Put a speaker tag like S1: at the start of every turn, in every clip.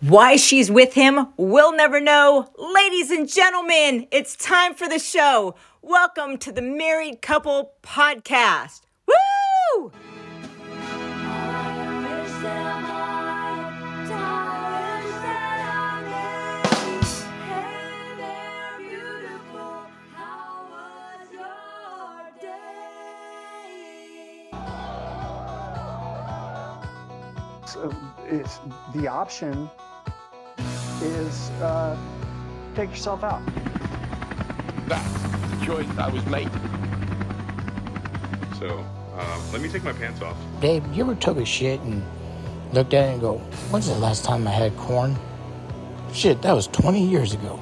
S1: Why she's with him, we'll never know. Ladies and gentlemen, it's time for the show. Welcome to the Married Couple Podcast. Woo!
S2: So it's uh, the option is uh, take yourself out.
S3: That's the choice I was making. So, uh, let me take my pants off.
S4: Dave, you ever took a shit and looked at it and go, when's the last time I had corn? Shit, that was 20 years ago.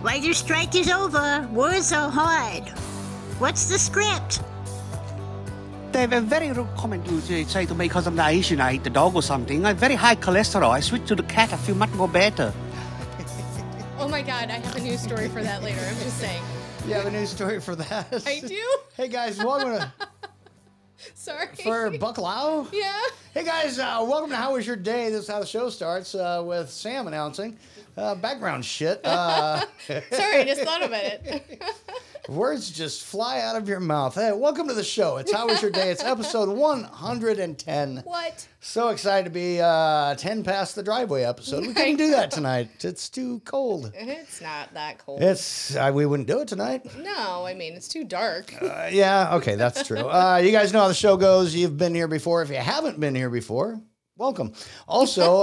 S5: Writer's strike is over. Words are hard. What's the script?
S6: They have a very rude comment you say- say to me because I'm the Asian, I eat the dog or something. I have very high cholesterol. I switch to the cat, I feel much more better.
S7: Oh my god, I have a news story for that later. I'm just saying.
S8: You have a new story for that.
S7: I do.
S8: Hey guys, welcome to,
S7: Sorry.
S8: for Buck Lau.
S7: yeah.
S8: Hey guys, uh, welcome to How Was Your Day? This is how the show starts uh, with Sam announcing uh, background shit. Uh,
S7: Sorry, I just thought about it.
S8: words just fly out of your mouth. Hey, welcome to the show. It's How Was Your Day? It's episode 110.
S7: What?
S8: So excited to be uh, 10 past the driveway episode. We couldn't do that tonight. It's too cold.
S7: It's not that cold.
S8: It's uh, we wouldn't do it tonight.
S7: no, I mean it's too dark.
S8: Uh, yeah, okay, that's true. Uh, you guys know how the show goes. You've been here before. If you haven't been here before, welcome. Also,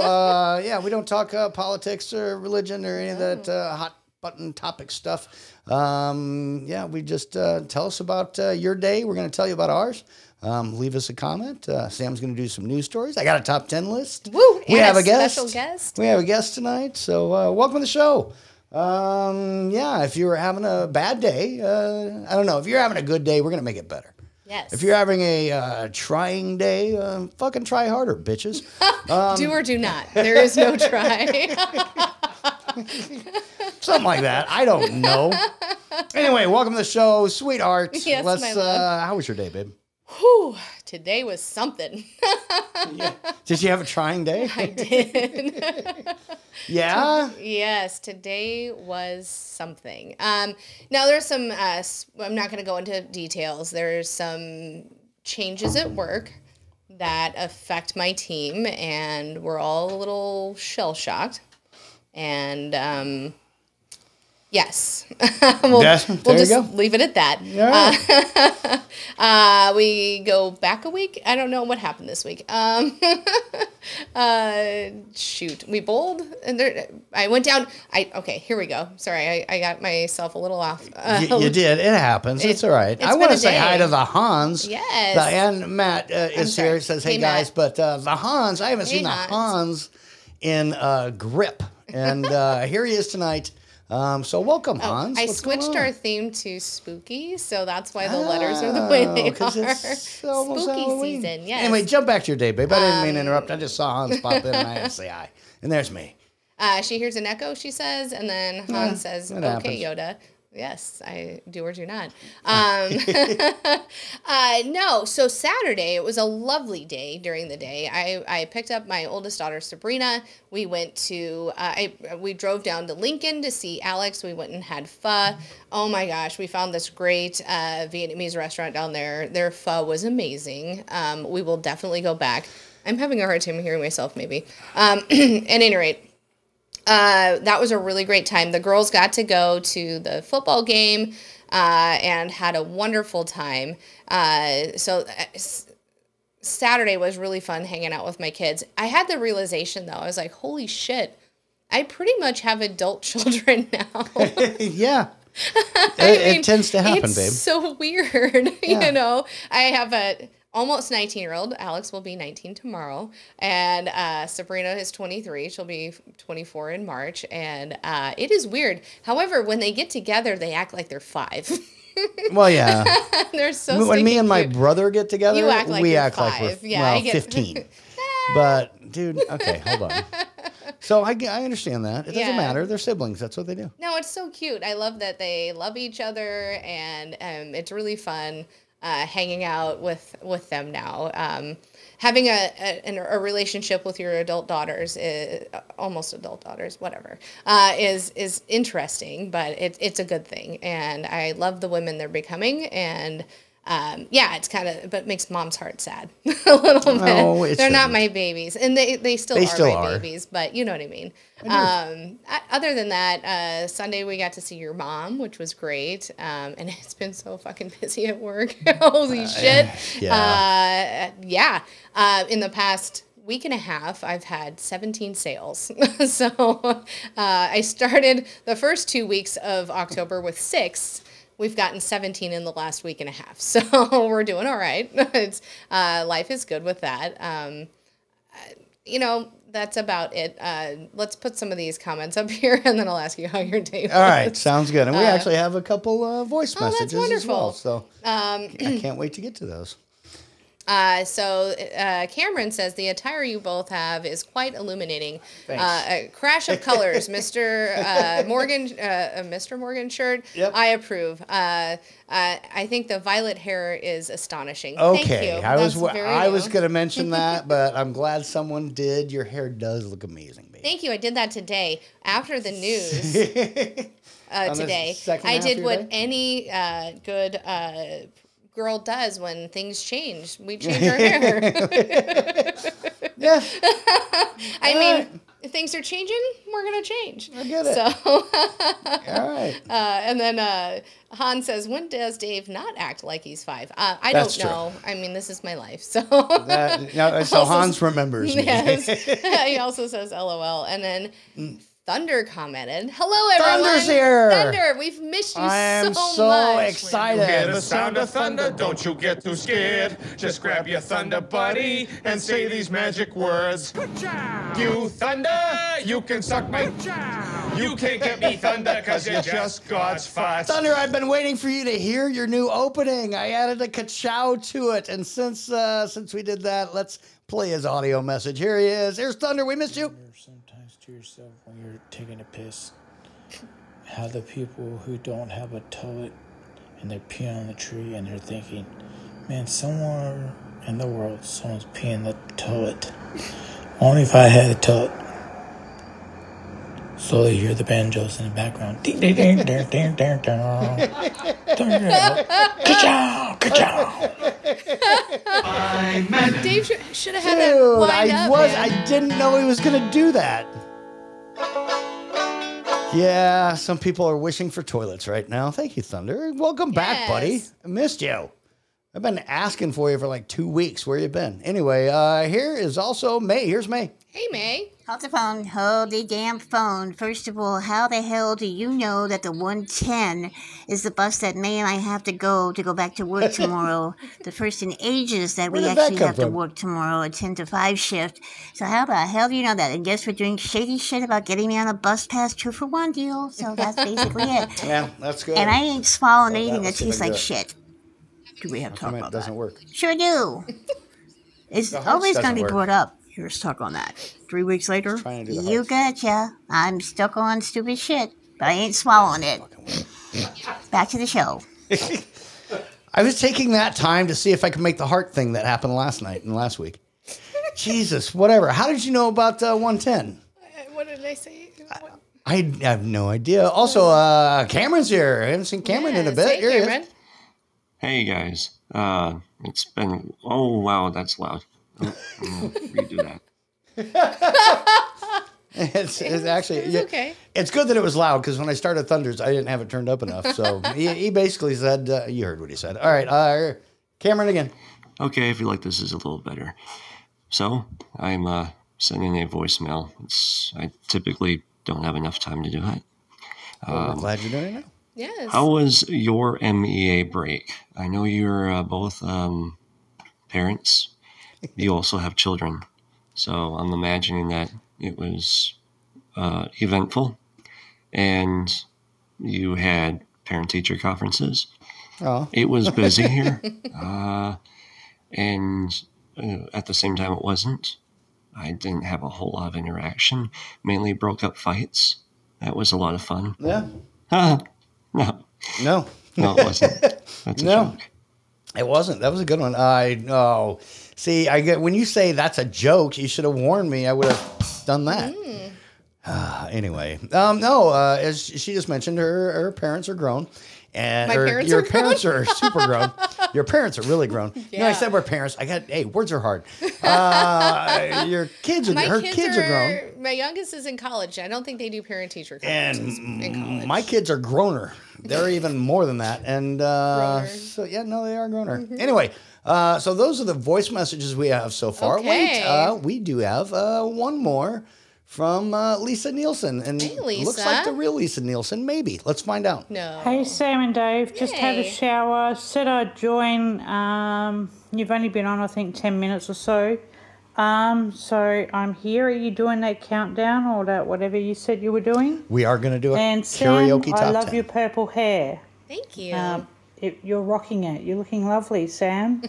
S8: uh, yeah, we don't talk uh, politics or religion or any of that
S7: Mm.
S8: uh, hot button topic stuff. Um, yeah, we just uh, tell us about uh, your day. We're going to tell you about ours. Um, leave us a comment. Uh, Sam's going to do some news stories. I got a top 10 list.
S7: Woo,
S8: We
S7: and
S8: have
S7: a
S8: a guest.
S7: special guest.
S8: We have a guest tonight. So, uh, welcome to the show. Um, yeah, if you were having a bad day, uh, I don't know. If you're having a good day, we're going to make it better.
S7: Yes.
S8: If you're having a uh, trying day, uh, fucking try harder, bitches. Um,
S7: do or do not. There is no try.
S8: Something like that. I don't know. Anyway, welcome to the show, sweetheart.
S7: Yes,
S8: Let's.
S7: my
S8: uh,
S7: love.
S8: how was your day, babe?
S7: Whew, today was something.
S8: Did you have a trying day? I did. yeah.
S7: Yes, today was something. Um, now there's some. Uh, s- I'm not going to go into details. There's some changes at work that affect my team, and we're all a little shell shocked. And um, yes, we'll,
S8: Yes, there
S7: we'll
S8: you
S7: just
S8: go.
S7: leave it at that.
S8: All right.
S7: Uh, we go back a week. I don't know what happened this week. Um, uh, shoot, we bowled, and there. I went down. I okay. Here we go. Sorry, I, I got myself a little off. Uh,
S8: You, you did. It happens. it's all right.
S7: it's
S8: I
S7: been
S8: want to
S7: a
S8: say hi
S7: day.
S8: to the Hans.
S7: Yes.
S8: The, and Matt uh, is
S7: sorry.
S8: here. He says, hey,
S7: Hey, Matt.
S8: guys. But uh, the Hans, I haven't
S7: Hey,
S8: seen
S7: Hans.
S8: the Hans in uh, grip. And uh, here he is tonight. Um, so welcome, Hans.
S7: Oh, I
S8: What's going
S7: switched
S8: on?
S7: our theme to spooky, so that's why the letters are the way
S8: Oh,
S7: they
S8: 'cause
S7: are.
S8: It's almost
S7: spooky
S8: Halloween.
S7: season. Yes.
S8: Anyway, jump back to your day, babe. I didn't
S7: Um,
S8: mean to interrupt. I just saw Hans pop in and I had to say hi. And there's me.
S7: Uh, she hears an echo, she says, and then Han says,
S8: that
S7: "Okay, Yoda." Yes, I do or do not. Um, uh, no, so Saturday it was a lovely day during the day. I, I picked up my oldest daughter Sabrina. We went to uh, I we drove down to Lincoln to see Alex. We went and had pho. Oh my gosh, we found this great uh, Vietnamese restaurant down there. Their pho was amazing. Um, we will definitely go back. I'm having a hard time hearing myself, maybe. Um, at any rate uh, that was a really great time. The girls got to go to the football game uh, and had a wonderful time. Uh, so uh, s- Saturday was really fun hanging out with my kids. I had the realization though, I was like, holy shit, I pretty much have adult children now.
S8: yeah. It,
S7: mean,
S8: it tends to happen,
S7: it's
S8: babe.
S7: So weird,
S8: Yeah.
S7: you know. I have a almost 19 year old. Alex will be 19 tomorrow, and uh, Sabrina is 23. She'll be 24 in March, and uh, it is weird. However, when they get together, they act like they're five.
S8: Well, yeah.
S7: they're so.
S8: when me
S7: stinking
S8: and my
S7: cute.
S8: brother get together,
S7: You act like
S8: we
S7: you're
S8: act like
S7: five.
S8: we're
S7: Yeah,
S8: well,
S7: I get-
S8: 15. but, dude, okay, hold on. So I, get- I understand that. It
S7: Yeah.
S8: doesn't matter. They're siblings. That's what they do.
S7: No, it's so cute. I love that they love each other, and um, it's really fun. uh, hanging out with with them now. Um, having a, a an- a relationship with your adult daughters, is, almost adult daughters, whatever, uh, is is interesting, but it's it's a good thing, and I love the women they're becoming, and. Um, yeah, it's kind of, but makes mom's heart sad a little bit.
S8: No, Oh, it
S7: They're not
S8: shouldn't.
S7: my babies, and they they still
S8: They
S7: are
S8: still
S7: my
S8: are.
S7: babies, but you know what I mean. Um, I, other than that, uh, Sunday we got to see your mom, which was great. Um, and it's been so fucking busy at work. Holy shit. Uh, Yeah. Uh, yeah. Uh, in the past week and a half, I've had 17 sales. so uh, I started the first two weeks of October with six. We've gotten 17 in the last week and a half. So we're doing all right. it's, uh, life is good with that. Um, you know, that's about it. Uh, let's put some of these comments up here, and then I'll ask you how your day was.
S8: All right, sounds good. And we actually have a couple uh, voice
S7: Uh, Oh, that's
S8: messages as well.
S7: wonderful.
S8: So I can't wait to get to those.
S7: Um, Uh, so uh, Cameron says the attire you both have is quite illuminating. Uh, a crash of colors, Mr. Uh, Morgan, uh, a Mr. Morgan shirt.
S8: Yep.
S7: I approve. Uh, uh, I think the violet hair is astonishing. Thank
S8: Okay,
S7: you.
S8: I was
S7: That's
S8: wa-
S7: very
S8: I was
S7: you.
S8: going to mention that, but I'm glad someone did. Your hair does look amazing, baby.
S7: Thank you. I did that today after the news uh,
S8: On the
S7: today.
S8: second
S7: I
S8: half of
S7: did
S8: your
S7: what
S8: day?
S7: any uh, good uh, girl does when things change. We change our hair.
S8: yeah,
S7: I mean, if things are changing. We're gonna change.
S8: I get it.
S7: So,
S8: All right.
S7: uh, and then uh, Han says, "When does Dave not act like he's five? Uh, I
S8: That's
S7: don't
S8: true.
S7: know. I mean, this is my life. So
S8: That- now, so
S7: Also-
S8: Hans remembers me.
S7: yes. he also says LOL. And then Thunder commented, Hello, everyone.
S8: Mm. Thunder's here.
S7: Thunder, we've missed you
S8: I am
S7: so,
S8: so
S7: much.
S8: excited.
S3: the sound of thunder, don't you get too scared. Just grab your thunder buddy and say these magic words. You thunder, you can suck my. You can't get me thunder, cause you're just God's farts.
S8: Thunder, I've been waiting for you to hear your new opening. I added a ka-chow to it, and since uh, since we did that, let's play his audio message. Here he is. Here's Thunder. We missed you.
S4: wonder sometimes to yourself when you're taking a piss how the people who don't have a toilet and they're peeing on the tree and they're thinking, man, somewhere in the world someone's peeing the toilet. Only if I had a toilet. Slowly you hear the banjos in the background. Ding, ding, ding, ding, ding, ding, ding. Turn it out. Ka-chow, ka-chow.
S7: Dave should, should have had that
S8: Dude,
S7: lined
S8: I
S7: up,
S8: was
S7: man.
S8: I didn't know he was gonna do that. Yeah, some people are wishing for toilets right now. Thank you, Thunder. Welcome back, buddy.
S7: Yes.
S8: I missed you. I've been asking for you for like two weeks. Where you been? Anyway, uh, here is also May. Here's May.
S7: Hey, May.
S5: Hold the phone. Hold the damn phone. First of all, how the hell do you know that the 110 is the bus that May and I have to go to go back to work tomorrow? the first in ages that we
S8: Where did that
S5: actually
S8: come
S5: have to
S8: from?
S5: work tomorrow, a 10 to 5 shift. So how the hell do you know that? And guess we're doing shady shit about getting me on a bus pass two for one deal. So that's basically it.
S8: Yeah, that's good.
S5: And I ain't swallowing anything
S8: was
S5: that tastes
S8: even
S5: like
S8: good.
S5: shit. Do we have to talk
S8: Comment
S5: about
S8: doesn't
S5: that?
S8: work.
S5: Sure do. It's
S8: hunch
S5: always
S8: doesn't
S5: going to be
S8: work.
S5: brought up. Here's talk on that. Three weeks later,
S8: trying to do the
S5: you gotcha. I'm stuck on stupid shit, but I ain't swallowing it. Back to the show.
S8: I was taking that time to see if I could make the heart thing that happened last night and last week. Jesus, whatever. How did you know about uh, 110?
S7: What did I say?
S8: I have no idea. Also, uh, Cameron's here. I haven't seen Cameron in a
S7: Yes,
S8: bit.
S7: Hey,
S8: Here he is.
S7: Cameron.
S9: Hey guys, uh, it's been oh wow, that's loud. Oh, oh, redo that.
S8: It's, it's actually
S7: It's
S8: yeah,
S7: okay.
S8: It's good that it was loud because when I started Thunders, I didn't have it turned up enough. So he, he basically said, uh, "You heard what he said." All right, uh, Cameron again.
S9: Okay, I feel like this is a little better. So I'm uh, sending a voicemail. It's I typically don't have enough time to do it. Um,
S8: We're glad you're doing it. now.
S7: Yes.
S9: How was your MEA break? I know you're uh, both um, parents. You also have children, so I'm imagining that it was uh, eventful, and you had parent-teacher conferences.
S8: Oh,
S9: it was busy here, uh, and uh, at the same time, it wasn't. I didn't have a whole lot of interaction. Mainly broke up fights. That was a lot of fun.
S8: yeah.
S9: No,
S8: No,
S9: no, it wasn't. That's a
S8: No.
S9: joke.
S8: It wasn't. That was a good one. I oh, see, I get when you say that's a joke. You should have warned me. I would have done that.
S7: Hmm,
S8: Ah, anyway, um, no. Uh, as she just mentioned, her her parents are grown, and
S7: My
S8: or
S7: parents
S8: your
S7: are grown?
S8: parents are super grown. Your parents are really grown. You know, I
S7: Yeah.
S8: said we're parents. I got hey, words are hard. Uh, your kids are
S7: My
S8: her
S7: kids,
S8: kids
S7: are,
S8: are grown.
S7: My youngest is in college. I don't think they do parent teacher conferences in
S8: and
S7: college.
S8: my kids are growner. They're even more than that. And uh,
S7: Growner.
S8: so, yeah, no, they are growner.
S7: Mm-hmm.
S8: Anyway, uh, so those are the voice messages we have so far. Wait,
S7: Okay.
S8: uh, we do have uh, one more from uh, Lisa Nielsen. And
S7: Hey,
S8: looks like
S7: Lisa.
S8: the real Lisa Nielsen, maybe. Let's find out.
S7: no.
S10: Hey, Sam and Dave, just had a
S7: Yay.
S10: shower. Said I'd join. Um, you've only been on, I think, 10 minutes or so. Um, so I'm here. Are you doing that countdown or that whatever you said you were doing?
S8: We are going to do a
S10: And Sam,
S8: karaoke top
S10: I love
S8: 10.
S10: your purple hair.
S7: Thank you.
S10: Um, it, you're rocking it. You're looking lovely, Sam.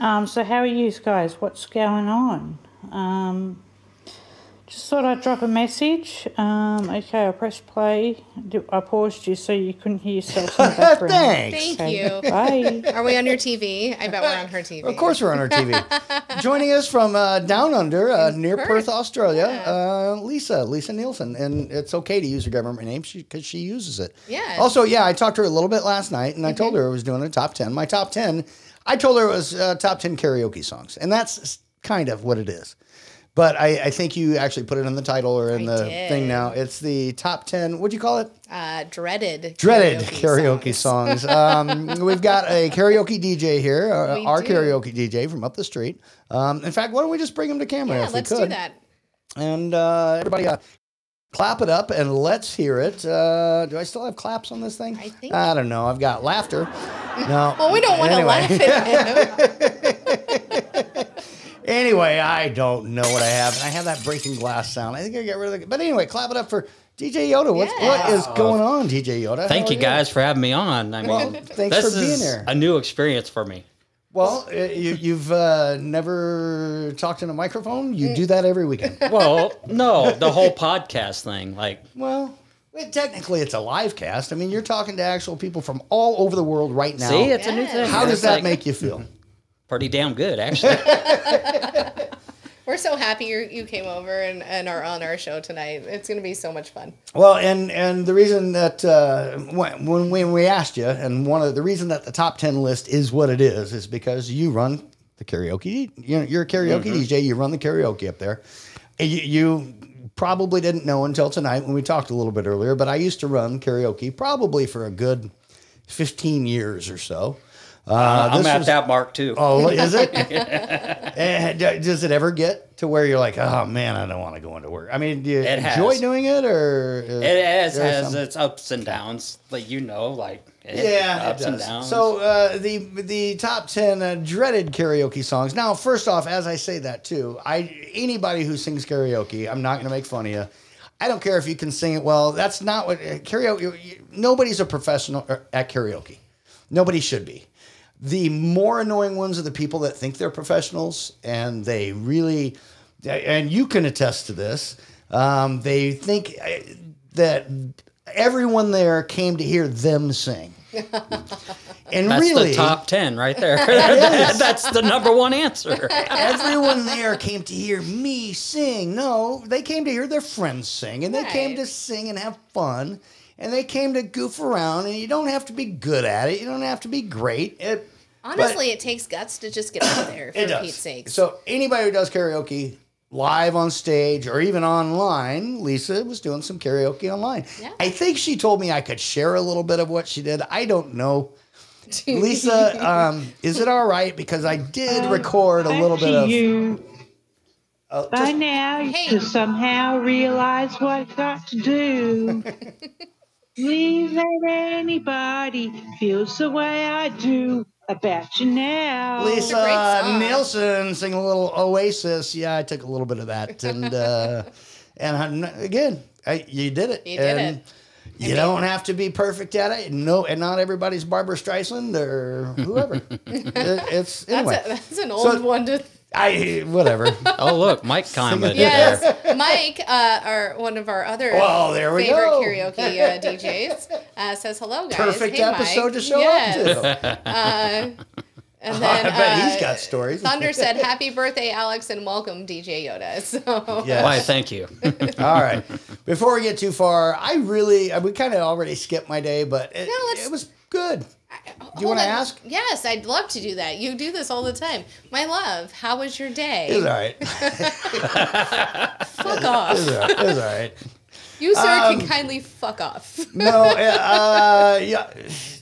S10: um, so how are you guys? What's going on? Um, just thought I'd drop a message. Um, okay, I pressed play. Do- I paused you so you couldn't hear yourself in the background.
S8: Thanks.
S7: Oh, Thank
S10: Okay,
S7: you.
S10: Bye.
S7: Are we on your TV? I bet we're on her TV.
S8: Of course, we're on our TV. Joining us from uh, down under, uh, near Perth,
S7: Perth,
S8: Australia, uh, Lisa, Lisa Nielsen, and it's okay to use her government name because she, uses it.
S7: Yeah.
S8: Also, yeah, I talked to her a little bit last night, and I told her I was doing a top ten. My top ten, I told her it was uh, top ten karaoke songs, and that's s- kind of what it is. But I, I think you actually put it in the title or in
S7: I
S8: the
S7: did.
S8: thing now. It's the top ten. What do you call it?
S7: Uh, dreaded.
S8: dreaded
S7: songs.
S8: karaoke songs. um, we've got a karaoke DJ here, uh,
S7: We
S8: our
S7: do.
S8: karaoke DJ from up the street. Um, in fact, why don't we just bring him to camera
S7: Yeah,
S8: if
S7: let's
S8: we could?
S7: do that.
S8: And uh, everybody, uh, clap it up and let's hear it. Uh, do I still have claps on this thing?
S7: I think-
S8: I don't know. I've got laughter. No.
S7: Well, we don't want to
S8: Anyway.
S7: laugh at him.
S8: Anyway, I don't know what I have, and I have that breaking glass sound. I think I get rid of it. But anyway, clap it up for DJ Yoda. What's, What is going on, DJ Yoda?
S11: Oh. Thank
S8: How
S11: you
S8: are
S11: guys for having me on. I mean,
S8: Well, thanks
S11: this
S8: for being
S11: is
S8: here.
S11: a new experience for me.
S8: Well, uh, you, you've uh, never talked in a microphone. You do that every weekend.
S11: Well, no, the whole podcast thing. Like,
S8: Well, well, technically, it's a live cast. I mean, you're talking to actual people from all over the world right now.
S11: see, it's a new thing.
S8: How does
S11: It's
S8: that
S11: like
S8: make you feel?
S11: Pretty damn good, actually.
S7: We're so happy you you came over and, and are on our show tonight. It's going to be so much fun.
S8: Well, and and the reason that uh, when when- when we asked you, and one of the reason that the top ten list is what it is, is because you run the karaoke. You know, you're a karaoke
S11: Mm-hmm.
S8: DJ. You run the karaoke up there. And You, you probably didn't know until tonight when we talked a little bit earlier, but I used to run karaoke probably for a good fifteen years or so. Uh,
S11: I'm
S8: this
S11: at
S8: was-
S11: that mark too.
S8: Oh, is it? Eh, d- Does it ever get to where you're like, oh man, I don't want to go into work? I mean, do you
S11: It
S8: enjoy
S11: has.
S8: doing it, or is
S11: It has, uh,
S8: there
S11: has
S8: some-
S11: its ups and downs, like you know, like it-
S8: yeah,
S11: ups
S8: it
S11: and
S8: does.
S11: downs.
S8: So uh, the the top ten uh, dreaded karaoke songs. Now, first off, as I say that too, I anybody who sings karaoke, I'm not going to make fun of you. I don't care if you can sing it well. That's not what uh, karaoke. you- you- Nobody's a professional uh, at karaoke. Nobody should be. The more annoying ones are the people that think they're professionals and they really, and you can attest to this. Um, they think uh, that everyone there came to hear them sing. And
S11: that's
S8: really,
S11: the top ten right there. That- that's the number one answer.
S8: everyone there came to hear me sing. No, they came to hear their friends sing, and they came
S7: Right.
S8: to sing and have fun, and they came to goof around. And you don't have to be good at it. You don't have to be great. It, but
S7: Honestly, it takes guts to just get out there, for
S8: it does.
S7: Pete's sake.
S8: So anybody who does karaoke live on stage or even online, Lisa was doing some karaoke online.
S7: Yeah.
S8: I think she told me I could share a little bit of what she did. I don't know. Lisa, um, is it all right? Because I did record a
S10: Back
S8: little
S10: to
S8: bit of.
S10: you.
S8: uh,
S10: By
S8: just-
S10: now,
S7: Hey.
S10: you somehow realize what you've got to do. Please let anybody feels the way I do about you now.
S7: Oh, a great
S8: Lisa
S7: song.
S8: Nielsen sing a little Oasis. Yeah, I took a little bit of that, and uh, and I'm not- again, I, you did it.
S7: You did
S8: and
S7: it.
S8: You don't have to be perfect at it. No, and not everybody's Barbara Streisand or whoever. It- it's
S7: that's,
S8: anyway.
S7: a, that's an old one to
S8: I whatever.
S11: oh look, Mike commented.
S7: Yes,
S11: there.
S7: Mike, uh, our one of our other
S8: Well, there we
S7: favorite
S8: go.
S7: karaoke uh, DJs, uh, says hello, guys.
S8: Perfect
S7: Hey, Mike."
S8: episode to show
S7: Yes.
S8: up to.
S7: Uh, and then
S8: I bet he's
S7: uh,
S8: got stories.
S7: Thunder said, "Happy birthday, Alex, and welcome, DJ Yoda." So
S8: Yes.
S11: Why? Thank you.
S8: All right. Before we get too far, I really uh, we kind of already skipped my day, but it,
S7: No, let's-
S8: it was good. Do you
S7: Hold
S8: want to
S7: on.
S8: ask?
S7: Yes, I'd love to do that. You do this all the time, my love. How was your day?
S8: It was all right.
S7: Fuck
S8: It was
S7: off.
S8: all right. It was all right.
S7: You sir
S8: Um,
S7: can kindly fuck off.
S8: No, uh, yeah,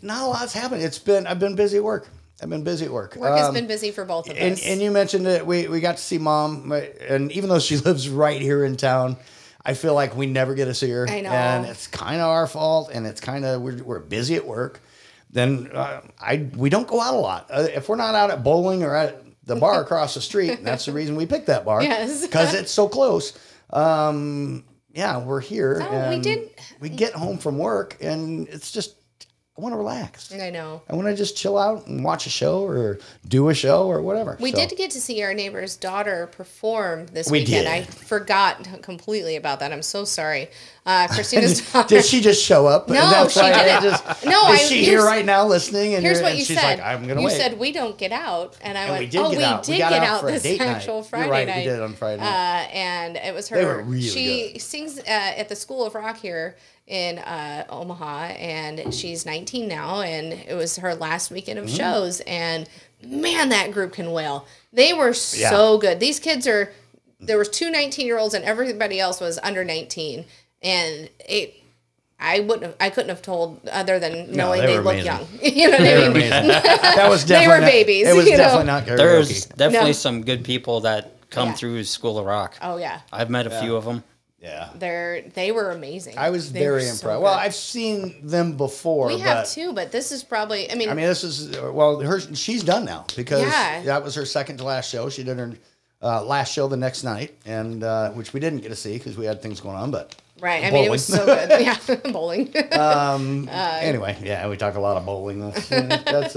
S8: not a lot's happened. It's been I've been busy at work. I've been busy at work.
S7: Work has
S8: Um,
S7: been busy for both of
S8: and,
S7: us.
S8: and you mentioned that we, we got to see mom, my- and even though she lives right here in town, I feel like we never get to see her.
S7: I know.
S8: And it's kind of our fault, and it's kind of, we're, we're busy at work. Then uh, I we don't go out a lot. Uh, if we're not out at bowling or at the bar across the street, that's the reason we picked that bar.
S7: Yes.
S8: Because it's so close. Um, yeah, we're here.
S7: No, we
S8: and
S7: did-
S8: We get home from work, and it's just, I want to relax.
S7: I know.
S8: I want to just chill out and watch a show or do a show or whatever.
S7: We
S8: So-
S7: did get to see our neighbor's daughter perform this
S8: We
S7: weekend.
S8: did.
S7: I forgot completely about that. I'm so sorry. Uh, Christina's daughter.
S8: Did she just show up?
S7: No, she
S8: why I
S7: didn't.
S8: Just,
S7: No,
S8: is
S7: I-
S8: she
S7: here's-
S8: here right now listening? And
S7: Here's
S8: you're-
S7: what
S8: and
S7: you
S8: she's
S7: said.
S8: like, I'm gonna
S7: you
S8: wait.
S7: said we don't get out, and I
S8: And
S7: went,
S8: we did
S7: "Oh,
S8: get
S7: we
S8: out.
S7: did
S8: We got
S7: get
S8: out
S7: out
S8: for a
S7: this
S8: date night.
S7: actual
S8: You're
S7: Friday
S8: right, we
S7: night."
S8: did on Friday
S7: night, uh, and it was her.
S8: were really
S7: she sings uh, at the School of Rock here in uh, Omaha, and she's 19 now, and it was her last weekend
S8: Mm.
S7: of shows, and man, that group can wail. They were so good. These kids are. There was two 19 year olds, and everybody else was under 19, and it. I wouldn't. Have, I couldn't have told other than knowing
S8: they
S7: they,
S8: were
S7: look
S8: amazing.
S7: young. you know what
S8: They
S7: I
S8: were
S7: mean?
S8: amazing. that was
S7: They
S8: definitely
S7: were
S8: not-
S7: babies,
S8: It was
S7: you know.
S8: definitely not karaoke.
S11: There's definitely
S7: No.
S11: some good people that come
S7: Yeah.
S11: through School of Rock.
S7: Oh yeah,
S11: I've met a few of them.
S8: yeah.
S7: they're they were amazing.
S8: I was
S7: They were
S8: very
S7: so
S8: impressed. well,
S7: good.
S8: I've seen them before.
S7: we
S8: but,
S7: have two, but this is probably. I mean,
S8: I mean, this is well, her she's done now because
S7: Yeah.
S8: that was her second to last show. She did her uh, last show the next night, and uh, which we didn't get to see because we had things going on. But
S7: right? I mean, it was so good. Yeah, bowling.
S8: Uh, Um,
S7: Uh,
S8: anyway, yeah, we talk a lot of bowling. That's, that's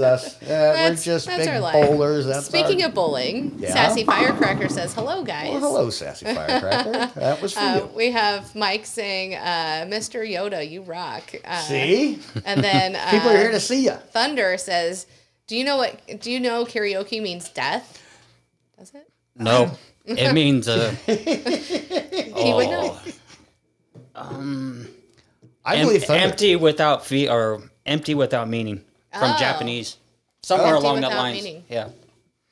S8: us. Yeah, we're
S7: That's-
S8: just
S7: that's
S8: big
S7: our life.
S8: bowlers. That's
S7: Speaking
S8: our-
S7: of bowling,
S8: Yeah.
S7: Sassy Firecracker says hello, guys.
S8: Well, hello, sassy firecracker. that was for
S7: Uh,
S8: you.
S7: we have Mike saying, uh, "Mr. Yoda, you rock." Uh,
S8: See,
S7: and then uh,
S8: people are here to see you.
S7: Thunder says, "Do you know what? Do you know karaoke means death?" Does it?
S11: No, it means uh,
S7: He would know.
S11: um,
S8: I
S11: em-
S8: believe thunder.
S11: empty without fee or empty without meaning from
S7: Oh.
S11: Japanese. Somewhere
S7: Empty
S11: along that
S7: without
S11: line.
S7: meaning.
S11: Yeah.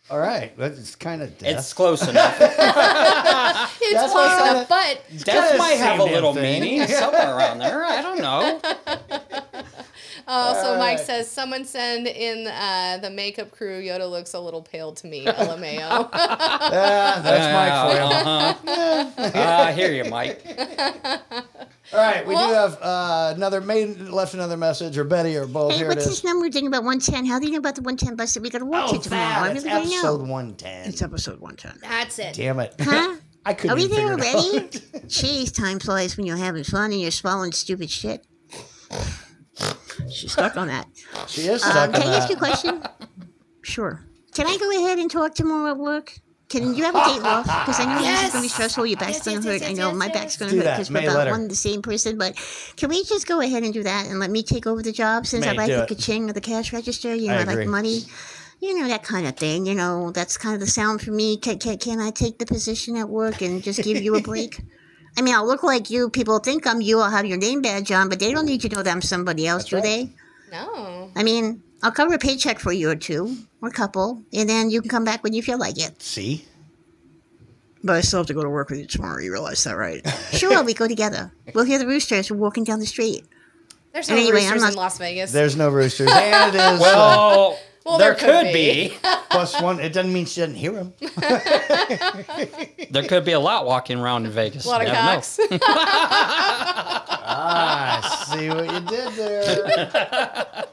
S8: All right, that's kind of death.
S11: It's close enough.
S7: It's
S8: Oh. That's
S7: close
S8: what I-
S7: enough, but
S11: Death
S8: kinda
S11: might
S8: the
S11: have a
S8: same damn
S11: little
S8: thing.
S11: meaning somewhere around there. I don't know.
S7: Also, Oh, Mike
S8: right.
S7: says, someone send in uh, the makeup crew. Yoda looks a little pale to me. LMAO.
S8: yeah, that's my foil.
S11: Uh-huh. I hear you, Mike.
S8: All right, we do
S7: Well-
S8: have uh, another maiden left another message or Betty or both.
S5: Hey,
S8: here it
S5: what's
S8: is.
S5: this number thing about 110? How do you know about the 110 bus that we got to walk
S8: Oh,
S5: to tomorrow? I
S8: it's
S5: really don't
S8: episode
S5: know.
S8: 110.
S5: It's episode 110.
S7: That's it.
S8: Damn it.
S5: Huh?
S8: I couldn't
S5: Are we
S8: even
S5: there
S8: figure it
S5: already?
S8: out.
S5: Jeez, time flies when you're having fun and you're swallowing stupid shit. She's stuck on that.
S8: She is
S5: Um,
S8: stuck
S5: can
S8: on
S5: I ask you a
S8: that.
S5: question? Sure. Can I go ahead and talk tomorrow at work? Can you have a date off? Because I know this is going to be stressful. Your back's going to hurt. I know my back's going to
S8: Do
S5: hurt
S8: that.
S5: because we're
S8: May,
S5: about
S8: let her.
S5: one and the same person. But can we just go ahead and do that and let me take over the job since I
S8: May,
S5: like
S8: do
S5: the
S8: it.
S5: ka-ching of the cash register? You know,
S8: I
S5: I,
S8: agree.
S5: like money. You know, that kind of thing. You know, that's kind of the sound for me. Can, can, can I take the position at work and just give you a break? I mean, I'll look like you. People think I'm you. I'll have your name badge on, but they don't need to know that I'm somebody else, do they?
S7: No.
S5: I mean, I'll cover a paycheck for you or two, or a couple, and then you can come back when you feel like it.
S8: See?
S5: But I still have to go to work with you tomorrow. You realize that, right? sure, we go together. We'll hear the rooster as we're walking down the street.
S7: There's no
S5: Anyway, I'm
S7: roosters
S5: not-
S7: in Las Vegas.
S8: There's no roosters. And it is uh,
S11: Well,
S7: Well,
S11: there,
S7: there could
S11: could be.
S8: plus one. It doesn't mean she doesn't hear him.
S11: There could be a lot walking around in Vegas.
S7: a lot of
S11: Never know.
S7: cocks.
S8: Ah, I see what you did there.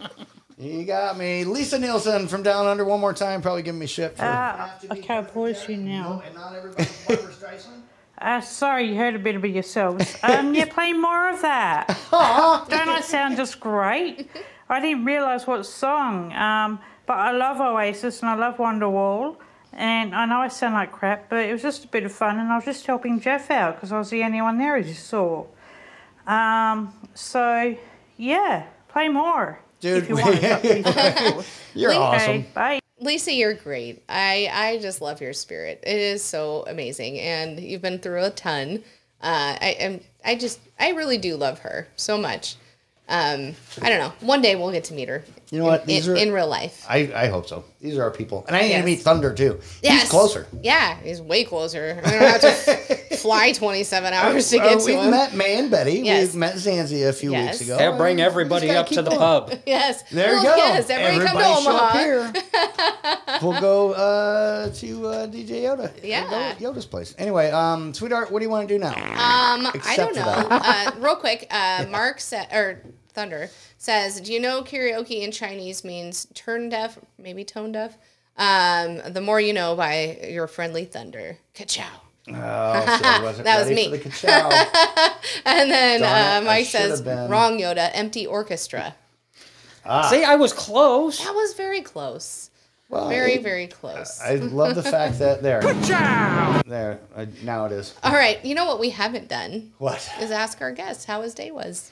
S8: You got me. Lisa Nielsen from Down Under one more time. Probably giving me shit for.
S7: Uh,
S10: I can't voice you now.
S8: and not everybody's Barbara Streisand?
S10: Uh, sorry, you heard a bit about yourselves. Um, yeah, play more of that. Don't I sound just great? I didn't realise what song. Um, but I love Oasis and I love Wonderwall. And I know I sound like crap, but it was just a bit of fun, and I was just helping Jeff out because I was the only one there, as you saw. Um, so, yeah, play more.
S8: Dude,
S10: you want to.
S8: You're
S7: Link-
S8: awesome.
S10: Bye.
S7: Lisa, you're great. I I just love your spirit. It is so amazing, and you've been through a ton. Uh, I am. I just. I really do love her so much. Um, I don't know. One day we'll get to meet her.
S8: You know what?
S7: In,
S8: These
S7: in,
S8: are-
S7: in real life.
S8: I, I hope so. These are our people. And I need
S7: Yes.
S8: to meet Thunder too.
S7: Yes.
S8: He's closer.
S7: Yeah, he's way closer. I don't have to f- fly 27 hours to get
S8: Uh,
S7: to
S8: we've
S7: him.
S8: met May and Betty.
S7: Yes.
S8: We've met Zanzi a few
S7: Yes.
S8: weeks ago.
S11: They'll bring
S8: Uh,
S11: everybody
S8: just gotta
S11: up to
S8: keep
S11: the
S8: going.
S11: pub.
S7: Yes.
S8: There
S7: Well,
S8: you go.
S7: Yes, everybody,
S8: Everybody
S7: come to
S8: show
S7: Omaha.
S8: up here. we'll go uh, to uh, DJ Yoda.
S7: Yeah.
S8: Yoda- Yoda's place. Anyway, um, sweetheart, what do you want to do now?
S7: Um, I
S8: Except
S7: don't
S8: for
S7: know. Uh, real quick, uh, Mark sa- or Thunder says, "Do you know karaoke in Chinese means turn deaf, maybe tone deaf? Um, the more you know by your friendly Thunder." Ka-chow.
S8: Oh, so I wasn't
S7: That was
S8: ready
S7: me.
S8: For the ka-chow.
S7: And then
S8: Darn it, I
S7: uh, Mike
S8: should have
S7: says,
S8: been.
S7: "Wrong, Yoda. Empty orchestra."
S8: Ah.
S11: Ah. See, I was close.
S7: That was very close.
S8: Well,
S7: Very, very close.
S8: I love the fact that there. There. Uh, now it is.
S7: All right. You know what we haven't done
S8: What?
S7: is ask our guest how his day was.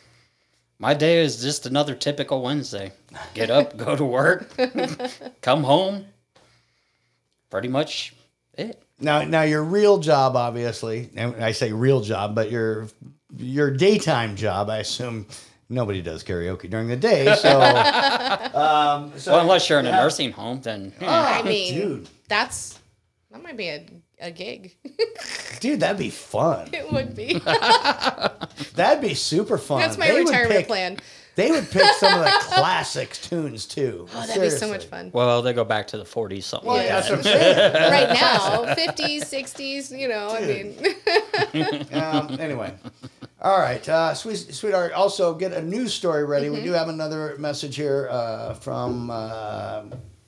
S11: My day is just another typical Wednesday. Get up, go to work, come home. Pretty much it.
S8: Now, now your real job, obviously, and I say real job, but your your daytime job, I assume nobody does karaoke during the day. So, um, so
S11: Well, unless you're in a
S8: Yeah. Oh,
S11: nursing home, then hmm,
S7: I mean,
S8: dude,
S7: that's that might be a, a gig.
S8: dude, that'd be fun.
S7: it would be.
S8: That'd be super fun.
S7: That's my
S8: They would
S7: retirement
S8: pick-
S7: plan.
S8: They would pick some of the classic tunes too.
S7: Oh, that'd be so much
S8: Seriously.
S7: fun.
S11: well, they go back to the 40s, something
S8: Well,
S11: like
S8: that's
S11: that.
S8: what I'm saying.
S7: Right now, 50s, 60s, you know, I mean,
S8: Um, anyway, all right, uh, sweet, sweetheart. Also, get a news story ready.
S7: Mm-hmm.
S8: We do have another message here uh, from uh,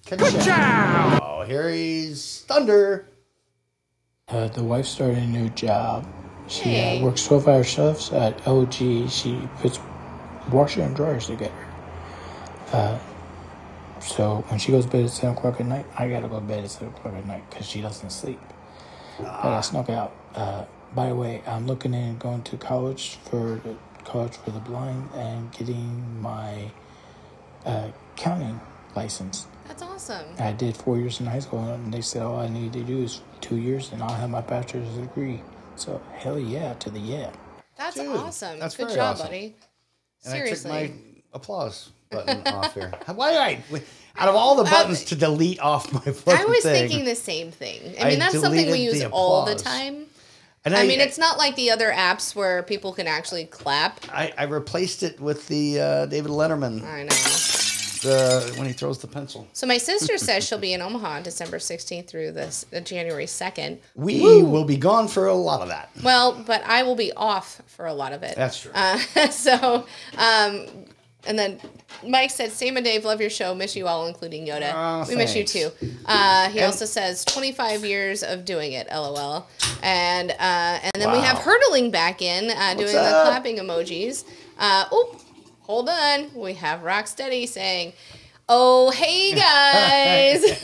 S8: Ka-chow. Oh, here he's Thunder.
S4: Uh, the wife started a new job. She
S7: Hey.
S4: uh, works 12 hour shifts at LG. She puts washer and dryers together. Uh, so when she goes to bed at 7 o'clock at night, I gotta go to bed at 7 o'clock at night because she doesn't sleep. But I snuck out. Uh, by the way, I'm looking at going to college for the college for the blind and getting my uh, counting license.
S7: that's awesome.
S4: I did four years in high school, and they said all I need to do is two years, and I'll have my bachelor's degree. So hell yeah to the yeah.
S7: That's
S8: Dude,
S7: awesome.
S8: that's
S7: Good
S8: very
S7: job,
S8: awesome.
S7: buddy.
S8: And
S7: Seriously.
S8: I took my applause button off here. Why did I? Out of all the buttons to delete off my fucking
S7: Um, I was
S8: thing.
S7: thinking the same thing. I
S8: I
S7: mean, that's something we
S8: deleted
S7: use
S8: the
S7: all the
S8: applause.
S7: time.
S8: and
S7: I mean, it's not like the other apps where people can actually clap.
S8: I, I replaced it with the uh, David Letterman
S7: I know.
S8: the, when he throws the pencil.
S7: So my sister says she'll be in Omaha on December 16th through this uh, January 2nd.
S8: We will be gone for a lot of that.
S7: Well, but I will be off for a lot of it.
S8: That's true.
S7: Uh, so, um, and then Mike said, "Sam and Dave, love your show. Miss you all, including Yoda.
S8: Aw,
S7: we miss you too."
S8: Oh, thanks.
S7: Uh, he also says, "25 years of doing it, lol." And uh, and then we have
S8: Wow.
S7: hurtling back in, uh, doing
S8: up?
S7: the clapping emojis. Uh, oh, hold on. We have Rocksteady saying, "Oh, hey guys."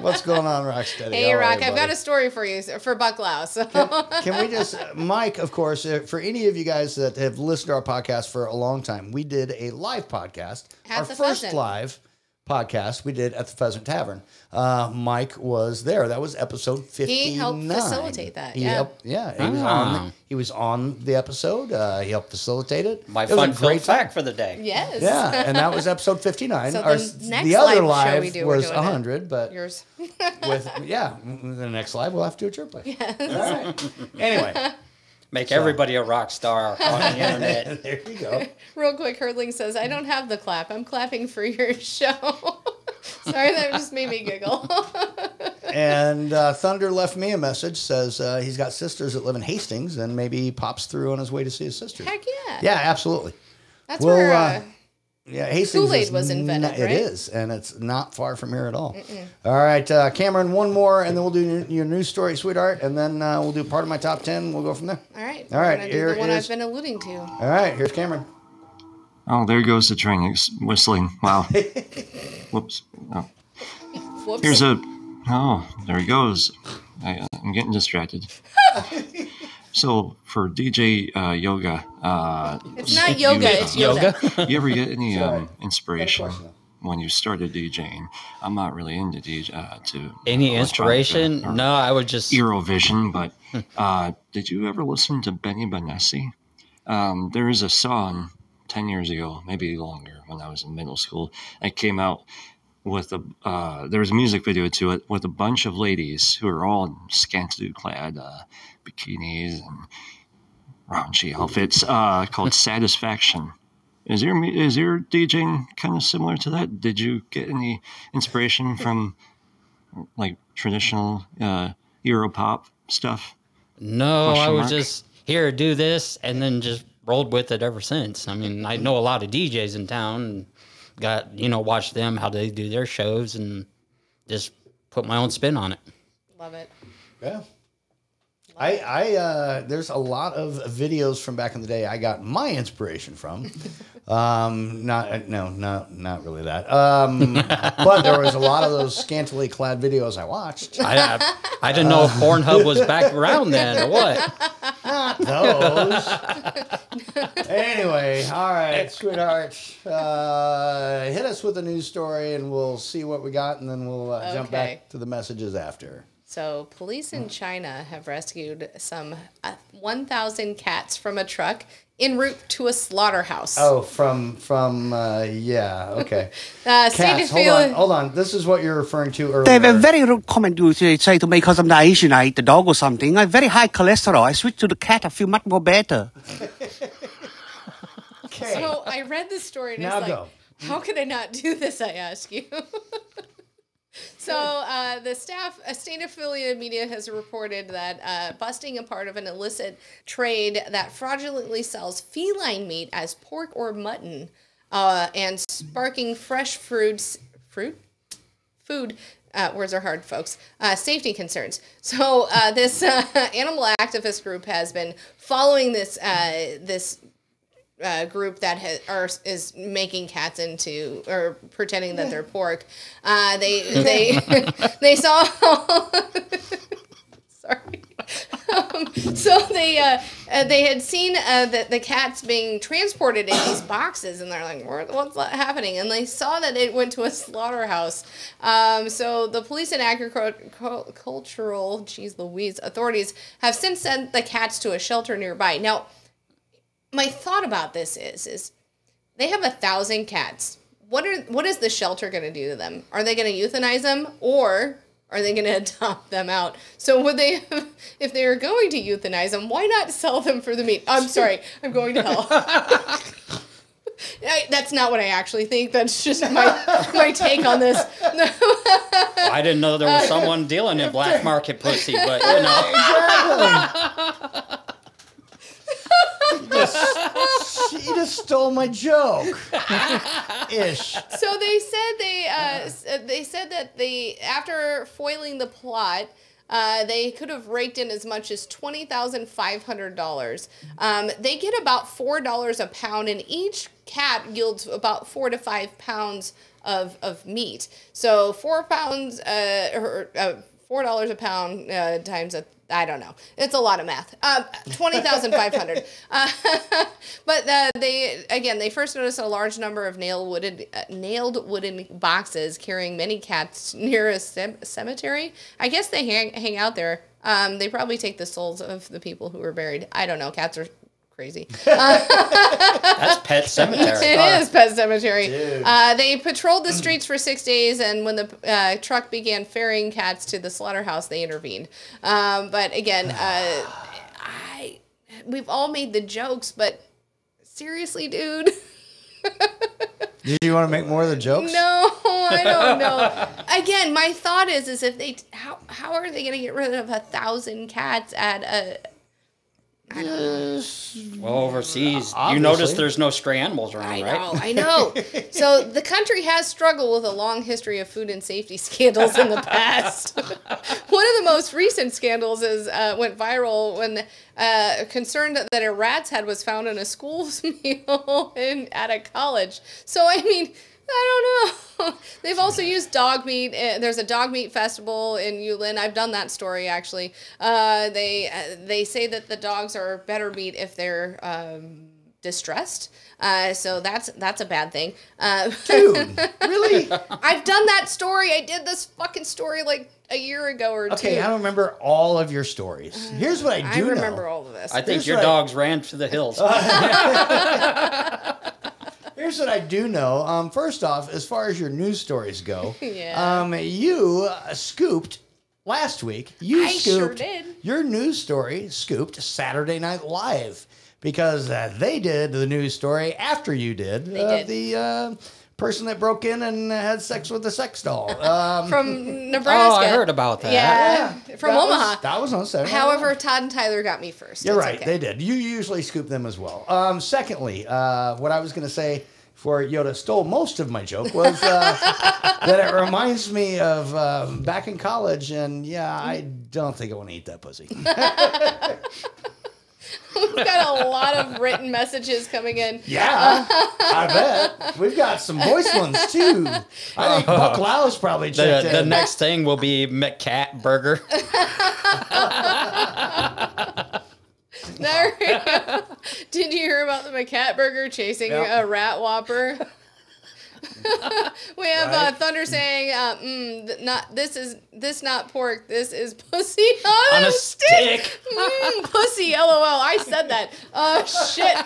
S8: What's going on, Rocksteady?
S7: Hey,
S8: All
S7: Rock,
S8: right,
S7: I've got
S8: buddy.
S7: a story for you for Buck Lau. So,
S8: Can we just, Mike, of course, uh, for any of you guys that have listened to our podcast for a long time, we did a live podcast.
S7: At
S8: our
S7: the
S8: first
S7: Pheasant.
S8: live podcast we did at the Pheasant Tavern. Uh, Mike was there. That was episode 59.
S7: He helped facilitate that,
S8: He
S7: yeah.
S8: helped- yeah. He, was
S11: Ah.
S8: on, he was on the episode. Uh, he helped facilitate it.
S11: My
S8: It was a
S11: fun great
S8: time.
S11: fact for the day.
S7: yes.
S8: Yeah, and that was episode 59.
S7: So
S8: Our,
S7: the
S8: the,
S7: next
S8: other
S7: live show
S8: live
S7: we do, we're
S8: was
S7: doing it.
S8: 100, but
S7: Yours.
S8: with yeah, the next live we'll have to do at your place. All right. Anyway,
S11: Make everybody a rock star on the internet.
S8: there you go.
S7: Real quick, Hurdling says, I don't have the clap. I'm clapping for your show. Sorry, that just made me giggle.
S8: And uh, Thunder left me a message. Says uh, he's got sisters that live in Hastings, and maybe he pops through on his way to see his sisters.
S7: Heck yeah.
S8: Yeah, absolutely.
S7: That's
S8: well,
S7: where. Uh,
S8: uh, Yeah, Hastings
S7: Kool-Aid
S8: is
S7: was invented,
S8: not-
S7: right?
S8: It is, and it's not far from here at all. All right, uh, Cameron, one more, and then we'll do your, your news story, sweetheart, and then uh, we'll do part of my top ten. We'll go from there.
S7: all right.
S8: All
S7: we're
S8: right,
S7: gonna
S8: here
S7: do the one
S8: is-
S7: I've been alluding to.
S8: All right, here's Cameron.
S9: Oh, there goes the train ex- whistling. Wow. Whoops. Oh.
S7: Whoops.
S9: Here's a Oh, there he goes. I, uh, I'm getting distracted. so for DJ uh, yoga, uh,
S7: It's not yoga, it's Yoga? yoga.
S9: you ever get any um, inspiration when you started DJing? I'm not really into DJ uh, to
S11: Any
S9: electronica
S11: inspiration?
S9: or
S11: No, I would just. Hmm.
S9: Eurovision, but uh, did you ever listen to Benny Benassi? Um, there is a song ten years ago, maybe longer, when I was in middle school. It came out with a uh, there was a music video to it with a bunch of ladies who are all in scantily clad uh, bikinis and raunchy outfits uh, called Satisfaction. Is your mu- is your DJing kind of similar to that? Did you get any inspiration from like traditional uh, Europop stuff?
S11: No, I
S9: Question
S11: was
S9: mark?
S11: just here, do this, and then just rolled with it ever since. I mean, I know a lot of DJs in town, and got, you know, watch them, how they do their shows, and just put my own spin on it.
S7: Love it.
S8: Yeah. I, I uh, there's a lot of videos from back in the day I got my inspiration from. Um, not no, not not really that. Um, but there was a lot of those scantily clad videos I watched.
S11: I, I, I didn't know if
S8: Uh,
S11: Pornhub was back around then or what.
S8: Not those. anyway, all right, sweethearts, uh, hit us with a news story and we'll see what we got, and then we'll uh, jump
S7: Okay.
S8: back to the messages after.
S7: So, police in China have rescued some uh, 1,000 cats from a truck en route to a slaughterhouse.
S8: Oh, from from uh, yeah, okay.
S7: Uh, state of
S8: Cats, hold on,
S7: feeling.
S8: hold on. This is what you're referring to earlier.
S6: They have a very rude comment to say say to me because I'm the Asian, I eat the dog or something. I have very high cholesterol. I switch to the cat. I feel much more better.
S7: So, I read this story and
S8: Now
S7: it's like,
S8: go.
S7: how could I not do this? I ask you. So, uh, the staff, a state affiliated media has reported that uh, busting a part of an illicit trade that fraudulently sells feline meat as pork or mutton uh, and sparking fresh fruits, fruit? Food. Uh, words are hard, folks. Uh, safety concerns. So uh, this uh, animal activist group has been following this uh, this uh, group that ha- are is making cats into or pretending that they're pork. Uh, they they they saw. Sorry. Um, so they uh, uh, they had seen uh, the, the cats being transported in these boxes, and they're like, "What- "What's that happening?" And they saw that it went to a slaughterhouse. Um, so the police and agricultural, geez, Louise, authorities have since sent the cats to a shelter nearby. Now, my thought about this is is they have a thousand cats. What are what is the shelter going to do to them? Are they going to euthanize them or are they going to adopt them out? So would they, have, if they are going to euthanize them, why not sell them for the meat? I'm sorry, I'm going to hell. I, that's not what I actually think. That's just my my take on this.
S11: I didn't know there was someone dealing in black market pussy, but you know,
S8: She just stole my joke. Ish.
S7: so they said they uh, s- uh, they said that they after foiling the plot. Uh, they could have raked in as much as twenty thousand five hundred dollars. Um, they get about four dollars a pound, and each cat yields about four to five pounds of, of meat. So four pounds, uh, or, uh, four dollars a pound uh, times a I don't know. It's a lot of math. Um, Twenty thousand five hundred. Uh, but uh, they again they first noticed a large number of nailed wooden uh, nailed wooden boxes carrying many cats near a cem- cemetery. I guess they hang hang out there. Um, they probably take the souls of the people who were buried. I don't know. Cats are crazy.
S11: that's pet cemetery.
S7: It is Pet Cemetery. Uh, they patrolled the streets for six days, and when the uh, truck began ferrying cats to the slaughterhouse, they intervened. Um, but again, uh, I we've all made the jokes, but seriously, dude,
S8: Did you want to make more of the jokes?
S7: no, I don't know. Again, my thought is, is if they how how are they gonna get rid of a thousand cats at a
S11: Well, overseas,
S8: Obviously.
S11: you notice there's no stray animals around,
S7: I
S11: right?
S7: know, Oh, I know. so the country has struggled with a long history of food and safety scandals in the past. One of the most recent scandals is uh, went viral when uh, concern that a rat's head was found in a school's meal in, at a college. So I mean, I don't know. They've also used dog meat. Uh, There's a dog meat festival in Yulin. I've done that story actually. Uh, they uh, they say that the dogs are better meat if they're um, distressed. Uh, so that's that's a bad thing. Uh,
S8: Dude, really?
S7: I've done that story. I did this fucking story like a year ago or
S8: Okay,
S7: two.
S8: I don't remember all of your stories. Here's what I do
S7: I remember
S8: know.
S7: all of this.
S11: I think
S8: Here's
S11: your
S8: what I-
S11: dogs ran to the hills.
S8: Here's what I do know. Um, first off, as far as your news stories go,
S7: Yeah.
S8: um, you uh, scooped last week. Um, You
S7: I sure
S8: scooped
S7: did.
S8: your news story. Scooped Saturday Night Live because uh, they did the news story after you did. They
S7: did.
S8: The uh, person that broke in and had sex with a sex doll. Um,
S7: from
S11: oh,
S7: Nebraska.
S11: I heard about that.
S7: Yeah, from
S8: that was-
S7: Omaha.
S8: that was on Saturday. Night Live.
S7: However, Todd and Tyler got me 1st
S8: You're right. They did. You usually scoop them as well. Um, secondly, uh, what I was going to say for Yoda stole most of my joke was uh, that it reminds me of um, back in college, and yeah, I don't think I want to eat that pussy.
S7: We've got a lot of written messages coming in. Uh,
S8: Yeah, I bet we've got some voice ones too. I think Buck Lau's probably checked
S11: Uh-huh. The, the
S8: in.
S11: next thing will be McCat Burger.
S7: There we go. Did you hear about the McCat Burger chasing
S8: Yeah.
S7: a rat whopper? we have uh,
S8: Right.
S7: Thunder saying, uh, mm, th- "Not this is this not pork. This is pussy
S11: On a stick.
S7: Mm, pussy, lol. I said that. Oh, shit.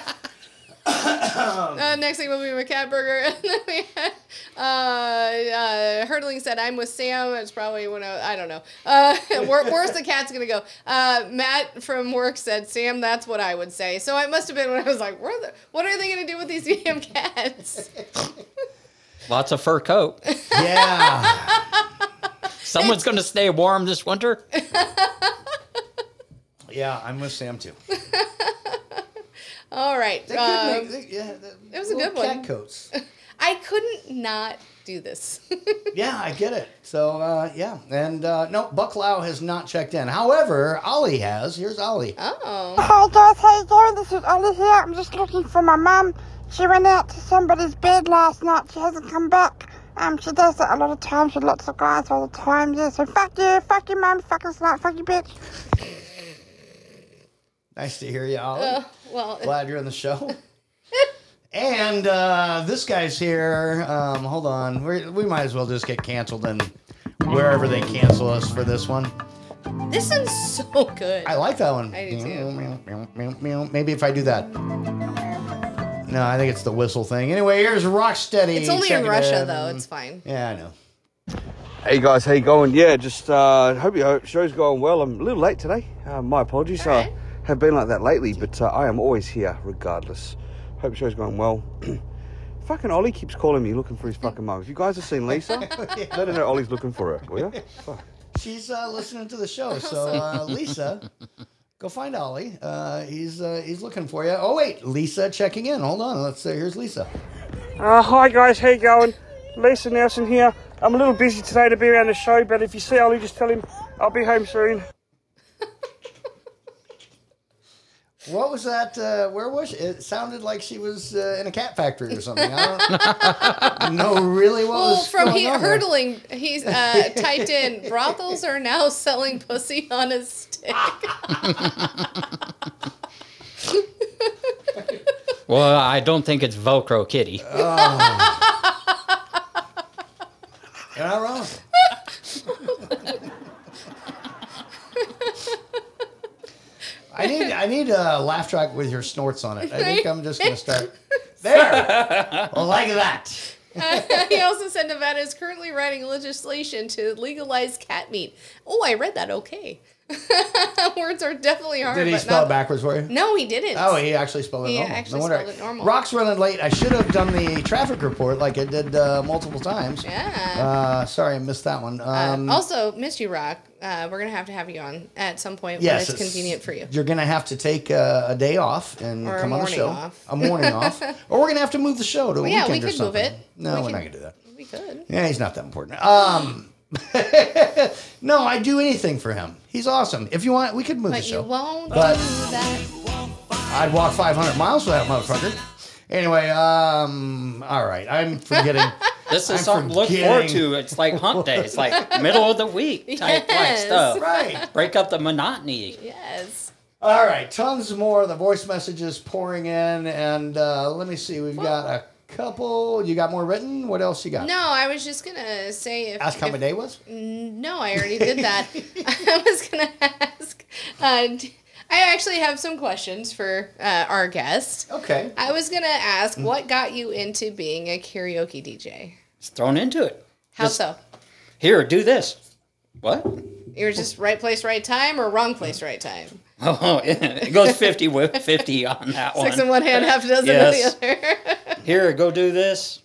S7: uh, next thing will be McCat Burger. And then we had, uh, uh, Hurdling said, I'm with Sam. It's probably when I, I don't know. Uh, where, where's the cat's going to go? Uh, Matt from work said, Sam, that's what I would say. So it must have been when I was like, where the, what are they going to do with these damn cats?
S11: Lots of fur coat.
S8: Yeah,
S11: Someone's going to stay warm this winter.
S8: yeah, I'm with Sam too.
S7: All right.
S8: They could
S7: um,
S8: make, they, yeah,
S7: it was a
S8: little
S7: good one.
S8: Cat coats.
S7: I couldn't not do this.
S8: Yeah, I get it. So uh, yeah, and uh, no, Buck Lau has not checked in. However, Ollie has. Here's Ollie.
S7: oh.
S12: Hi guys, how you doing? This is Ollie here. I'm just looking for my mum. She went out to somebody's bed last night. She hasn't come back. Um, she does that a lot of times with lots of guys all the time. Yeah, so fuck you, fuck your mum, fuck your slut, fuck your bitch.
S8: Nice to hear you, Ollie.
S7: Uh, Well,
S8: Glad you're on the show. and uh, this guy's here. Um, hold on, we we might as well just get canceled and wherever they cancel us for this one.
S7: this sounds so good.
S8: I like that one.
S7: I do
S8: too. Maybe if I do that. No, I think it's the whistle thing. Anyway, here's Rocksteady.
S7: it's only in
S8: checking
S7: Russia,
S8: in.
S7: though. It's fine.
S8: Yeah, I know.
S13: Hey guys, how you going? Yeah, just uh, hope your show's going well. I'm a little late today. Uh, my apologies.
S7: Alright.
S13: I have been like that lately, but uh, I am always here regardless. Hope show's going well. fucking Ollie keeps calling me looking for his fucking mum. If you guys have seen Lisa, let her know Ollie's looking for her, will you?
S8: She's uh, listening to the show. So, uh, Lisa, go find Ollie. Uh, he's uh, he's looking for you. Oh wait, Lisa checking in. Hold on. Let's uh, here's Lisa.
S12: Uh, hi guys, how you going? Lisa Nelson here. I'm a little busy today to be around the show, but if you see Ollie, just tell him I'll be home soon.
S8: What was that? Uh, where was she? It sounded like she was uh, in a cat factory or something. I don't know really what
S7: Well,
S8: was
S7: from
S8: going
S7: he,
S8: on there.
S7: hurdling, he's uh, typed in brothels are now selling pussy on a stick.
S11: Well, I don't think it's Velcro Kitty.
S8: Oh, You're not wrong. I need I need a laugh track with your snorts on it. I think I'm just gonna start there, like that.
S7: he also said Nevada is currently writing legislation to legalize cat meat. Oh, I read that. Okay, words are definitely hard.
S8: Did he
S7: but
S8: spell
S7: not-
S8: it backwards for you?
S7: No, he didn't.
S8: Oh, he actually spelled it
S7: He
S8: normal.
S7: actually
S8: no wonder.
S7: spelled it normal.
S8: Rock's running late. I should have done the traffic report like I did uh, multiple times.
S7: Yeah.
S8: Uh, sorry, I missed that one.
S7: Uh,
S8: Um,
S7: also, missed you, Rock. Uh, we're gonna have to have you on at some point
S8: yes,
S7: when it's convenient for you.
S8: You're gonna have to take uh, a day off and
S7: Or a
S8: come on the
S7: morning
S8: show.
S7: off.
S8: A morning off, or we're gonna have to move the show to a
S7: Well, yeah,
S8: weekend
S7: we
S8: or
S7: could move
S8: something.
S7: it.
S8: No,
S7: We
S8: we're
S7: could-
S8: not gonna do that.
S7: We could.
S8: Yeah, he's not that important. Um, no, I do anything for him. He's awesome. If you want, we could move
S7: But
S8: the
S7: you
S8: show.
S7: won't
S8: But-
S7: do that.
S8: I'd walk 500 miles for that motherfucker. Anyway, um, all right. I'm forgetting.
S11: This is something
S8: I'm
S11: to look forward
S8: forgetting-
S11: to. It's like hump day. It's like middle of the week type like
S8: Yes.
S11: stuff.
S8: Right.
S11: Break up the monotony.
S7: Yes.
S8: All right, tons more of the voice messages pouring in, and uh, let me see. We've got a couple. You got more written? What else you got?
S7: No, I was just gonna say if
S8: Ask how my
S7: if-
S8: day was.
S7: No, I already did that. I was gonna ask. Uh, d- I actually have some questions for uh, our guest.
S8: Okay.
S7: I was gonna ask what got you into being a karaoke DJ.
S11: It's thrown into it.
S7: How
S11: Just,
S7: so?
S11: Here, do this. What?
S7: You were just right place, right time, or wrong place, right time?
S11: Oh, it goes 50 with 50 on that one.
S7: Six in one hand, half a dozen
S11: Yes.
S7: in the other.
S11: Here, go do this.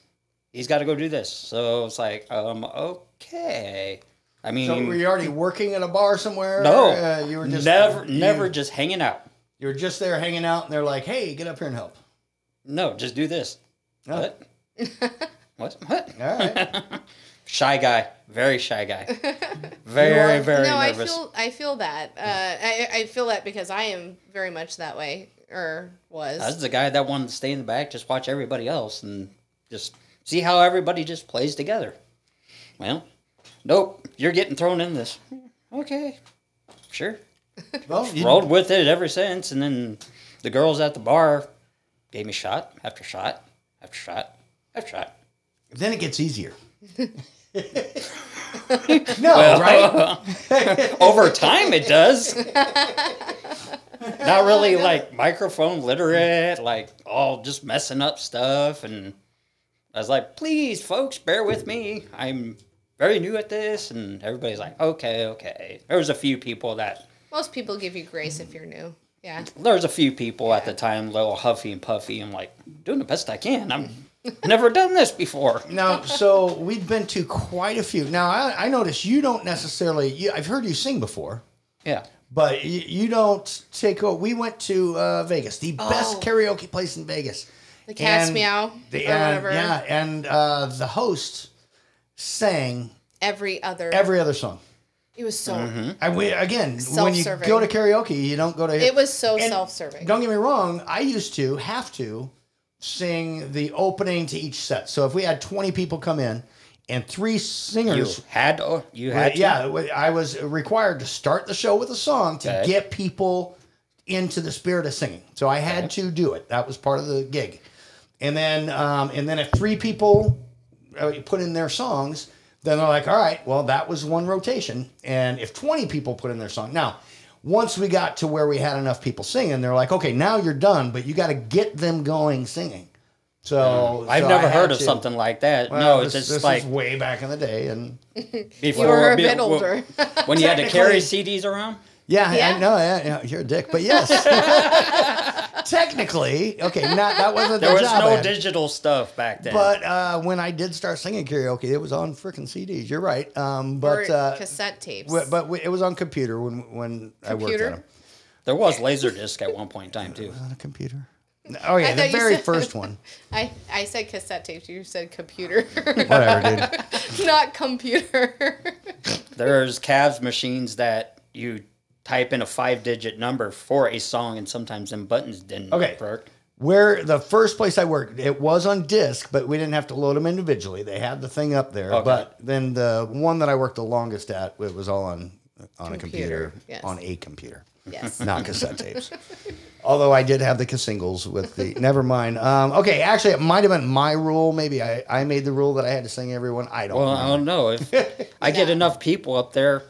S11: He's got to go do this. So it's like, um, okay. I mean,
S8: So were you already working in a bar somewhere?
S11: no,
S8: Uh, you were just
S11: never,
S8: you-
S11: never just hanging out.
S8: You were just there hanging out, and they're like, "Hey, get up here and help."
S11: No, just do this.
S8: No.
S11: What? what? What?
S8: All right.
S11: shy guy. Very shy guy. Very, very
S7: no,
S11: nervous.
S7: I feel I feel that. Uh, I I feel that because I am very much that way, or was.
S11: I was the guy that wanted to stay in the back, just watch everybody else, and just see how everybody just plays together. Well, nope, you're getting thrown in this.
S7: okay.
S11: Sure.
S8: Well, you-
S11: Rolled with it ever since, and then the girls at the bar gave me shot after shot after shot after shot.
S8: Then it gets easier.
S11: No,
S8: right?
S11: over time, it does.
S8: Oh
S11: Not really like microphone literate, like all just messing up stuff. And I was like, please, folks, bear with me. I'm very new at this. And everybody's like, okay, okay. There was a few people that,
S7: Most people give you grace if you're new. Yeah.
S11: there was a few people at the time, little huffy and puffy. I'm like, doing the best I can. I'm never done this before.
S8: Now, so we've been to quite a few. Now, I, I notice you don't necessarily. You, I've heard you sing before.
S11: Yeah.
S8: But you, you don't take. o we went to uh, Vegas, the best karaoke place in Vegas.
S7: Oh. The cat's
S8: And
S7: meow
S8: The,
S7: or
S8: and-
S7: whatever.
S8: Yeah, and uh, the host sang
S7: Every other.
S8: every other song.
S7: It was so.
S11: Mm-hmm.
S8: I, we, again, when you
S7: Self-serving.
S8: go to karaoke, you don't go to.
S7: It was so
S8: And
S7: self-serving.
S8: Don't get me wrong. I used to have to sing the opening to each set. So if we had twenty people come in, and three
S11: You
S8: singers
S11: had, oh, you had, to.
S8: yeah, w- I was required to start the show with a song to
S11: Okay.
S8: get people into the spirit of singing. So I had to do it. That was part of the gig. And then, um, and then if three people uh, put in their songs, then they're like, all right, well, that was one rotation. And if 20 people put in their song, now, once we got to where we had enough people singing, they're like, okay, now you're done, but you got to get them going singing. So
S11: Mm. I've
S8: so
S11: never
S8: I had
S11: heard of
S8: to-
S11: something like that.
S8: Well,
S11: no,
S8: this,
S11: it's just
S8: this
S11: like
S8: is way back in the day, and
S11: before be- w- when you had to carry CDs around.
S8: Yeah,
S11: Yeah.
S8: I know. Yeah, yeah, you're a dick, but yes. Technically, okay, not that wasn't
S11: There
S8: the
S11: was
S8: job. I
S11: no
S8: had.
S11: digital stuff back then.
S8: But uh, when I did start singing karaoke, it was on freaking CDs. You're right. Um, but
S7: or
S8: uh,
S7: cassette tapes.
S8: w- but w- it was on computer when when I worked
S7: Computer?
S8: on them.
S11: there was Laserdisc at one point in time too.
S8: On a computer. Oh yeah,
S7: I thought
S8: the
S7: you
S8: very
S7: said-
S8: first one.
S7: I, I said cassette tapes. You said computer.
S8: Whatever,
S7: Not computer.
S11: There's Cavs machines that you type in a five-digit number for a song, and sometimes them buttons didn't
S8: Okay.
S11: work.
S8: Where the first place I worked, it was on disc, but we didn't have to load them individually. They had the thing up there.
S11: Okay.
S8: But then the one that I worked the longest at, it was all on on a
S11: Computer,
S8: computer,
S11: yes.
S8: on a computer,
S11: Yes.
S8: not cassette tapes. Although I did have the ca- singles with the. never mind. Um, okay, actually, it might have been my rule. Maybe I, I made the rule that I had to sing everyone. I don't
S11: Well,
S8: know.
S11: I don't know if I get enough people up there.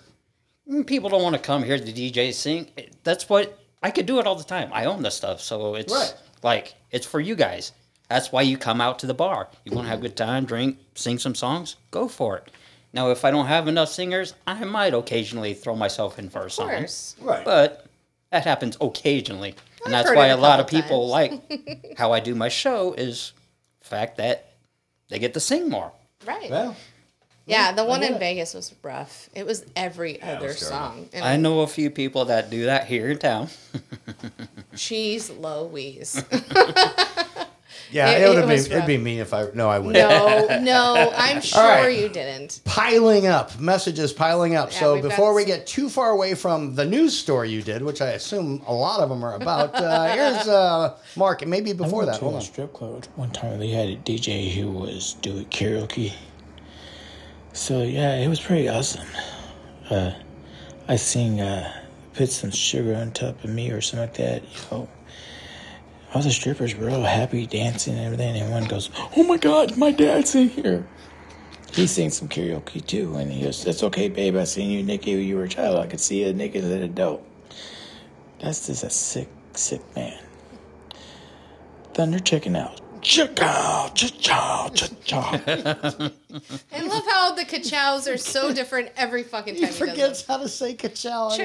S11: mm, People don't want to come hear the DJ sing. That's what I could do it all the time. I own this stuff, so it's
S8: Right.
S11: like it's for you guys. That's why you come out to the bar. You want to have a good time, drink, sing some songs. Go for it. Now, if I don't have enough singers, I might occasionally throw myself in for a song.
S7: course.
S8: Right.
S11: But that happens occasionally, and
S7: I've
S11: that's
S7: heard
S11: why
S7: it
S11: a
S7: a
S11: lot of
S7: couple
S11: people
S7: times.
S11: like how I do my show is the fact that they get to sing more.
S7: right.
S11: Well,
S7: yeah, the
S11: I
S7: one
S11: get
S7: in
S11: it.
S7: Vegas was rough. It was every other song. And
S11: I know a few people that do that here in town.
S7: Cheese Louise.
S8: Yeah,
S7: It-
S8: it,
S7: it
S8: would have been
S7: was
S8: it'd be mean if I no I wouldn't.
S7: No, no, I'm
S8: All
S7: sure
S8: right.
S7: you didn't.
S8: Piling up messages, piling up. so
S7: we've got
S8: before we get too far away from the news story you did, which I assume a lot of them are about, uh, here's uh, Mark. and Maybe before
S4: went
S8: that,
S4: to
S8: hold
S4: a
S8: on.
S4: strip club one time. They had a DJ who was doing karaoke. So yeah, it was pretty awesome. Uh, I sing, uh, put some sugar on top of me or something like that. You know, all the strippers were all happy dancing and everything, and one goes, "Oh my God, my dad's in here." He sings some karaoke too, and he goes, "That's okay, babe. I seen you naked when you were a child. I could see you naked as an adult." That's just a sick, sick man. Thunder chicken out. Cha-chow, cha-chow, cha-chow.
S7: I love how the kachows are so different every fucking time. He forgets
S8: how to say kachow.
S7: I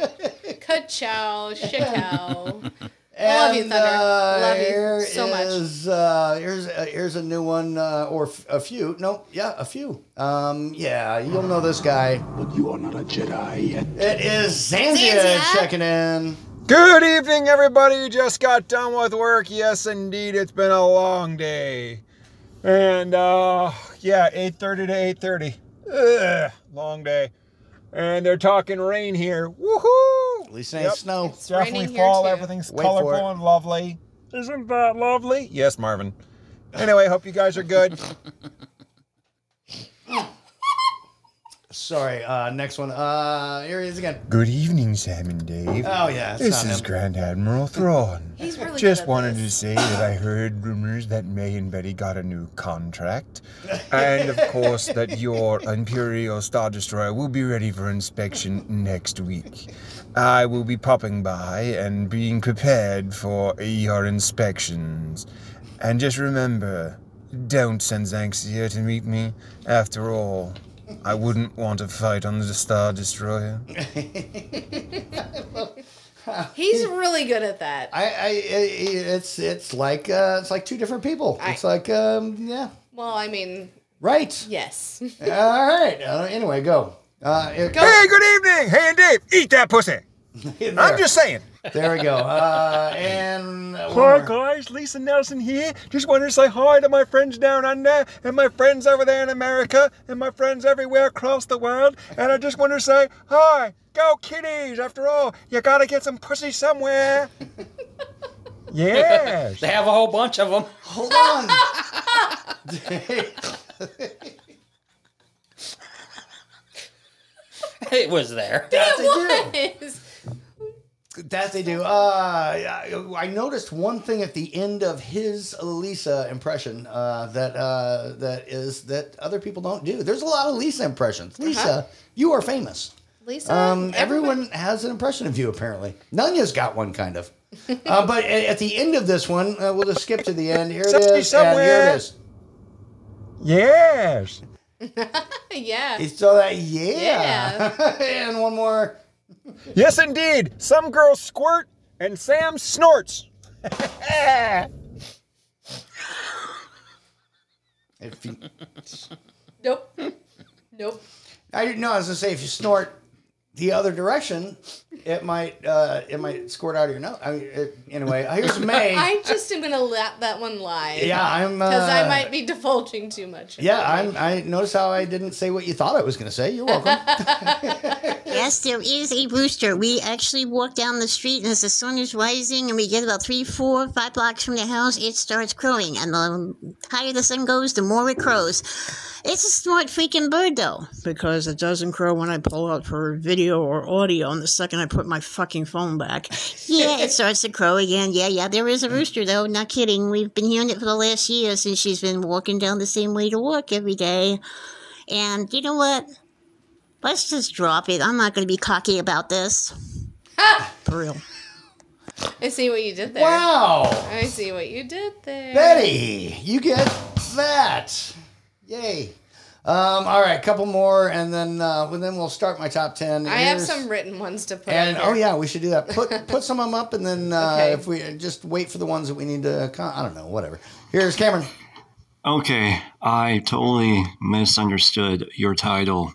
S7: it. Kachow, shikow.
S8: And, uh,
S7: love you, Thunder. love
S8: here
S7: you so much.
S8: is, Uh, here's uh, here's a new one uh, or f- a few. No, yeah, a few. Um, yeah, you'll know this guy. Eh, But you are not a Jedi yet. It is Zanzia, checking in.
S14: Good evening, everybody. You just got done with work. Yes, indeed, it's been a long day. And uh, yeah, 8:30 to 8:30. Ugh, long day. And they're talking rain here. Woohoo! At
S8: least
S14: it
S8: ain't snow. It's
S14: Definitely
S8: raining here,
S14: fall.
S8: too.
S14: Everything's
S8: Wait for
S14: colorful
S8: it.
S14: and lovely. Isn't that lovely? Yes, Marvin. Anyway, hope you guys are good.
S8: Sorry, uh, next one. Uh, here he is again.
S15: Good evening, Sam and Dave.
S8: Oh, yeah, it's
S15: this
S8: not
S15: is
S8: him.
S15: Grand Admiral Thrawn.
S8: He's really good
S15: Just
S8: at
S15: wanted to say that I heard rumors that May and Betty got a new contract, and of course that your Imperial Star Destroyer will be ready for inspection next week. I will be popping by and being prepared for your inspections. And just remember, don't send Zanxia to meet me. After all, I wouldn't want to fight on the Star Destroyer.
S7: He's really good at that.
S8: I, I, it, it's it's like uh, it's like two different people. it's like um, yeah,
S7: Well, I mean,
S8: right.
S7: yes.
S8: All right. Uh, anyway, go. Uh, it-
S14: Hey, good evening. Hey, and Dave, eat that pussy.
S8: There.
S14: I'm just saying.
S8: There we go. Uh, and one
S14: Hi
S8: more.
S14: guys, Lisa Nelson here. Just wanted to say hi to my friends down under, and my friends over there in America, and my friends everywhere across the world. And I just want to say hi. Go kitties! After all, you gotta get some pussy somewhere. Yeah.
S11: they have a whole bunch of them.
S8: Hold on.
S11: it was there.
S7: It was.
S8: That they do. Uh, I- I noticed one thing at the end of his Lisa impression uh, that uh, that is that other people don't do. There's a lot of Lisa impressions. Lisa, you are famous.
S7: Lisa,
S8: Um, everyone has an impression of you apparently. Nanya's got one kind of. Uh, but a- at the end of this one, uh, we'll just skip to the end. Here it
S14: Somebody
S8: is. And here
S14: somewhere.
S8: it is.
S14: Yes.
S7: yeah.
S8: It's all that uh, yeah. and one more.
S14: Yes, indeed. Some girls squirt, and Sam snorts.
S8: If you,
S7: Nope. Nope.
S8: I didn't know. I was gonna say if you snort the other direction, it might uh, it might squirt out of your nose. I mean, it, anyway, here's May.
S7: I just am gonna let that one lie.
S8: Yeah, I'm,
S7: Because I
S8: uh,
S7: might be divulging too much.
S8: yeah, I'm, I noticed how I didn't say what you thought I was gonna say. You're welcome.
S5: Yes, there is a rooster. We actually walk down the street, and as the sun is rising, and we get about three, four, five blocks from the house, it starts crowing. And the higher the sun goes, the more it crows. It's a smart freaking bird, though, because it doesn't crow when I pull out for video or audio. And the second I put my fucking phone back, yeah, it starts to crow again. Yeah, yeah, there is a rooster, though. Not kidding. We've been hearing it for the last year since she's been walking down the same way to work every day. And you know what? Let's just drop it. I'm not going to be cocky about this. For real.
S7: I see what you did there.
S8: Wow.
S7: I see what you did there.
S8: Betty, you get that. Yay. Um, all right, couple more, and then uh, well, then we'll start my top ten.
S7: I have
S8: Here's-
S7: some written ones to put.
S8: And
S7: up
S8: oh
S7: here.
S8: yeah, we should do that. Put put some of them up, and then uh,
S7: Okay.
S8: if we just wait for the ones that we need to. Con- I don't know, whatever. Here's Cameron.
S9: Okay, I totally misunderstood your title.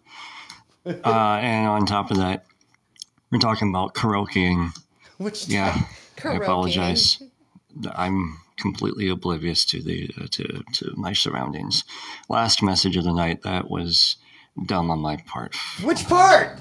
S9: Uh, and on top of that, we're talking about karaokeing.
S8: Which
S9: yeah, I
S7: Karaokeing.
S9: apologize. I'm completely oblivious to the uh, to to my surroundings. Last message of the night. That was dumb on my part.
S8: Which part?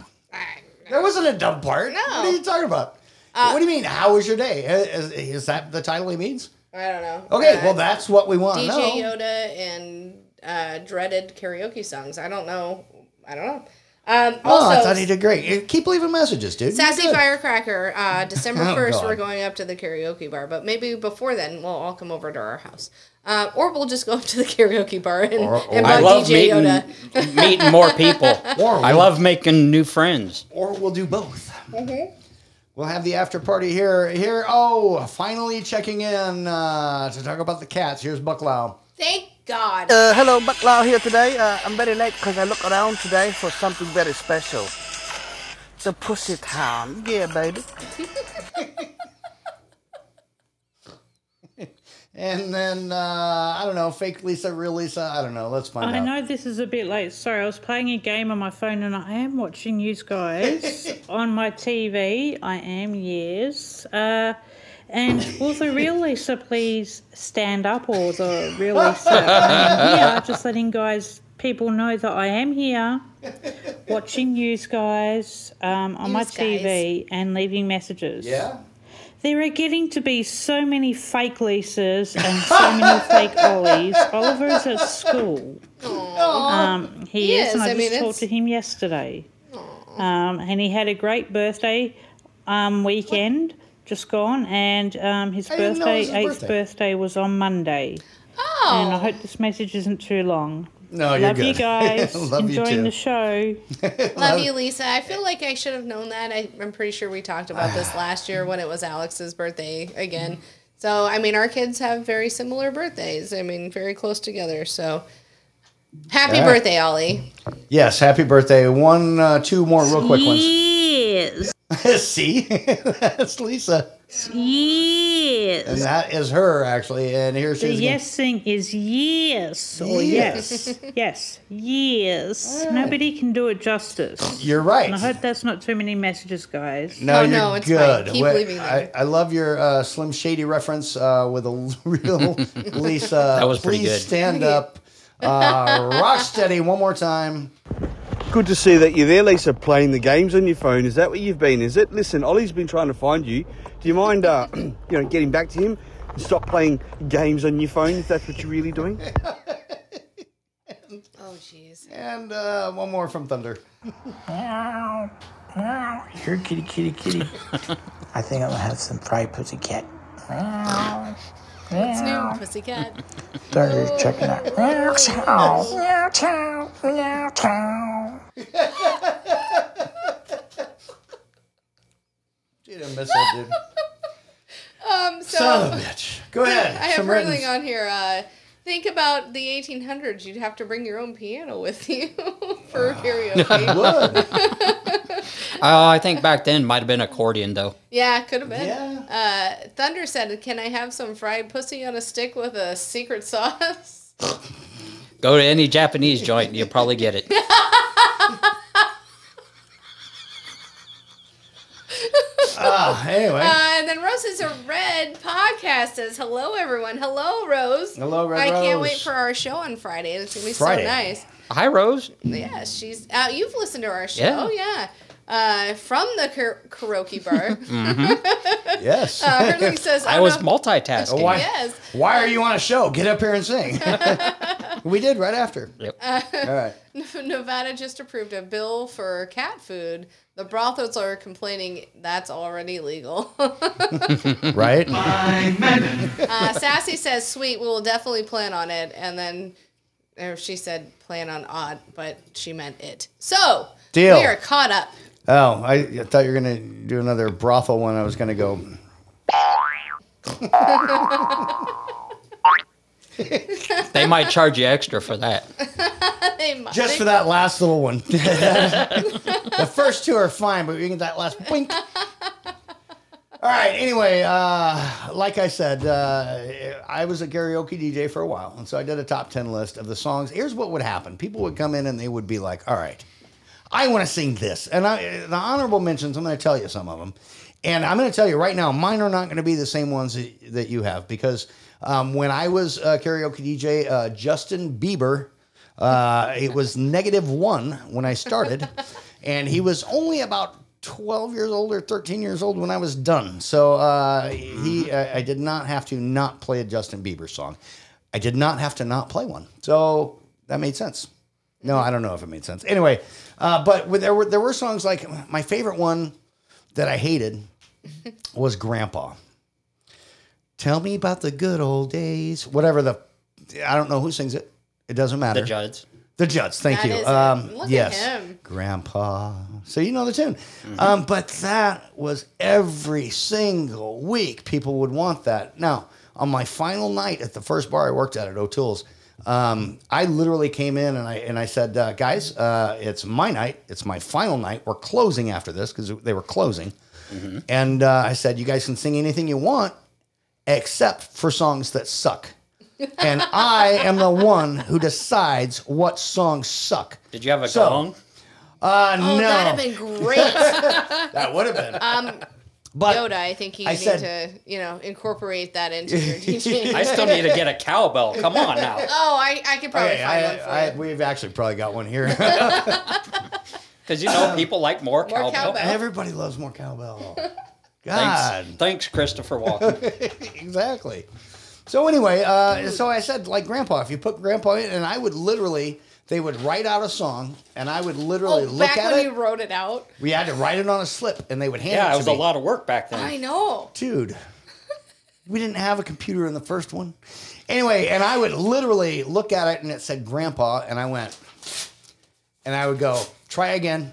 S8: That wasn't a dumb part. What are you talking about?
S7: Uh,
S8: what do you mean? How was your day? Uh, Is, is that the title he means?
S7: I don't know.
S8: Okay,
S7: Uh,
S8: well that's what we want to
S7: DJ
S8: know.
S7: Yoda and uh, dreaded karaoke songs. I don't know. I don't know. Um,
S8: oh, I
S7: also,
S8: thought he did great. You Keep leaving messages, dude. You're
S7: Sassy
S8: good.
S7: Firecracker, uh, December
S8: Oh,
S7: 1st, we're
S8: God.
S7: going up to the karaoke bar, but maybe before then, we'll all come over to our house. Uh, or we'll just go up to the karaoke bar and,
S11: Or-
S7: and
S11: or- I
S7: bug
S11: love
S7: DJ
S11: meeting-
S7: Yoda.
S11: meeting more people. I love making new friends.
S8: Or we'll do both.
S7: Mm-hmm.
S8: We'll have the after party here. Here, oh, finally checking in uh, to talk about the cats. Here's Bucklow.
S7: Thank God.
S16: Uh, hello, Bucklau here today. Uh, I'm very late because I look around today for something very special. It's a pussy town. Yeah, baby.
S8: And then uh, I don't know, fake Lisa, real Lisa. I don't know. Let's find
S10: I
S8: out.
S10: know this is a bit late. Sorry, I was playing a game on my phone and I am watching you guys on my TV. I am, yes. Uh, and will the real Lisa please stand up or the real Lisa? I'm here, just letting guys, people know that I am here watching you guys um, on my
S17: Yous guys.
S10: TV and leaving messages.
S17: Yeah.
S10: There are getting to be so many fake Lisas and so many fake Ollies. Oliver is at school. Um, he,
S7: He
S10: is, and
S7: is,
S10: I,
S7: I mean,
S10: just talked
S7: it's-
S10: to him yesterday. Um, and he had a great birthday um, weekend just gone, and um, his
S17: I didn't know it
S10: birthday,
S17: was his
S10: eighth
S17: birthday.
S10: birthday. was on Monday.
S7: Oh.
S10: And I hope this message isn't too long.
S8: No, you're
S10: Love you
S8: good.
S10: guys.
S8: Love you
S10: Enjoying
S8: too.
S10: the show.
S7: Love you, Lisa. I feel like I should have known that. I, I'm pretty sure we talked about this last year when it was Alex's birthday again. So, I mean, our kids have very similar birthdays. I mean, very close together. So, happy
S8: Yeah.
S7: birthday, Ollie.
S8: Yes, happy birthday. One, uh, two more real quick ones.
S10: Yes.
S8: See, that's Lisa,
S10: Yes.
S8: and that is her actually. And here she
S10: The
S8: is. again.
S10: yes thing is yes or yes. yes. Yes. Nobody can do it justice.
S8: You're right.
S10: And I hope that's not too many messages, guys.
S8: No,
S7: Oh,
S8: you're good. Wait, I, I love your uh, Slim Shady reference uh, with a real Lisa.
S11: That was pretty
S8: Please
S11: good.
S8: stand up. Uh, rock steady one more time.
S13: Good to see that you're there, Lisa, playing the games on your phone. Is that what you've been? Is it? Listen, Ollie's been trying to find you. Do you mind, uh, you know, getting back to him and stop playing games on your phone if that's what you're really doing?
S7: Oh, jeez.
S8: And uh, one more from Thunder.
S4: Here, kitty, kitty, kitty. I think I'm gonna have some fried pussy cat.
S7: What's new, pussycat?
S4: Thunder checking out.
S8: You didn't miss that, dude.
S7: Um, so,
S8: Son of a bitch. Go ahead.
S7: I have
S8: Some
S7: something
S8: writtens.
S7: on here. Uh, think about the 1800s. You'd have to bring your own piano with you for
S8: Ah.
S7: karaoke.
S11: Uh, I think back then might have been accordion though.
S7: Yeah, could have been. Uh, Thunder said, "Can I have some fried pussy on a stick with a secret sauce?"
S11: Go to any Japanese joint, and you'll probably get it.
S8: Ah, anyway.
S7: Uh, and then Rose is a red podcast says, "Hello everyone, hello Rose.
S11: Hello, Red
S7: I can't
S11: Rose.
S7: wait for our show on Friday. It's gonna be
S11: Friday.
S7: so nice.
S11: Hi, Rose.
S7: Yeah, she's. Uh, you've listened to our
S11: Yeah.
S7: show, yeah. Uh, from the kar- karaoke bar.
S11: Mm-hmm.
S8: Yes.
S7: Uh, Hurley says,
S11: I
S7: "Oh,
S11: was
S7: no."
S11: multitasking.
S8: Why,
S7: Yes.
S8: why are you on a show? Get up here and sing. we did right after.
S11: Yep.
S7: Uh,
S8: All right.
S7: Nevada just approved a bill for cat food. The brothels are complaining that's already legal.
S8: right?
S7: uh, Sassy says, "Sweet, we will definitely plan on it." And then, or she said, "Plan on odd," but she meant it. So
S8: Deal.
S7: We are caught up.
S8: Oh, I, I thought you were going to do another brothel one. I was going to go.
S11: They might charge you extra for that.
S7: they might.
S8: Just for that last little one. the first two are fine, but you get that last wink. All right. Anyway, uh, like I said, uh, I was a karaoke DJ for a while, and so I did a top ten list of the songs. Here's what would happen: people would come in and they would be like, "All right, I want to sing this. And I, the honorable mentions, I'm going to tell you some of them. And I'm going to tell you right now, mine are not going to be the same ones that, that you have because um, when I was a karaoke DJ, uh, Justin Bieber, uh, it was negative one when I started. and he was only about 12 years old or 13 years old when I was done. So uh, he, I I did not have to not play a Justin Bieber song. I did not have to not play one. So that made sense. No, I don't know if it made sense. Anyway, uh, but with- there were there were songs like my favorite one that I hated was Grandpa. Tell me about the good old days. Whatever the, I don't know who sings it. It doesn't matter. The
S11: Judds.
S8: The Judds. Thank
S11: That
S8: you. Um,
S11: is it. Look at
S8: yes.
S11: him. Mm-hmm.
S8: Grandpa. So you know the tune. Um, but that was every single week people would want that. Now, on my final night at the first bar I worked at at O'Toole's, um, I literally came in and I and I said, uh, guys, uh, it's my night. It's my final night. We're closing after this because they were closing.
S11: Mm-hmm.
S8: And uh, I said, you guys can sing anything you want except for songs that suck. And I am the one who decides what songs suck.
S11: Did you have a
S8: So-
S11: gong?
S8: Uh,
S7: Oh,
S8: no.
S7: that'd have been great. that
S8: would have been.
S7: Um,
S8: But
S7: Yoda, I think you
S11: I
S7: need
S11: said-
S7: to, you know, incorporate that into your DJ.
S11: I still need to get a cowbell. Come on now.
S7: Oh, I, I could probably
S8: Okay,
S7: find
S8: I- uh,
S7: one for
S8: I- we've actually probably got one here.
S11: Because you know people like more, cowbell.
S8: Everybody loves more cowbell. God.
S11: Thanks, thanks, Christopher Walken.
S8: exactly. So anyway, uh, so I said like Grandpa, if you put Grandpa in, and I would literally, they would write out a song, and I would literally
S7: Oh,
S8: look
S7: back
S8: at
S7: when
S8: it.
S7: you wrote it out.
S8: we had to write it on a slip, and they would hand
S11: Yeah,
S8: it to
S11: it was a
S8: me.
S11: lot of work back then.
S7: I know.
S8: dude. We didn't have a computer in the first one. Anyway, and I would literally look at it and it said grandpa, and I went, and I would go, try again.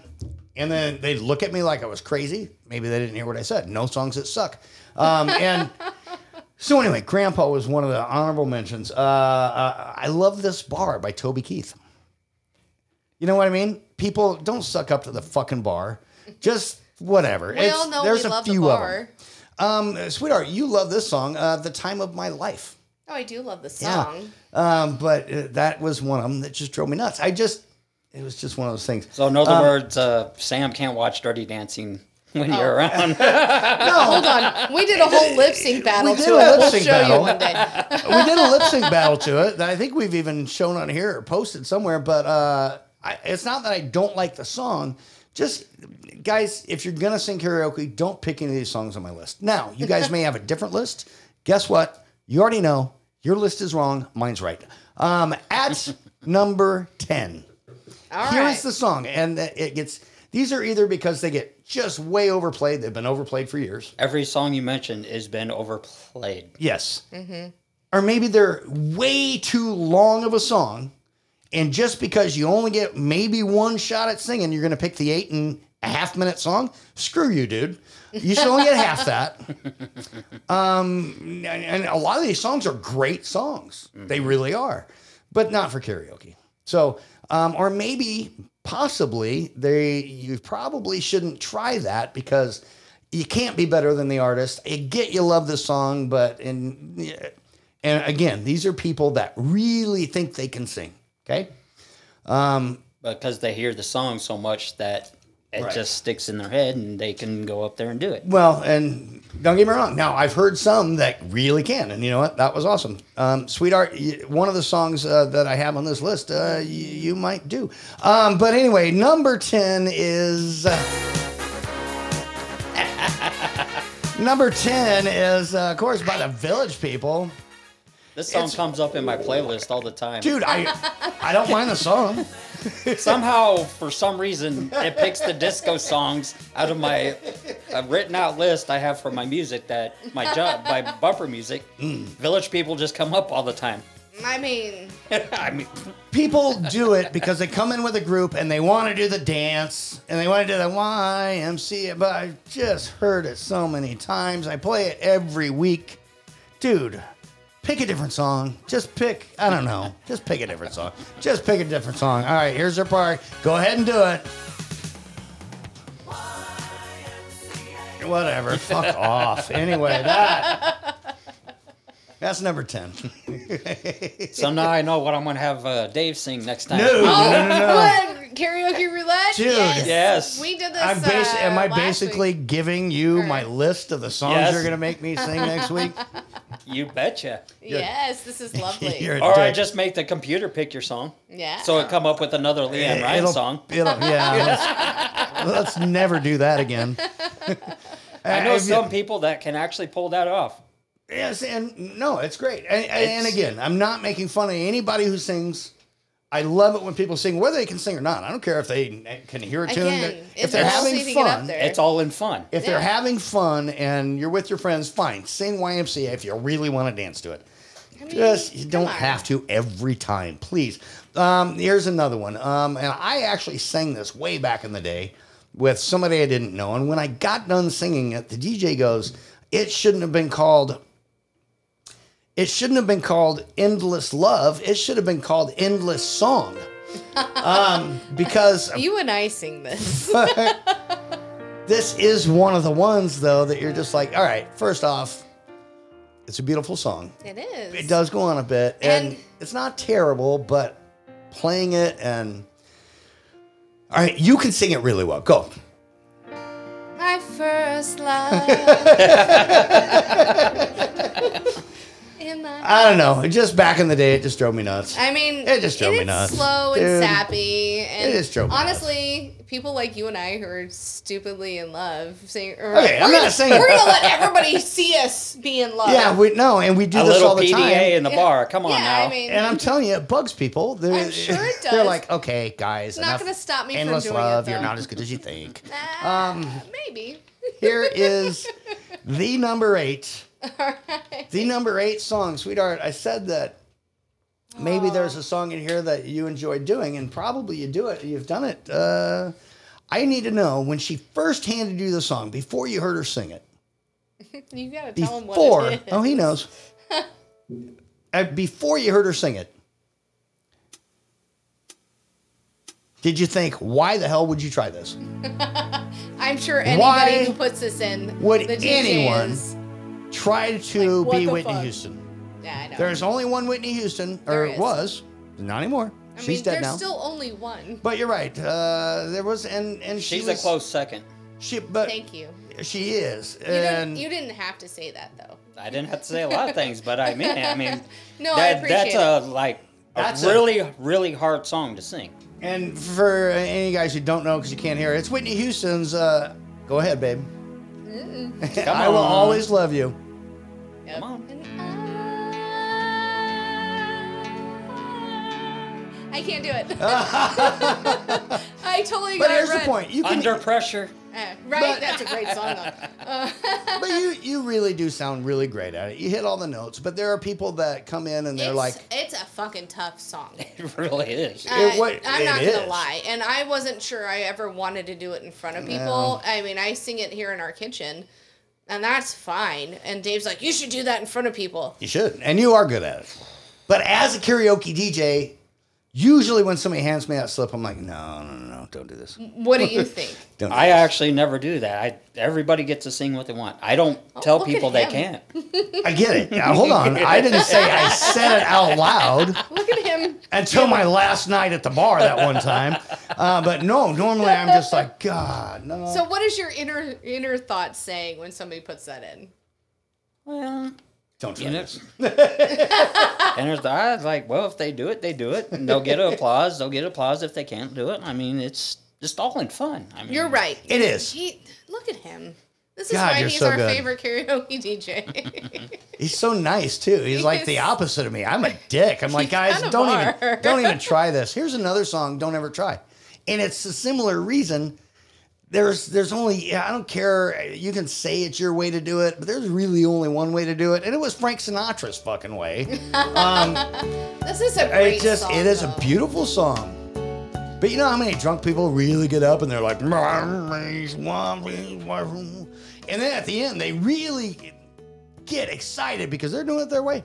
S8: And then they'd look at me like I was crazy. Maybe they didn't hear what I said. No songs that suck. Um, and so, anyway, grandpa was one of the honorable mentions. Uh, uh, I love this bar by Toby Keith. You know what I mean? People don't suck up to the fucking bar. Just whatever.
S7: We all know we love the
S8: of 'em.
S7: bar.
S8: Um, sweetheart, you love this song, uh, "The Time of My Life."
S7: Oh, I do love the song.
S8: Um, but uh, that was one of them that just drove me nuts. I just, it was just one of those things.
S11: So, in other
S8: Um,
S11: words, uh, Sam can't watch Dirty Dancing when
S7: Oh.
S11: you're around.
S7: Hold on. We did a whole lip sync battle
S8: did
S7: to
S8: a
S7: it.
S8: lip
S7: We'll
S8: sync
S7: show
S8: battle.
S7: you one day.
S8: we did a lip sync battle to it that I think we've even shown on here or posted somewhere. But uh, I, it's not that I don't like the song. Just guys, if you're gonna sing karaoke, don't pick any of these songs on my list. Now, you guys may have a different list. Guess what? You already know your list is wrong. Mine's right. Um, at number ten. Here's the song, and it gets. These are either because they get just way overplayed. They've been overplayed for years.
S11: Every song you mentioned has been overplayed.
S8: Yes. Mm-hmm. or maybe they're way too long of a song. And just because you only get maybe one shot at singing, you're going to pick the eight and a half minute song. Screw you, dude. You should only get half that. Um, and, and a lot of these songs are great songs. They really are, but not for karaoke. So, um, or maybe possibly they, you probably shouldn't try that because you can't be better than the artist. I get you love the song, but and and again, these are people that really think they can sing. Okay. Um,
S11: because they hear the song so much that it
S8: Right.
S11: just sticks in their head and they can go up there and do it.
S8: Well, and don't get me wrong. Now I've heard some that really can, and you know what? That was awesome, um, sweetheart. y- One of the songs uh, that I have on this list, uh, y- you might do. Um, but anyway, number ten is. uh, Number 10 is, uh, of course, by the Village People.
S11: This song
S8: It's-
S11: comes up in my playlist all the time.
S8: Dude, I I don't mind the song.
S11: Somehow, for some reason, it picks the disco songs out of my uh, written out list I have for my music that my job, my bumper music.
S8: Hmm.
S11: Village people just come up all the time.
S7: I mean,
S11: I mean,
S8: people do it because they come in with a group and they want to do the dance and they want to do the YMCA. But I've just heard it so many times. I play it every week. Dude, pick a different song. Just pick, I don't know. Just pick a different song. Just pick a different song. All right, here's their part. Go ahead and do it. Whatever. Fuck off. Anyway, that. That's number 10.
S11: so now I know what I'm going to have uh, Dave sing next time.
S8: No, no, no, no.
S7: karaoke roulette?
S8: Dude,
S7: yes.
S8: yes.
S7: We did this.
S8: I'm basi-
S7: uh,
S8: am I
S7: last
S8: basically
S7: week.
S8: giving you my list of the songs
S11: Yes.
S8: you're going to make me sing next week?
S11: You betcha.
S7: Yes, this is lovely.
S8: You're a
S11: Or I
S8: dick.
S11: just make the computer pick your song.
S7: Yeah.
S11: So it come up with another Leanne
S8: It-
S11: Ryan
S8: it'll-
S11: song.
S8: it'll- yeah. Let's never do that again.
S11: I
S8: Uh,
S11: know
S8: if you-
S11: some people that can actually pull that off.
S8: Yes, and no, it's great. And, and
S11: It's-
S8: again, I'm not making fun of anybody who sings. I love it when people sing, whether they can sing or not. I don't care if they can hear a tune.
S11: Again,
S8: If,
S11: if
S8: they're
S11: they're
S8: having
S11: sleeping it up
S8: fun,
S11: there. It's all in fun.
S8: If
S11: Yeah.
S8: they're having fun and you're with your friends, fine. Sing YMCA if you really want to dance to it. Just you don't have to every time, please. Um, here's another one. Um, and I actually sang this way back in the day with somebody I didn't know. And when I got done singing it, the DJ goes, "It shouldn't have been called. It shouldn't have been called endless love. It should have been called endless song." Um, because
S7: You and I sing this.
S8: this is one of the ones though that you're just like, all right. First off, it's a beautiful song.
S7: it is.
S8: It does go on a bit, and, it's not terrible, but playing it and all right, you can sing it really well. Go.
S7: My first love. In my
S8: I don't know. Just back in the day, it just drove me nuts.
S7: I mean,
S8: It just drove me
S7: is
S8: nuts.
S7: slow and
S8: Dude.
S7: sappy. And
S8: just drove me nuts.
S7: honestly, people like you and I who are stupidly in love saying, or,
S8: Okay, I'm
S7: we're
S8: not
S7: gonna-
S8: saying-
S7: we're gonna let everybody see us be in love.
S8: yeah, we no, and we do
S11: A
S8: this
S11: little
S8: all the time.
S11: PDA in the Yeah. bar, come on Yeah, now. I mean-
S8: and I'm telling you, it bugs people. They're,
S7: I'm sure it
S8: They're
S7: does.
S8: like, okay,
S7: It's
S8: guys,
S7: not
S8: enough
S7: gonna stop me from
S8: endless
S7: doing it,
S8: love. You're
S7: though.
S8: not as good as you think.
S7: Ah,
S8: um,
S7: maybe.
S8: here is the number eight.
S7: All right.
S8: The number eight song, sweetheart. I said that maybe there's a song in here that you enjoy doing, and probably you do it. You've done it. Uh, I need to know when she first handed you the song before you heard her sing it.
S7: you gotta tell him
S8: Before,
S7: what it is.
S8: oh, he knows. Uh, before you heard her sing it, did you think, why the hell would you try this?
S7: I'm sure anybody
S8: Why
S7: who puts this in
S8: Would
S7: the DJ
S8: anyone
S7: is-
S8: try to
S7: what
S8: be
S7: the
S8: Whitney
S7: fuck?
S8: Houston?
S7: Yeah, I know.
S8: There's only one Whitney Houston,
S7: There
S8: or
S7: is.
S8: was, not anymore.
S7: I
S8: She's
S7: mean,
S8: dead
S7: there's
S8: now.
S7: still only one.
S8: But you're right. Uh, there was, and and she
S11: She's
S8: was,
S11: a close second.
S8: She, but
S7: Thank you.
S8: she is,
S7: You didn't,
S8: and
S7: you didn't have to say that though.
S11: I didn't have to say a lot of things, but I mean, it. I mean,
S7: No, I appreciate
S11: that's a like a
S8: That's a-
S11: really, really hard song to sing.
S8: and for any guys who don't know because you can't hear it, it's Whitney Houston's. Uh, go ahead, babe. I will
S11: on.
S8: always love you.
S7: Come on. I can't do it. I totally got
S8: But here's
S7: it
S8: the
S7: red.
S8: point. You can,
S11: Under pressure.
S7: Uh, right,
S8: But-
S7: that's a great song though. Uh,
S8: but you you really do sound really great at it. You hit all the notes. But there are people that come in and they're
S7: it's,
S8: like,
S7: it's a fucking tough song.
S11: It really is.
S7: Uh, I'm not gonna lie, and I wasn't sure I ever wanted to do it in front of people.
S8: No.
S7: I mean, I sing it here in our kitchen, and that's fine. And Dave's like, "You should do that in front of people."
S8: You should, and you are good at it. But as a karaoke DJ, usually when somebody hands me that slip, I'm like, no, no, no, no don't do this.
S7: What do you think?
S11: I actually never do that. I everybody gets to sing what they want. I don't tell
S7: Oh, look at
S11: people they
S7: him.
S11: can't.
S8: I get it. Now, hold on. I didn't say I said it out loud
S7: Look at him.
S8: until my last night at the bar that one time. Uh, but no, normally I'm just like, God, no.
S7: So, what is your inner inner thought saying when somebody puts that in?
S11: Well,
S8: don't
S11: try this. and there's the, I was like, well, if they do it, they do it, and they'll get an applause. They'll get applause if they can't do it. I mean, it's just all in fun. I mean,
S7: You're right.
S11: It is.
S7: He, look at him. This is
S8: God,
S7: why
S8: you're
S7: he's
S8: so
S7: our
S8: good.
S7: favorite karaoke DJ.
S8: He's so nice too. He's like the opposite of me. I'm a dick. I'm like, guys,
S7: kind of
S8: don't
S7: are."
S8: even don't even try this. Here's another song, don't ever try. And it's a similar reason. There's there's only I don't care. You can say it's your way to do it, but there's really only one way to do it, and it was Frank Sinatra's fucking way. Um,
S7: this is a great
S8: it just
S7: song.
S8: it is a beautiful song. But you know how many drunk people really get up and they're like, and then at the end they really get excited because they're doing it their way.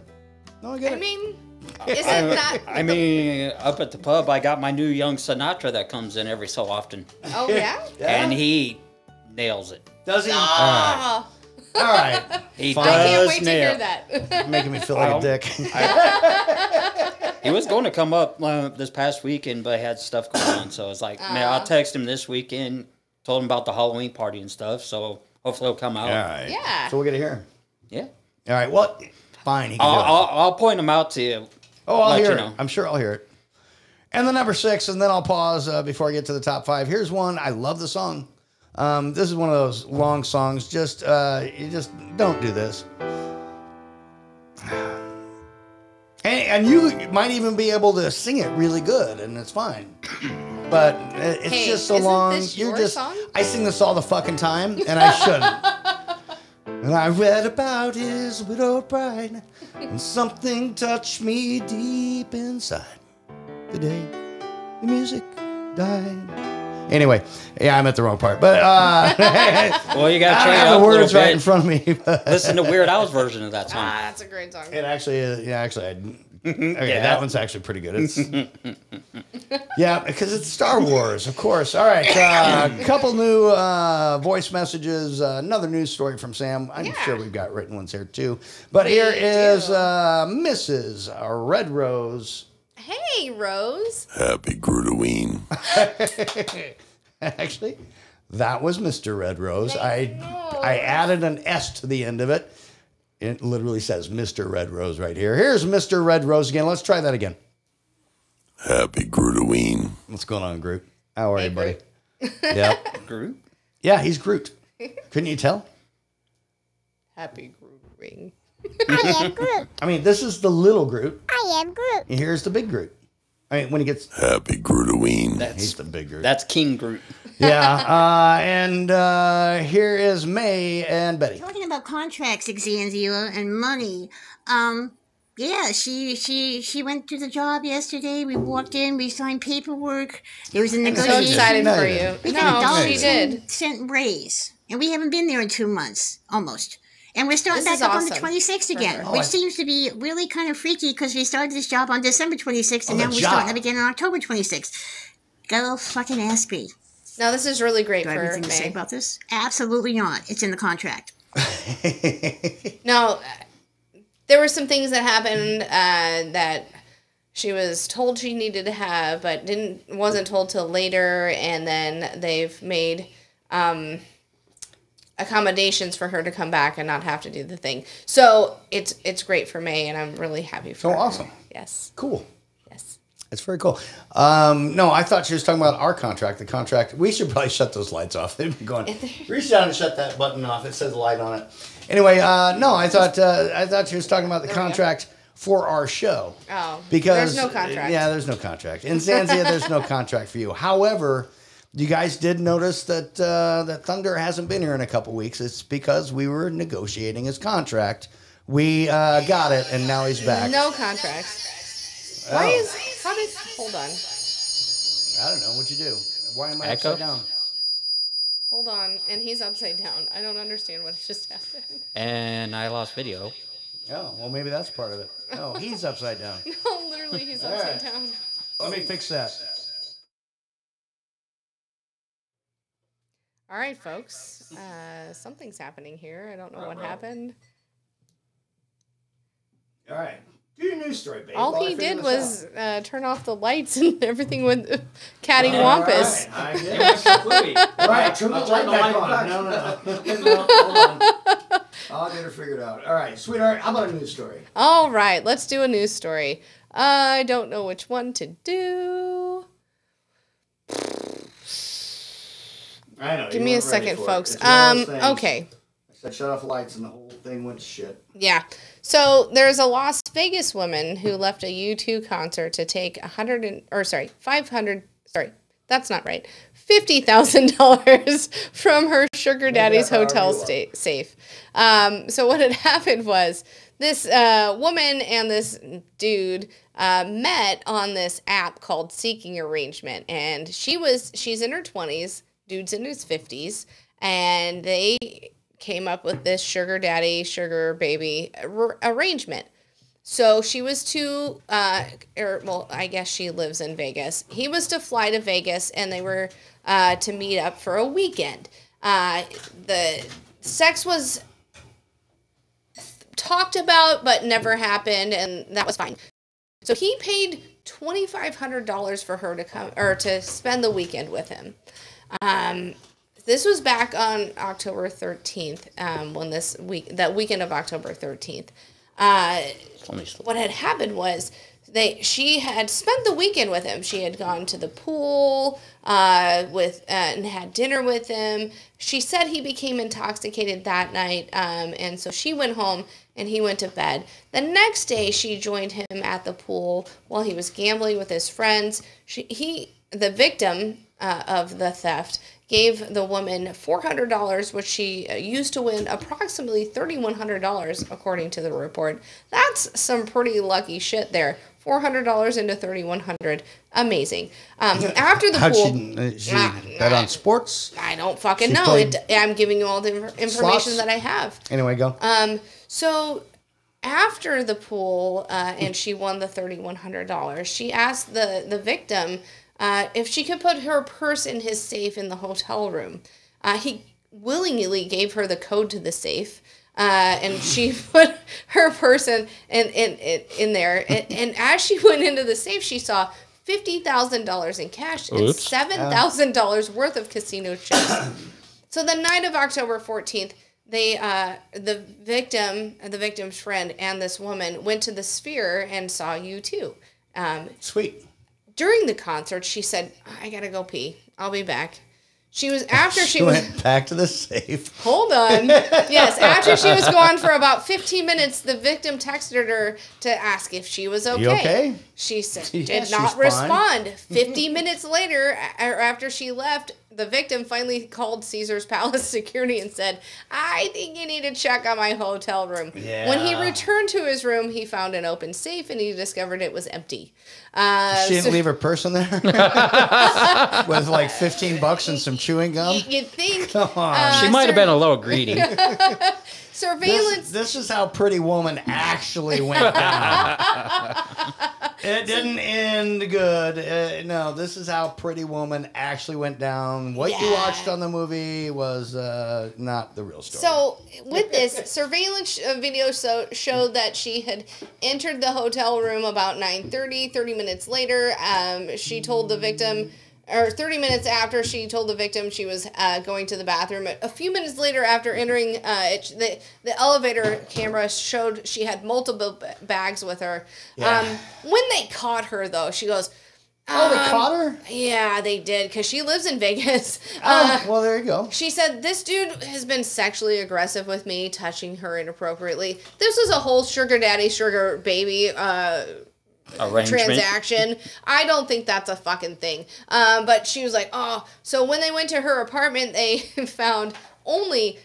S8: No, I get
S7: I
S8: it.
S7: mean,
S11: I,
S7: isn't that?
S11: I mean, up at the pub, I got my new young Sinatra that comes in every so often,
S7: Oh yeah. Oh.
S11: and he nails it.
S8: Does he?
S7: Ah.
S8: All right.
S11: He
S8: Fine.
S7: I can't
S11: does
S7: wait to
S11: nail.
S7: hear that.
S8: Making me feel like a
S11: I'll-
S8: dick.
S11: He was going to come up uh, this past weekend, but I had stuff going on. So it's like, man, I'll
S7: Aw.
S11: text him this weekend. Told him about the Halloween party and stuff. So hopefully he'll come out.
S8: All right.
S7: Yeah.
S8: So we'll get to hear him.
S11: Yeah.
S8: All right. Well, fine. He can
S11: I'll,
S8: do it.
S11: I'll, I'll point him out to you.
S8: Oh, I'll
S11: Let
S8: hear
S11: you
S8: it.
S11: know.
S8: I'm sure I'll hear it. And the number six, and then I'll pause uh, before I get to the top five. Here's one. I love the song. Um, this is one of those long songs. Just uh, you just don't do this. And, and you might even be able to sing it really good, and it's fine. But it- it's
S7: Hey,
S8: just so
S7: isn't
S8: long.
S7: this
S8: You're
S7: your
S8: just
S7: song?
S8: I sing this all the fucking time, and I shouldn't. and I read about his widowed bride, and something touched me deep inside. The day the music died. Anyway, yeah, I'm at the wrong part, but uh,
S11: well, you got to try
S8: I don't
S11: it
S8: have
S11: out
S8: the
S11: a little
S8: words right
S11: bit.
S8: in front of me. but-
S11: Listen to Weird Al's version of that song.
S7: Ah, that's a great song.
S8: It actually is. Yeah, actually, I, okay,
S11: Yeah.
S8: that one's actually pretty good. It's yeah, because it's Star Wars, of course. All right, a couple new uh, voice messages. Uh, another news story from Sam. I'm sure we've got written ones here too. But here is uh, Mrs. Red Rose.
S7: Hey, Rose.
S8: Happy Grudoween. actually, that was Mr. Red Rose. I I added an S to the end of it. It literally says Mr. Red Rose right here. Here's Mr. Red Rose again. Let's try that again. Happy Grootoween. What's going on, Groot? How are you, buddy? Yeah.
S11: Groot?
S8: Yeah, he's Groot. Couldn't you tell?
S7: Happy Groot Ring. Oh,
S12: I am Groot.
S8: I mean, this is the little Groot,
S12: I am Groot.
S8: and here's the big Groot. I mean, when he gets Happy Grootoween. That's he's the big Groot.
S11: That's King Groot.
S8: yeah. Uh, and uh, here is May and Betty.
S5: Talking about contracts, Xandila, and money. Um, yeah, she she she went to the job yesterday. We walked in, we signed paperwork. There was a
S7: I'm so
S5: negotiation.
S7: excited for you.
S5: We
S7: No,
S5: got a dollar
S7: she did.
S5: cent raise, and we haven't been there in two months almost. And we're starting
S7: This is
S5: back up on the
S7: awesome
S5: 26th
S7: for
S5: again,
S7: her.
S5: which
S7: Oh, I-
S5: seems to be really kind of freaky because we started this job on December 26th, and
S7: Oh,
S5: now
S7: the
S5: we're starting
S7: job.
S5: up again on October 26th. Go fucking ask me.
S7: Now this is really great
S5: Do
S7: for
S5: I have anything to say
S7: May.
S5: about this? Absolutely not. It's in the contract.
S7: Now, uh, there were some things that happened uh, that she was told she needed to have, but didn't wasn't told till later, and then they've made um, accommodations for her to come back and not have to do the thing. So it's it's great for May, and I'm really happy for.
S8: So
S7: her.
S8: awesome.
S7: Yes.
S8: Cool.
S7: Yes.
S8: That's very cool. Um, no, I thought she was talking about our contract. The contract. We should probably shut those lights off. They'd be going. Reach down and shut that button off. It says light on it. Anyway, uh, no, I thought uh, I thought she was talking about the contract for our show.
S7: Oh.
S8: because
S7: there's no contract.
S8: Yeah, there's no contract. In Zanzia, there's no contract for you. However, you guys did notice that uh, that Thunder hasn't been here in a couple weeks. It's because we were negotiating his contract. We uh, got it, and now he's back.
S7: No contract. Why
S8: Oh.
S7: is how did hold on?
S8: I don't know what you do. Why am I
S11: Echo?
S8: upside down?
S7: Hold on, and he's upside down. I don't understand what just happened.
S11: And I lost video.
S8: Oh, well, maybe that's part of it. No, he's upside down.
S7: No, literally, he's
S8: All
S7: upside
S8: right.
S7: down.
S8: Let me fix that.
S7: All right, folks. Uh, something's happening here. I don't know what happened.
S8: All right. Do your news story, baby.
S7: All he did was uh, turn off the lights and everything went cattywampus.
S8: All right, turn the
S7: I'll
S8: light
S7: turn the light
S8: back on.
S7: back.
S8: No, no, no. No, hold on. I'll get her figured out. All right, sweetheart, how about a news story?
S7: All right, let's do a news story. I don't know which one to do.
S8: I know.
S7: Give
S8: you
S7: me a
S8: weren't ready
S7: second,
S8: for it.
S7: folks.
S8: It's one of
S7: Um,
S8: those things.
S7: okay.
S8: I said shut off the lights, and the whole thing went to shit.
S7: Yeah. So there's a Las Vegas woman who left a U2 concert to take a hundred and or sorry, five hundred sorry, that's not right. Fifty thousand dollars from her sugar daddy's
S12: however you
S7: hotel
S12: want.
S7: sta- safe. Um, so what had happened was this uh, woman and this dude uh, met on this app called Seeking Arrangement, and she was she's in her twenties, dude's in his fifties, and they came up with this sugar daddy, sugar baby ar- arrangement. So she was to, uh, or well, I guess she lives in Vegas. He was to fly to Vegas, and they were uh, to meet up for a weekend. Uh, the sex was talked about, but never happened, and that was fine. So he paid twenty five hundred dollars for her to come or to spend the weekend with him. Um, this was back on October thirteenth, um, when this week that weekend of October thirteenth. Uh, what had happened was they she had spent the weekend with him. She had gone to the pool uh, with uh, and had dinner with him. She said he became intoxicated that night, um, and so she went home and he went to bed. The next day, she joined him at the pool while he was gambling with his friends. She he the victim uh, of the theft gave the woman $400 which she uh, used to win approximately $3100 according to the report that's some pretty lucky shit there $400 into 3100 amazing um, after the
S8: How'd
S7: pool
S8: she, uh, she bet on sports?
S7: i don't fucking
S8: she
S7: know
S8: played-
S7: it, i'm giving you all the inf- information
S8: Slots?
S7: that i have
S8: Anyway, go.
S7: um, so after the pool, uh, and she won the thirty one hundred dollars, she asked the the victim uh, if she could put her purse in his safe in the hotel room. Uh, he willingly gave her the code to the safe. Uh, and she put her purse in, in, in, in- in there. And, and as she went into the safe, she saw $50,000 in cash and
S11: Oops.
S7: $7,000 worth of casino chips. So the night of October 14th, they uh, the victim, the victim's friend, and this woman went to the Sphere and saw you too. Um,
S8: Sweet.
S7: During the concert, she said, "I gotta go pee. I'll be back." She was after she was
S8: went back to the safe.
S7: Hold on. yes, after she was gone for about 15 minutes, the victim texted her to ask if she was okay.
S8: You okay?
S7: She said,
S8: Yeah,
S7: did
S8: she's
S7: not
S8: fine.
S7: respond. 50 minutes later, a- or after she left, the victim finally called Caesar's Palace security and said, I think you need to check on my hotel room. When he
S8: Yeah.
S7: returned to his room, he found an open safe and he discovered it was empty. Uh,
S8: she didn't
S7: so-
S8: leave her purse in there with like 15 bucks and some chewing gum.
S7: You'd think.
S8: Come on.
S7: uh,
S8: She might have been a little greedy.
S7: surveillance.
S8: This, this is how Pretty Woman actually went down. it didn't end good. Uh, no, this is how Pretty Woman actually went down. What you
S7: Yeah.
S8: watched on the movie was uh, not the real story.
S7: So with this surveillance uh, video, so showed that she had entered the hotel room about 9:30. 30 minutes later, um, she told the victim, or 30 minutes after she told the victim she was uh, going to the bathroom. A few minutes later, after entering, uh, it, the the elevator camera showed she had multiple b- bags with her.
S8: Yeah.
S7: Um, when they caught her, though, she goes.
S8: Oh, they
S7: um,
S8: caught her?
S7: Yeah, they did, because she lives in Vegas. Uh,
S8: oh, well, there you go.
S7: she said, This dude has been sexually aggressive with me, touching her inappropriately. This is a whole sugar daddy, sugar baby uh, transaction. I don't think that's a fucking thing. Um, but she was like, Oh. So when they went to her apartment, they found only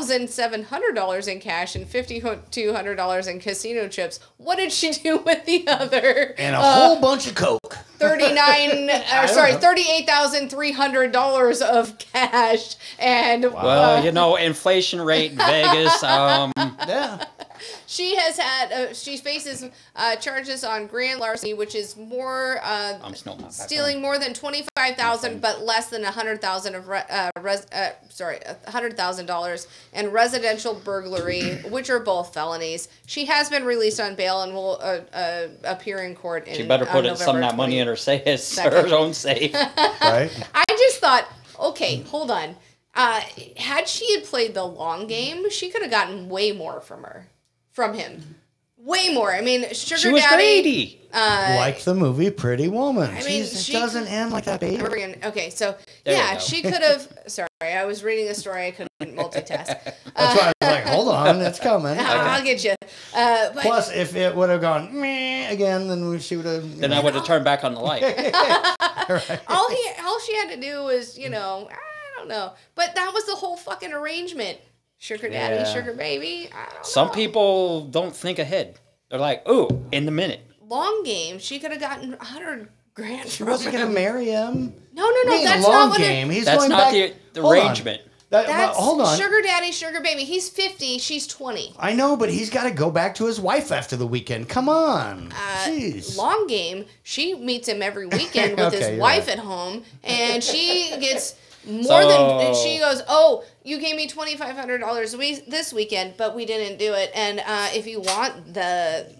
S7: $11,700 in cash and $5,200 in casino chips. What did she do with the other?
S8: And a
S7: uh,
S8: whole bunch of Coke.
S7: 39
S8: I
S7: or
S8: don't
S7: uh, sorry
S8: know.
S7: $38,300 of cash and uh,
S11: Well, you know, inflation rate in Vegas. Um,
S8: yeah.
S7: she has had uh, she faces uh, charges on grand larceny which is more uh,
S11: I'm still not that
S7: stealing more than 25,000 but less than 100,000 of re- uh, res- uh, sorry $100,000 and residential burglary which are both felonies. She has been released on bail and will uh, uh, appear in court in
S11: She better
S7: on
S11: put it, some of
S7: November
S11: that money in her safe, her
S7: second.
S11: own safe.
S8: right?
S7: I just thought, okay, hold on. Uh, had she had played the long game, she could have gotten way more from her, from him, way more. I mean, sugar
S8: She was
S7: daddy.
S8: greedy.
S7: Uh,
S8: like the movie Pretty Woman.
S7: I mean,
S8: Jeez,
S7: she
S8: it doesn't end like that, baby.
S7: Okay, so
S8: There we
S7: yeah,
S8: go.
S7: she could have. Sorry, I was reading a story. I couldn't multitask.
S8: That's why I was
S7: uh,
S8: like, hold on, it's coming.
S7: I'll get you. Uh, but,
S8: Plus, if it would have gone meh again, then we- she would have.
S11: Then I would have turned back on the light.
S7: all he all she had to do was you know I don't know, but that was the whole fucking arrangement. Sugar daddy,
S11: Yeah.
S7: sugar baby. I don't
S11: Some people don't think ahead. They're like, ooh, in the minute.
S7: long game. She could have gotten a hundred grand.
S8: She wasn't going to marry him.
S7: No, no, no.
S8: Being a
S7: That's
S8: long
S7: not what
S8: game,
S7: It,
S8: he's
S11: That's
S8: going
S11: not the,
S8: back-
S11: the
S8: Hold on.
S11: arrangement.
S8: That- well,
S7: that's
S8: hold on.
S7: sugar daddy, sugar baby. He's fifty. She's twenty.
S8: I know, but he's got to go back to his wife after the weekend. Come on.
S7: Uh,
S8: Jeez.
S7: long game. She meets him every weekend with
S8: Okay,
S7: his
S8: you're
S7: wife
S8: right.
S7: at home, and she gets more than. and
S11: So-
S7: she goes, "Oh, you gave me twenty five hundred dollars we this weekend, but we didn't do it. And uh, if you want the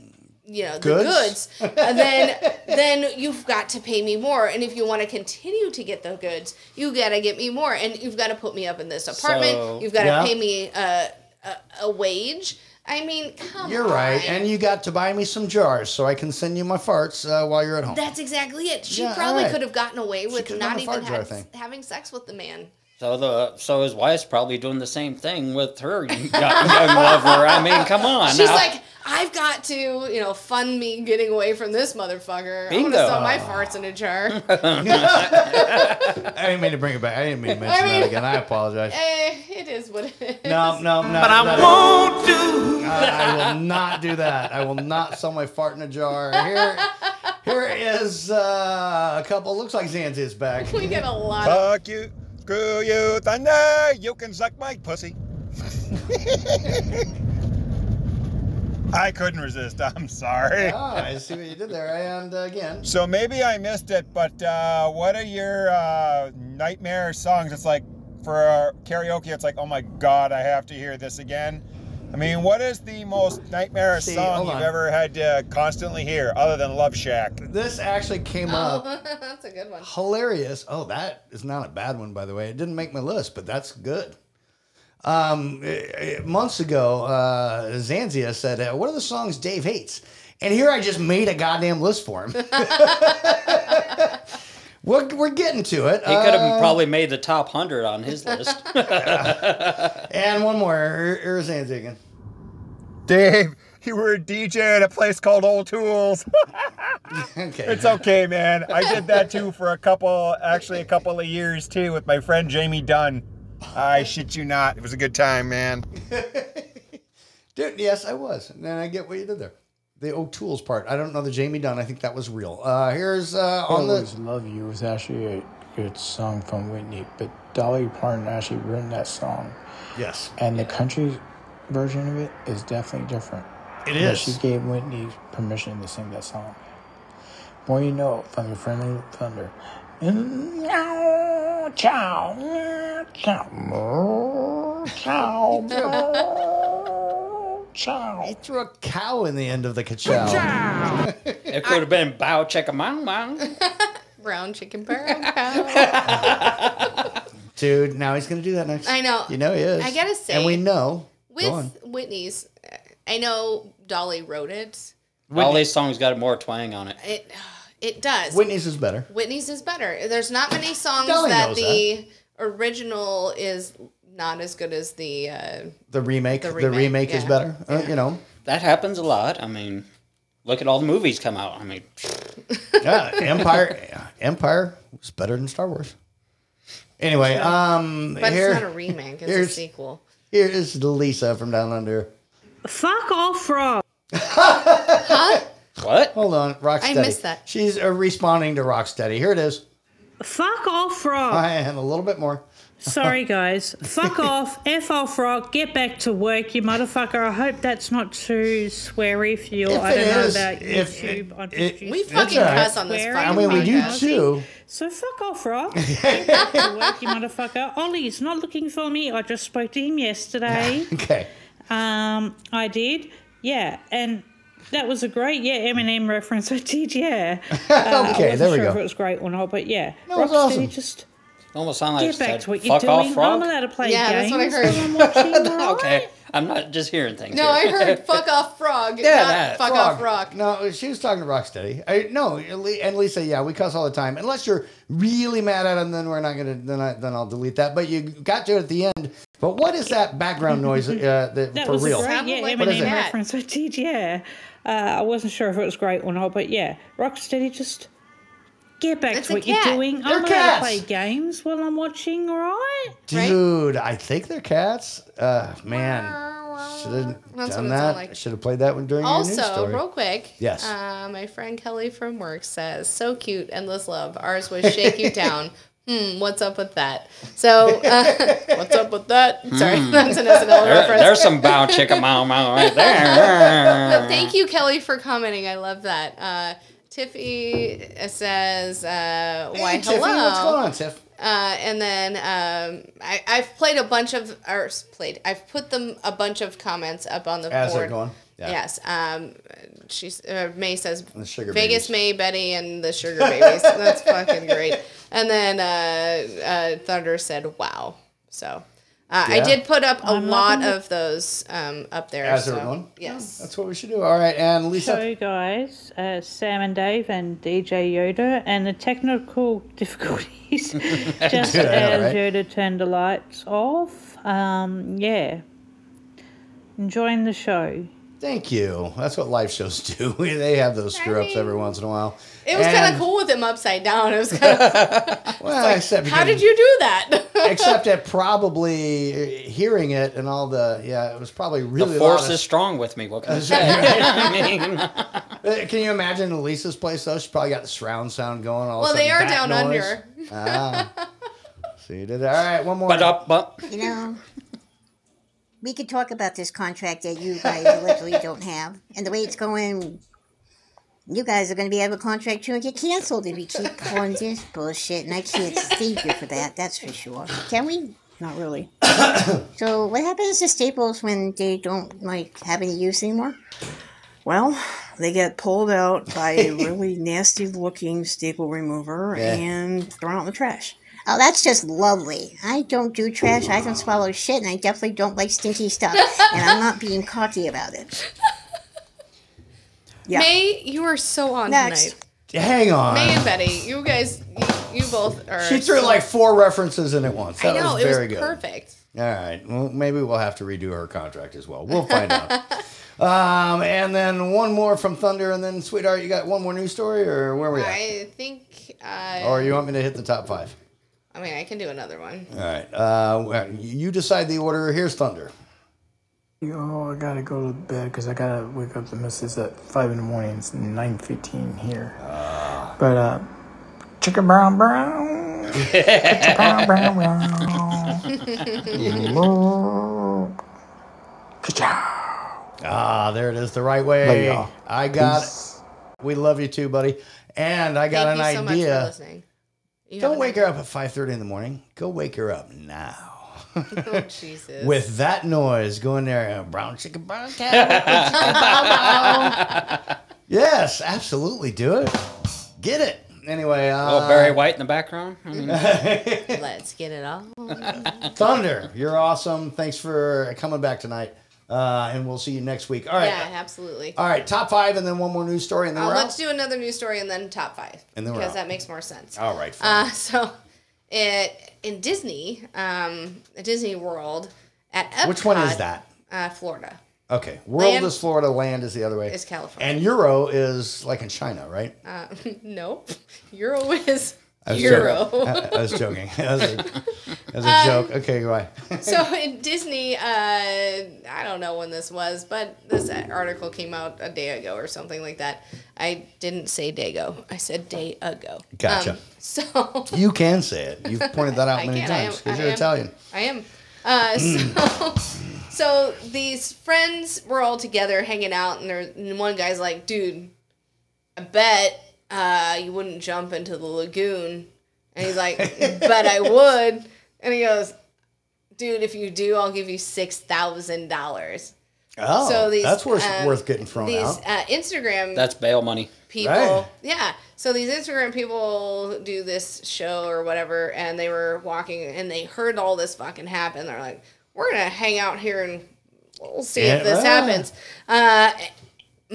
S7: you know
S8: Goods?
S7: the goods uh, then then you've got to pay me more and if you want to continue to get the goods you got to get me more and you've got to put me up in this apartment
S8: So-
S7: you've got to
S8: Yeah.
S7: pay me a, a, a wage i mean come
S8: You're
S7: on.
S8: right, and you got to buy me some jars so I can send you my farts uh, while you're at home.
S7: that's exactly it she
S8: Yeah, all
S7: probably
S8: right.
S7: could have gotten away with
S8: could've done
S7: not
S8: the fart
S7: even
S11: jar
S7: had-
S11: thing.
S7: having sex with the man
S11: So the so his wife's probably doing the same thing with her young, young lover. I mean, come on.
S7: She's
S11: now.
S7: like, I've got to, you know, fund me getting away from this motherfucker. I want to
S8: Bingo.
S7: sell my farts in a jar.
S8: I didn't mean to bring it back. I didn't mean to
S7: I
S8: mention
S7: mean-
S8: that again. I apologize.
S7: eh, it is what it is.
S8: No, no, no.
S7: But I
S8: no.
S7: won't
S8: do. I will not do that. I will not sell my fart in a jar. Here, here is uh, a couple. Looks like Zanz is back.
S7: We get a lot of.
S14: Fuck you. Screw you, thunder. You can suck my pussy. I couldn't resist. I'm sorry.
S8: Ah, I see what you did there. And uh, again,
S14: So maybe I missed it, but uh, what are your uh, nightmare songs? It's like for uh, karaoke, it's like, oh my god, I have to hear this again. I mean, what is the most nightmare
S8: See,
S14: song
S8: hold
S14: you've
S8: on.
S14: ever had to constantly hear, other than Love Shack?
S8: this actually came up.
S7: Oh, that's a good one.
S8: hilarious. Oh, that is not a bad one, by the way. It didn't make my list, but that's good. Um, eh, eh, months ago, uh, Zanzia said, uh, "What are the songs Dave hates?" And here I just made a goddamn list for him. we're, we're getting to it.
S11: He could have
S8: Uh,
S11: probably made the top hundred on his list.
S8: And one more. Here- Here's Zanzia again.
S14: Dave, you were a DJ at a place called Old Tools.
S8: okay.
S14: It's okay, man. I did that too for a couple, actually a couple of years too, with my friend Jamie Dunn. I shit you not. It was a good time, man.
S8: Dude, yes, I was. And I get what you did there. The O'Toole's part. I don't know the Jamie Dunn. I think that was real. Uh, here's uh,
S4: I
S8: on the.
S4: Always Love You was actually a good song from Whitney, but Dolly Parton actually wrote that song.
S8: Yes.
S4: And the country version of it is definitely different.
S8: It
S4: But
S8: is.
S4: She gave Whitney permission to sing that song. Boy, you know, Thunder Friendly Thunder. Meow, Chow, meow, chow, meow, chow, meow, chow.
S8: He threw a cow in the end of the cachow.
S11: it could have been bow check a mile mile.
S7: Brown chicken parrot.
S8: Dude, now he's going to do that next.
S7: I know.
S8: You know he is.
S7: I gotta say-
S8: And we know. Go on.
S7: With Whitney's, I know Dolly wrote it.
S11: All these songs got more twang on it.
S7: It it does.
S8: Whitney's is better.
S7: Whitney's is better. There's not many songs
S8: Dolly
S7: that
S8: knows
S7: the original is not as good as the. Uh,
S8: The remake.
S7: The
S8: The remake,
S7: remake,
S8: is
S7: yeah.
S8: better. Uh, you know.
S11: That happens a lot. I mean, look at all the movies come out. I mean,
S8: Yeah, Empire. Empire was better than Star Wars. Anyway, um,
S7: but
S8: here,
S7: it's not a remake. It's a
S8: here's-
S7: sequel.
S8: here is Lisa from Down Under.
S10: Fuck off, frog.
S11: What?
S8: Hold on, Rocksteady.
S10: missed that.
S8: She's uh, responding to Rocksteady. Here it is.
S10: Fuck off, frog.
S8: and a little bit more.
S10: Sorry, guys. Fuck off. F off, Rock. Get back to work, you motherfucker. I hope that's not too sweary for you. I don't know about
S8: if
S10: YouTube.
S8: it-
S10: I'm
S8: it-
S10: confused.
S8: it's all right. I mean, we do too.
S10: So fuck off, Rock. Get back to work, you motherfucker. Ollie's not looking for me. I just spoke to him yesterday.
S8: Okay.
S10: Um, I did. Yeah, and that was a great yeah Eminem reference. I did. Yeah. Uh, I
S11: Okay,
S10: wasn't
S11: there we
S10: sure If
S11: go.
S10: it was great or not, but yeah.
S11: No, it was
S10: Rocksteady
S11: awesome.
S10: just
S11: almost sound like
S10: get
S11: she
S10: back
S11: said,
S10: to what you're
S11: fuck
S10: doing.
S11: off,
S10: I'm
S11: frog.
S10: allowed to play
S7: Yeah, that's
S10: games.
S7: what I heard.
S11: okay, I'm not just hearing things.
S7: No, I
S11: here.
S7: heard "fuck off, frog." not fuck off, frog.
S8: No, she was talking to Rocksteady. I, no, Le- and Lisa, yeah, we cuss all the time. Unless you're really mad at him, then we're not gonna. Then I, then I'll delete that. But you got to it at the end. But what is that background noise? Uh, that,
S10: That
S8: for
S10: was
S8: real?
S10: a great yeah,
S8: What is
S10: Eminem
S8: it?
S10: reference. I did, yeah. Uh, I wasn't sure if it was great or not, but yeah. Rocksteady, just get back
S7: It's
S10: to
S7: a
S10: what
S7: cat.
S10: you're doing.
S7: They're
S10: I'm allowed to
S7: cats.
S10: play games while I'm watching, all right?
S8: Dude, I think they're cats. Uh, man,
S7: That's what
S8: should have done
S7: it
S8: that.
S7: sound like.
S8: Should have played that one during your news
S7: Also,
S8: story.
S7: real quick,
S8: Yes.
S7: uh, my friend Kelly from work says, "So cute, endless love. Ours was shake you down. Hmm, what's up with that? So, uh, what's up with that? Sorry,
S11: Hmm.
S7: that's an SNL
S11: There-
S7: reference.
S11: there's some bow chicka mow mow right
S7: But
S11: there.
S7: thank you, Kelly, for commenting. I love that. Uh, Tiffy says, uh, "Why
S8: Hey, Tiffany,
S7: hello?
S8: what's going on, Tiff?
S7: Uh, and then um, I, I've played a bunch of, or s- played, I've put them a bunch of comments up on the
S8: As they're
S7: board
S8: going, Yeah.
S7: Yes. Um, she's uh, May says
S8: The sugar
S7: Vegas
S8: babies.
S7: May Betty and the sugar babies. That's fucking great. And then uh, uh, Thunder said, "Wow." So uh, I
S8: Yeah.
S7: did put up a
S8: I'm
S7: lot
S8: loving it.
S7: of those um, up there.
S8: As
S7: so,
S8: they're going?
S7: Yes.
S8: That's what we should do. All right, and Lisa.
S10: Show guys, uh, Sam and Dave and DJ Yoda, and the technical difficulties just
S8: Yeah,
S10: as
S8: right.
S10: Yoda turned the lights off. Um, yeah, enjoying the show.
S8: Thank you. That's what live shows do. they have those screw ups every once in a while.
S7: It was kind
S8: And-
S7: of cool with him upside down. It was kind of
S8: Well, except
S7: how did
S8: because-
S7: you do that?
S8: except at probably hearing it and all the yeah, it was probably really
S11: the force
S8: loud.
S11: is strong with me. What can I
S8: That's
S11: say?
S8: Uh, Can you imagine Elisa's place though? She probably got the surround sound going. All of
S7: Well,
S8: a
S7: they
S8: sudden,
S7: are
S8: bat
S7: down under.
S8: noise. Ah. so you did that. All right, one more.
S11: But up, but
S5: You know, we could talk about this contract that you guys allegedly don't have, and the way it's going, you guys are going to be out of a contract too and get canceled if you keep on this bullshit. And I can't thank you for that. That's for sure. Can we? Not really. so, what happens to Staples when they don't like have any use anymore?
S17: Well, they get pulled out by a really nasty looking staple remover
S5: Yeah.
S17: and thrown out in the trash.
S5: Oh, that's just lovely. I don't do trash. I don't swallow shit, and I definitely don't like stinky stuff. and I'm not being cocky about it.
S7: May, you are so on
S5: Next.
S7: tonight.
S8: Hang on.
S7: May and Betty, you guys, you, you both are.
S8: She threw
S7: so-
S8: like four references in at once.
S7: I
S8: That
S7: know
S8: was
S7: it was
S8: very good.
S7: perfect.
S8: All right. Well, maybe we'll have to redo her contract as well. We'll find out. Um, and then one more from Thunder, and then Sweetheart, you got one more news story, or where are we at?
S7: I think. Uh,
S8: Or you want me to hit the top five?
S7: I mean, I can do another one.
S8: All right. Uh, well, you decide the order. Here's Thunder.
S4: Yo, I gotta go to bed because I gotta wake up the missus at five in the morning. It's nine fifteen here.
S8: Ah.
S4: but uh, chicken brown brown, chicken brown brown brown.
S8: Ah, there it is, the right way.
S4: Love y'all.
S8: I got.
S4: Peace.
S8: We love you too, buddy. And I got
S7: Thank
S8: an
S7: you so
S8: idea.
S7: much for listening. You have
S8: Don't
S7: an
S8: wake her up at five thirty in the morning. Go wake her up now.
S7: Oh, Jesus.
S8: With that noise, go in there and brown chicken brown
S7: Bow-wow.
S8: cow. yes, absolutely, do it. Get it. Anyway, uh,
S11: oh Barry White in the background. I mean,
S7: Let's get it on.
S8: Thunder, you're awesome. Thanks for coming back tonight, uh, and we'll see you next week. All right,
S7: Yeah, absolutely.
S8: all right. Top five, and then one more news story, and then
S7: Uh,
S8: we're
S7: let's
S8: out.
S7: do another news story and then top five.
S8: And then we're
S7: because
S8: out.
S7: that makes more sense.
S8: All right, fine.
S7: Uh, so, it in Disney, um, Disney World at Epcot,
S8: Which one is that?
S7: Uh, Florida.
S8: Okay, world
S7: Land-
S8: is Florida, land is the other way.
S7: Is California.
S8: and Euro is like in China, right?
S7: Uh, no, Euro is
S8: I was
S7: Euro.
S8: Joking. I, I was joking. As a, as a
S7: Uh,
S8: joke. Okay, why?
S7: so in Disney, uh, I don't know when this was, but this article came out a day ago or something like that. I didn't say day ago. I said day ago.
S8: Gotcha.
S7: Um, so
S8: you can say it. You've pointed that out
S7: I
S8: many
S7: can, I am-
S8: times
S7: I
S8: because you're
S7: am.
S8: Italian.
S7: I am. Uh, so, so these friends were all together hanging out, and, there, and one guy's like, "Dude, I bet uh, you wouldn't jump into the lagoon," and he's like, "Bet I would," and he goes, "Dude, if you do, I'll give you six thousand dollars."
S8: Oh, that's worth
S7: um,
S8: worth getting thrown
S7: these
S8: out.
S7: Uh, Instagram
S11: that's bail money.
S7: people.
S11: Right.
S7: Yeah. So these Instagram people do this show or whatever, and they were walking and they heard all this fucking happen. They're like, we're going to hang out here and we'll see if
S12: Yeah.
S7: this
S12: Ah.
S7: happens. Uh,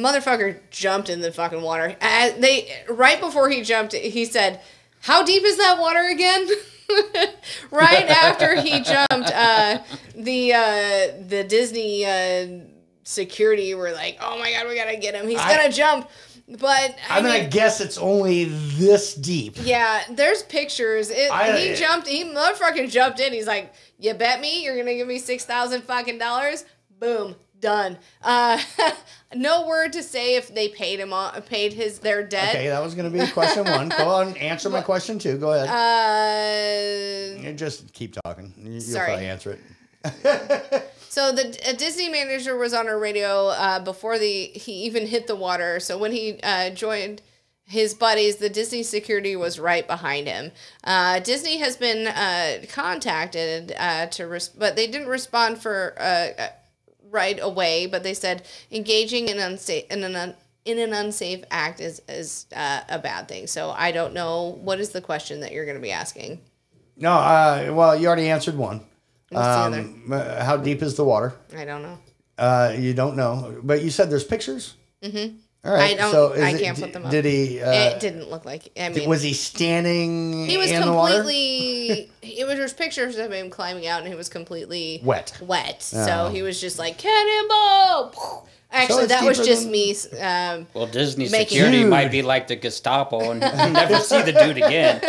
S7: motherfucker jumped in the fucking water. Uh, they Right before he jumped, he said, how deep is that water again? right after he jumped, uh, the uh, the Disney uh, security were like, "Oh my god, we gotta get him! He's
S8: I-
S7: gonna jump!" But I
S8: I'm gonna
S7: mean,
S8: guess it's only this deep.
S7: yeah, there's pictures. It,
S8: I-
S7: he jumped. He motherfucking jumped in. He's like, "You bet me, you're gonna give me six thousand fucking dollars." Boom, done. Uh, no word to say if they paid him on, paid his their debt.
S8: Okay, that was gonna be question one. Go on, answer my question two. Go
S7: Um,
S8: ahead.
S7: Uh,
S8: You just keep talking. You, will
S7: sorry.
S8: probably answer it.
S7: So the a Disney manager was on our radio uh, before the he even hit the water. So when he uh, joined his buddies, the Disney security was right behind him. Uh, Disney has been uh, contacted uh, to, res- but they didn't respond for. Uh, uh, right away, but they said engaging in unsafe in an un- in an unsafe act is is uh, a bad thing. So I don't know what is the question that you're going to be asking.
S8: No, uh, well, you already answered one.
S7: What's the other?
S8: Um, uh, how deep is the water?
S7: I don't know.
S8: Uh, you don't know, but you said there's pictures.
S7: Mm-hmm.
S8: All
S7: I
S8: right.
S7: don't.
S8: So is
S7: I
S8: it-
S7: can't
S8: d-
S7: put them up.
S8: Did he? Uh,
S7: it didn't look like. I
S8: d-
S7: mean,
S8: was he standing
S7: He was
S8: in
S7: completely. it was there's pictures of him climbing out, and he was completely
S8: Wet.
S7: Wet.
S11: Oh.
S7: So he was just like cannonball. Actually,
S11: it's
S7: that was
S11: deeper
S7: just
S11: than-
S7: me. Um,
S11: Well, Disney
S7: Making-
S11: security
S7: Dude.
S11: might be like the Gestapo and never see the dude again.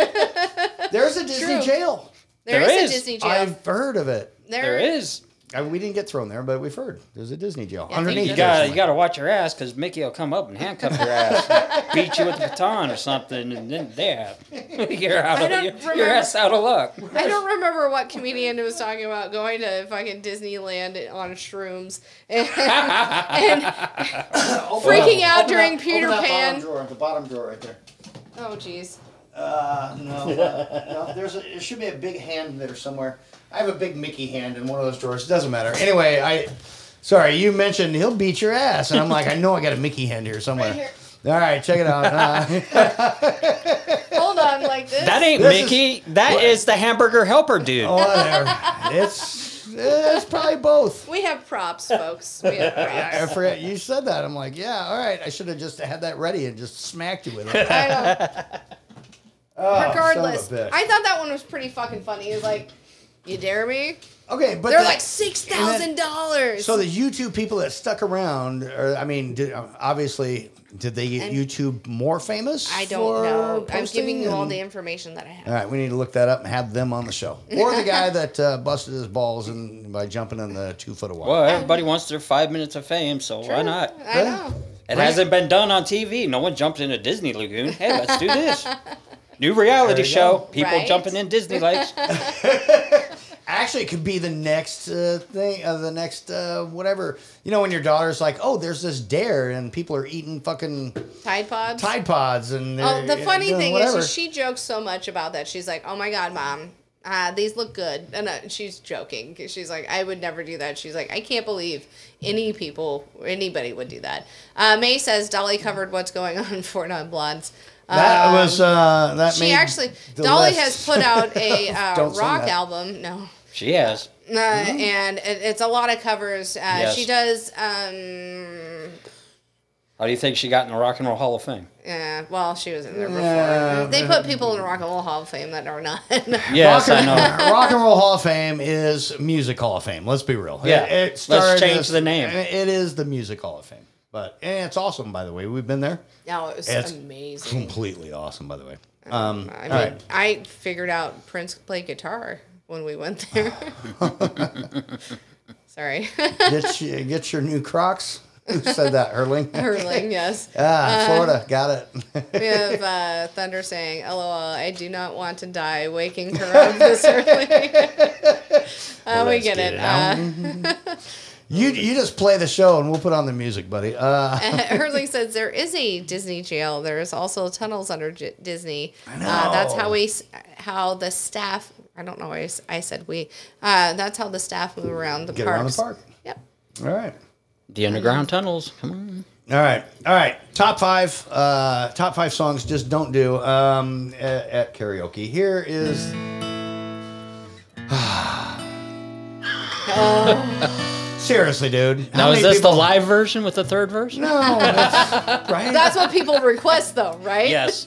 S8: There's a Disney
S7: True.
S8: jail.
S7: There There is a is. Disney jail.
S8: I've heard of it.
S7: There- There is.
S8: Uh, we didn't get thrown there, but we've heard there's a Disney jail
S11: I think
S8: underneath.
S11: you
S8: there
S11: gotta you
S8: somewhere.
S11: gotta watch your ass because Mickey will come up and handcuff your ass, and beat you with a baton or something, and then there, you're out
S7: I
S11: of
S7: don't
S11: you're,
S7: remember-
S11: your ass out of luck.
S7: I don't remember what comedian was talking about going to fucking Disneyland on shrooms and, and freaking out during Peter Pan.
S8: drawer, the bottom drawer right there.
S7: Oh jeez.
S8: Uh, no, uh, no. There's a, there should be a big hand in there somewhere. I have a big Mickey hand in one of those drawers. It doesn't matter. Anyway, I. Sorry, you mentioned he'll beat your ass, and I'm like, I know I got a Mickey hand here somewhere. All right, check it out. Uh,
S7: Hold on, like this.
S11: That ain't
S8: This is-
S11: Mickey. That is the hamburger helper dude.
S8: Oh, whatever. it's it's probably both.
S7: We have props, folks. We have props.
S8: I forgot you said that. I'm like, yeah, all right. I should have just had that ready and just smacked you with it. Oh, son of a
S7: Regardless,
S8: bitch.
S7: I thought that one was pretty fucking funny. He was like, "You dare me?"
S8: Okay, but
S7: they're
S8: that-
S7: like six thousand dollars.
S8: So the YouTube people that stuck around, or I mean, did, obviously, did they get
S7: And-
S8: YouTube more famous?
S7: I
S8: for
S7: don't know. I'm
S8: posting
S7: giving you all
S8: and-
S7: the information that I have.
S8: All right, we need to look that up and have them on the show, or the guy that uh, busted his balls and by jumping in the two foot of water.
S11: Well, everybody wants their five minutes of fame, so why not?
S7: I know.
S11: It hasn't been done on TV. No one jumped in a Disney lagoon. Hey, let's do this. New reality
S8: There you
S11: show.
S8: go.
S11: People
S8: Right?
S11: jumping in Disney lakes.
S8: Actually, it could be the next uh, thing, uh, the next uh, whatever. You know, when your daughter's like, "Oh, there's this dare," and people are eating fucking
S7: Tide Pods.
S8: Tide Pods, and
S7: Oh, the
S8: they're
S7: funny
S8: doing
S7: thing is,
S8: whatever.
S7: is, she jokes so much about that. She's like, "Oh my god, mom, uh, these look good," and uh, she's joking. 'cause She's like, "I would never do that." She's like, "I can't believe any people, anybody would do that." Uh, May says Dolly covered what's going on for non blondes. Um,
S8: That was uh, that.
S7: she
S8: made
S7: actually
S8: the
S7: Dolly
S8: list.
S7: has put out a uh,
S8: Don't sing
S7: rock
S8: that.
S7: album. No.
S11: She has.
S7: Uh, And it, it's a lot of covers. Uh,
S11: Yes.
S7: She does. Um,
S11: How do you think she got in the Rock and Roll Hall of Fame?
S7: yeah, well, she was in there before.
S8: Yeah.
S7: they put people in the Rock and Roll Hall of Fame that are not.
S11: Yes,
S8: rock,
S11: I know.
S8: rock and Roll Hall of Fame is Music Hall of Fame. Let's be real.
S11: Yeah. Let's change
S8: as-
S11: the name.
S8: It is the Music Hall of Fame, but and it's awesome. By the way, we've been there.
S7: No, it was
S8: It's
S7: amazing.
S8: Completely awesome. By the way. Um,
S7: I mean,
S8: all right.
S7: I figured out Prince played guitar when we went there. Sorry.
S8: get you, get your new Crocs. Who said that? Hurling.
S7: Hurling, yes.
S8: Ah,
S7: Uh,
S8: Florida. Got it.
S7: we have uh, Thunder saying, "LOL, I do not want to die waking her up this early." uh, we
S8: Let's
S7: get,
S8: get
S7: it.
S8: it
S7: Uh,
S8: You you just play the show and we'll put on the music, buddy. Uh,
S7: Hurling says there is a Disney jail. There is also tunnels under J- Disney. Uh, that's how
S8: know.
S7: we, s- how the staff. I don't know why I s- I said we. Uh, that's how the staff move around the
S11: Get
S7: parks.
S11: around the park.
S7: Yep.
S8: all right.
S11: The underground tunnels. Come on.
S8: All right, all right. Top five, uh, top five songs just don't do um, at, at karaoke. Here is.
S7: Uh,
S8: Seriously, dude.
S11: Now is this the live version with the third verse?
S8: No,
S7: that's,
S8: right?
S7: what people request, though, right?
S11: Yes.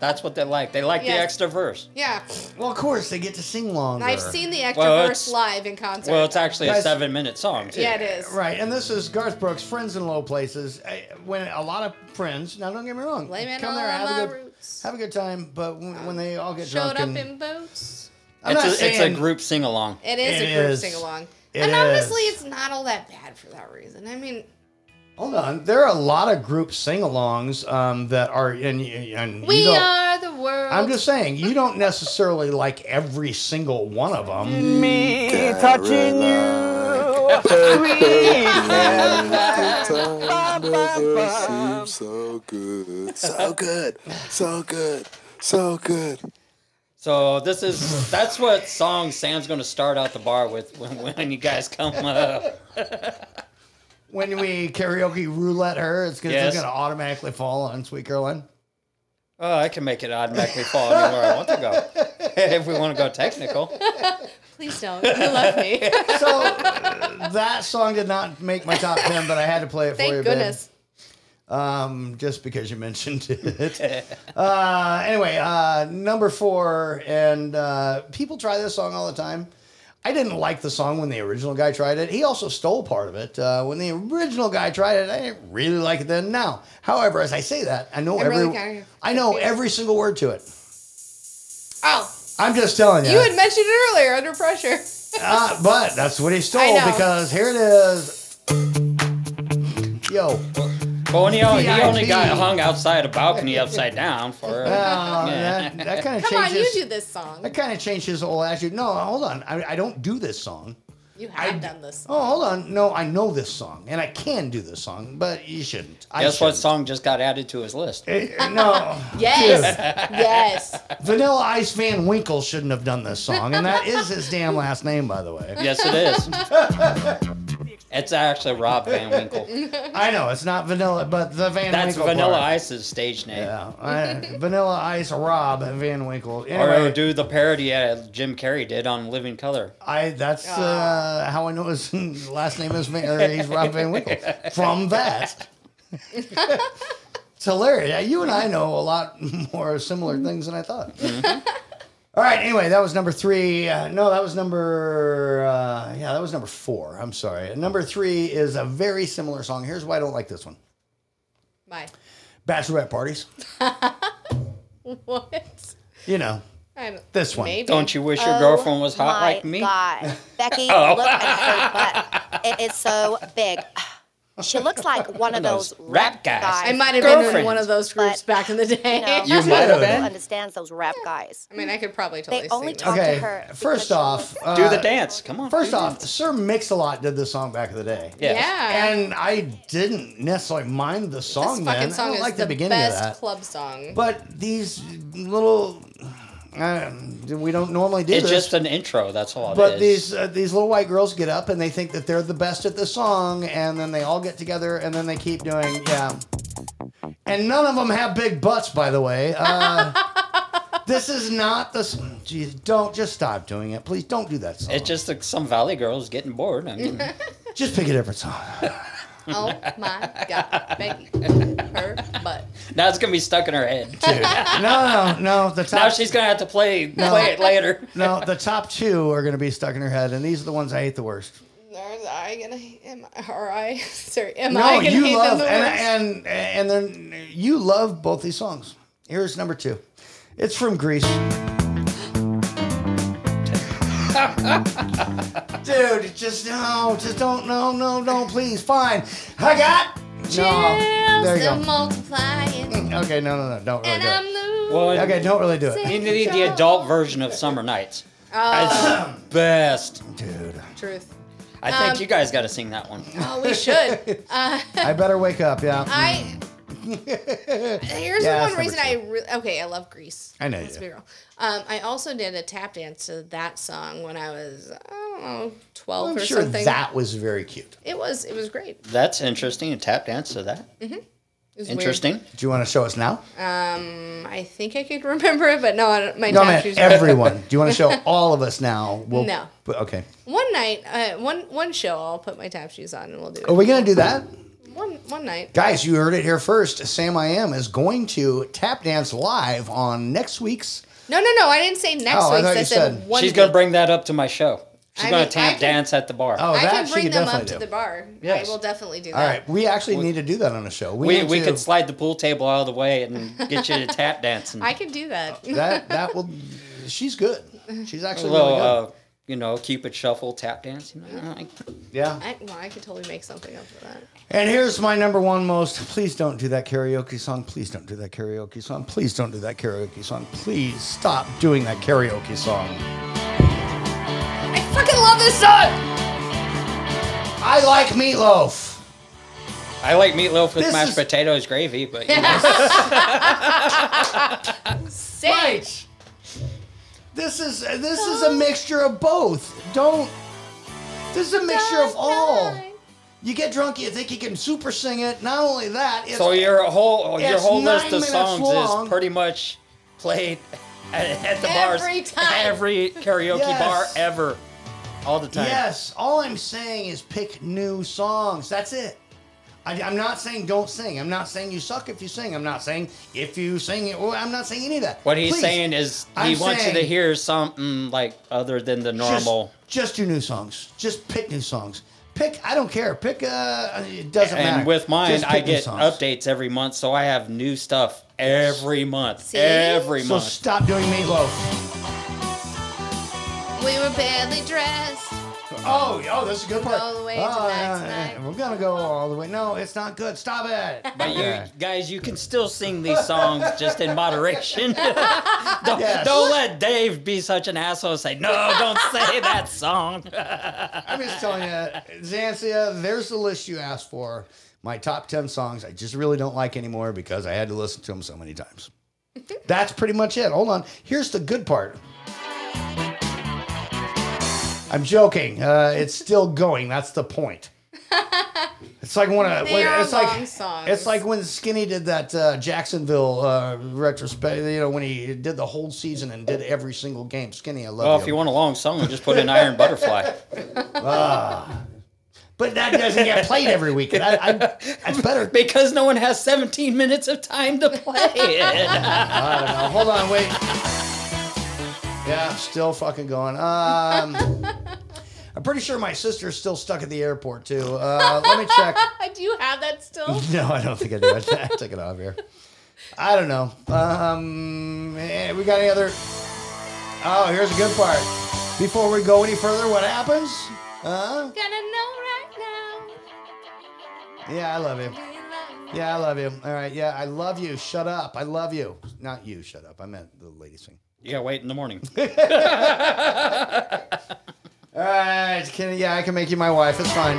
S11: That's what they like. They like
S7: Yes.
S11: the extra verse.
S7: yeah.
S8: Well, of course they get to sing longer.
S7: I've seen the extra
S11: Well,
S7: verse
S11: it's-
S7: live in concert.
S11: Well, it's actually a
S8: Guys-
S11: seven minute song, too.
S7: Yeah, it is.
S8: Right, and this is Garth Brooks, Friends in Low Places. I, when a lot of friends, now don't get me wrong,
S7: Blame it
S8: come there,
S7: on my
S8: have a, good, have a good time, but when, when they all get
S7: Showed
S8: drunk
S7: up
S8: and-
S7: in boats.
S8: I'm
S11: it's,
S8: not
S11: a, it's a
S8: saying-
S11: group sing along.
S7: It is
S8: It
S7: a group
S8: is.
S7: sing along.
S8: It
S7: And honestly,
S8: is.
S7: it's not all that bad for that reason. I mean,
S8: Hold on, there are a lot of group sing-alongs um, that are and, and you
S7: we
S8: don't-
S7: are the world.
S8: I'm just saying you don't necessily like every single one of them.
S16: Me touching you, sweet
S4: uh,
S18: so good, so good, so good, so good.
S11: So this is that's what song Sam's going to start out the bar with when, when you guys come up.
S8: When we karaoke roulette her, it's gonna,
S11: Yes.
S8: it's gonna automatically fall on Sweet Caroline.
S11: Oh, I can make it automatically fall anywhere I want to go. if we want to go technical,
S7: Please don't. You love me.
S8: uh, that song did not make my top ten, but I had to play it for
S7: Thank
S8: you. babe.
S7: goodness.
S8: Um, just because you mentioned it. uh, anyway, uh, number four, and uh, people try this song all the time. I didn't like the song when the original guy tried it. He also stole part of it. Uh, when the original guy tried it, I didn't really like it then. Now, however, as I say that, I know
S7: I'm
S8: every
S7: really kind of
S8: I know every single word to it.
S7: Oh,
S8: I'm just telling you.
S7: you had mentioned it earlier under pressure.
S8: Uh, but that's what he
S7: I
S8: stole
S7: know.
S8: because here it is. Yo.
S11: but when he, only, he only
S8: VIP.
S11: got hung outside a balcony upside down for.
S8: Well,
S11: Yeah.
S8: that, that kind of
S7: Come on,
S8: changes.
S7: you do this song.
S8: That kind of changed his whole attitude. No, hold on. I, I don't do this song.
S7: You have done this song.
S8: Oh, hold on. No, I know this song, and I can do this song, but you shouldn't. I
S11: Guess
S8: should.
S11: what song just got added to his list?
S8: no.
S7: Yes. yes.
S8: Vanilla Ice Van Winkle shouldn't have done this song, and that is his damn last name, by the way.
S11: Yes, it is. It's actually Rob Van Winkle.
S8: I know it's not Vanilla, but the Van
S11: That's
S8: Winkle.
S11: Vanilla
S8: part.
S11: Ice's stage name.
S8: Yeah, I- Vanilla Ice Rob Van
S11: Or
S8: Winkle.
S11: uh,
S8: Anyway,
S11: do the parody uh, Jim Carrey did on Living Color.
S8: I that's uh, how I know his last name is Van, or he's Rob Van Winkle from that. it's hilarious. Yeah, you and I know a lot more similar
S18: Mm-hmm.
S8: things than I thought. All right. Anyway, that was number three. Uh, no, that was number. Uh, yeah, that was number four. I'm sorry. Number three is a very similar song. Here's why I don't like this one.
S7: My.
S8: Bachelorette parties.
S7: What?
S8: You know.
S7: I don't,
S8: This one.
S7: Maybe.
S11: Don't you wish your girlfriend was hot
S18: Um, Oh my
S11: like me?
S18: God. Becky,
S11: Oh.
S18: look at her butt. It is so big. She looks like one of those
S11: rap guys.
S7: I might have been in one of those groups back in the day.
S8: You might have been.
S18: understands those rap guys.
S7: I mean, I could probably totally
S18: They only
S7: sing
S18: talk
S8: okay.
S18: to her.
S8: First off, uh,
S11: Do the dance. Come on.
S8: First
S11: Do the
S8: off, Sir Mix-a-Lot did this song back in the day.
S11: Yes.
S7: Yeah.
S8: And I didn't necessarily mind the
S7: This fucking
S8: song then. I
S7: song
S8: don't
S7: is
S8: like the,
S7: the,
S8: beginning of
S7: best
S8: that.
S7: club song.
S8: But these little, uh, we don't normally do
S11: It's
S8: this.
S11: just an intro. That's all.
S8: but
S11: it is.
S8: these uh, these little white girls get up and they think that they're the best at the song, and then they all get together and then they keep doing yeah. And none of them have big butts, by the way. Uh, this is not the. s- Geez, don't just stop doing it, please. Don't do that song.
S11: It's just like some Valley girls getting bored. I mean,
S8: Just pick a different song.
S7: oh my god, Becky, her butt.
S11: now it's gonna be stuck in her head.
S8: Dude. No, no, no. The top
S11: Now she's gonna have to play
S8: No.
S11: play it later.
S8: no, the top two are going to be stuck in her head, and these are the ones I hate the worst.
S7: Are I gonna? Am I? Are I? Sorry. Am
S8: no,
S7: I gonna
S8: you
S7: hate them
S8: love
S7: the worst?
S8: and, and and then you love both these songs. Here's number two. It's from Greece. Dude, just no, just don't, no, no, no, please, fine. I got. No, there you
S7: Chills are
S8: go. Oh,
S7: multiplying,
S8: Okay, no, no, no, don't really
S7: and
S8: do
S7: I'm
S8: it.
S7: losing.
S8: Okay, don't really do
S11: You
S8: it.
S11: need the adult version of Summer Nights.
S7: Oh,
S11: Best.
S8: Dude.
S7: truth.
S11: I think
S7: Um,
S11: you guys got to sing that one.
S7: Oh, we should. Uh,
S8: I better wake up, yeah.
S7: I. Here's
S8: Yeah,
S7: the
S8: that's
S7: one reason
S8: number
S7: I re- okay. I love Grease.
S8: I know you
S7: Let's
S8: do.
S7: be real. Um, I also did a tap dance to that song when I was I don't know 12
S8: I'm
S7: or
S8: sure
S7: something.
S8: that was very cute.
S7: It was it was great.
S11: That's interesting. A tap dance to that.
S7: hmm It was
S11: Interesting.
S8: Do you want to show us now?
S7: Weird. Um, I think I could remember it, but no, I don't, my
S8: No,
S7: tap
S8: man,
S7: shoes-
S8: everyone. Do you want to show all of us now?
S7: No.
S8: but- Okay.
S7: One night, uh, one one show, I'll put my tap shoes on and we'll do it.
S8: Are Oh, we going to do that?
S7: One one night.
S8: Guys, you heard it here first. Sam I Am is going to tap dance live on next week's.
S7: No, no, no. I didn't say next
S8: Oh, I
S7: week.
S8: thought
S7: I,
S8: you
S7: said,
S8: said-
S7: one.
S11: She's
S7: week.
S11: gonna bring that up to my show. She's
S7: I
S11: gonna
S7: mean, I
S11: tap
S7: can-
S11: dance at the bar.
S8: Oh,
S7: I
S8: that
S7: can
S8: she
S7: bring
S8: could
S7: them
S8: definitely
S7: up
S8: do.
S7: to the bar.
S11: Yes.
S7: I will definitely do that.
S8: All right, we actually need to do that on a show.
S11: We,
S8: need
S11: we
S8: to-
S11: could slide the pool table out of the way and get you to tap dancing.
S7: I can do that.
S8: Oh, that that will. She's good. She's
S11: A
S8: actually
S11: little,
S8: really good.
S11: uh, you know, Cupid shuffle tap dance. You know, like-
S8: yeah.
S7: I, well, I could totally make something up for that.
S8: And here's my number one most. Please don't do that karaoke song. Please don't do that karaoke song. Please don't do that karaoke song. Please stop doing that karaoke song.
S7: I fucking love this song.
S8: I like meatloaf.
S11: I like meatloaf with
S8: This
S11: mashed
S8: is-
S11: potatoes gravy, but you know,
S7: Sage.
S8: This is this is a mixture of both. Don't. This is a mixture of all. You get drunk, you think you can super sing it. Not only that, it's
S11: So your whole your
S8: it's
S11: whole list
S8: nine
S11: of
S8: minutes
S11: songs
S8: long.
S11: is pretty much played at, at the
S8: Every
S11: bars
S8: time.
S11: every karaoke
S8: Yes.
S11: bar ever, all the time.
S8: Yes, all I'm saying is pick new songs. That's it. I, am not saying don't sing. I'm not saying you suck if you sing. I'm not saying if you sing it. Well, I'm not saying any of that.
S11: What he's
S8: Please,
S11: saying is he
S8: I'm
S11: wants you
S8: saying-
S11: to hear something like other than the normal.
S8: Just your new songs. Just pick new songs. Pick. I don't care. Pick. Uh, it doesn't matter.
S11: and with mine,
S8: Just
S11: I
S8: pick new
S11: get
S8: songs.
S11: updates every month, so I have new stuff every month.
S7: See?
S11: Every
S8: So
S11: month.
S8: stop doing meatloaf.
S7: We were badly dressed.
S8: Oh, oh, that's a good part.
S7: All the way
S8: Oh,
S7: to
S8: yeah, yeah, We're gonna go all the way. No, it's not good. Stop it.
S11: But you guys, you can still sing these songs just in moderation. don't,
S8: Yes.
S11: don't let Dave be such an asshole and say, no, don't say that song.
S8: I'm just telling you, Zancia, there's the list you asked for. My top 10 songs I just really don't like anymore because I had to listen to them so many times. That's pretty much it. Hold on. Here's the good part. I'm joking. Uh, it's still going. That's the point. It's like one of
S7: They
S8: like-
S7: are
S8: it's like
S7: long songs.
S8: it's like when Skinny did that uh, Jacksonville uh, retrospect. You know when he did the whole season and did every single game. Skinny, I love
S11: Well,
S8: you.
S11: if you want a long song, just put in Iron Butterfly.
S8: Ah. But that doesn't get played every week. and I, I, that's better.
S11: Because no one has 17 minutes of time to play it.
S8: I don't know. Hold on, wait. Yeah, still fucking going. Um, I'm pretty sure my sister's still stuck at the airport too. Uh, let me check.
S7: do you have that still?
S8: No, I don't think I do. I, I took it off here. I don't know. Um, eh, we got any other? Oh, here's a good part. Before we go any further, what happens? Huh?
S7: Gotta know right now.
S8: Yeah, I love you. Yeah, I love you. All right. Yeah, I love you. Shut up. I love you. Not you. Shut up. I meant the lady sing.
S11: You gotta wait in the morning.
S8: All right. Can, yeah, I can make you my wife. It's fine.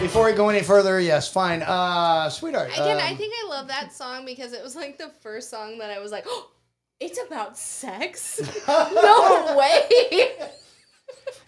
S8: Before we go any further, yes, fine. Uh, sweetheart.
S7: Again, I
S8: um,
S7: think I love that song because it was like the first song that I was like, oh, it's about sex? no way.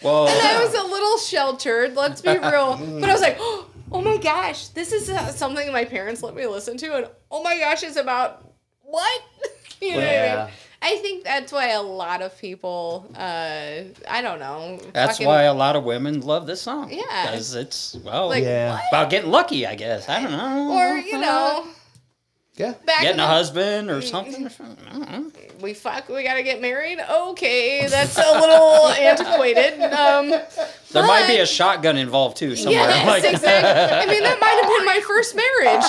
S11: Well,
S7: And I was a little sheltered, let's be real. But I was like, oh my gosh, this is uh, something my parents let me listen to. And oh my gosh, it's about what? you know what I
S11: Yeah.
S7: mean? I think that's why a lot of people, uh, I don't know.
S11: That's
S7: fucking-
S11: why a lot of women love this song.
S7: Yeah.
S11: Because it's, well,
S7: Like, Yeah. what?
S11: about getting lucky, I guess. I don't know.
S7: Or, you know,
S8: yeah.
S7: back in
S11: getting a
S7: the- Mm.
S11: husband or something. Mm-hmm.
S7: we fuck, we gotta get married. Okay, that's a little antiquated. Um,
S11: There might be a shotgun involved too somewhere.
S7: Yes,
S11: Like-
S7: exactly. I mean, that might have been my first marriage.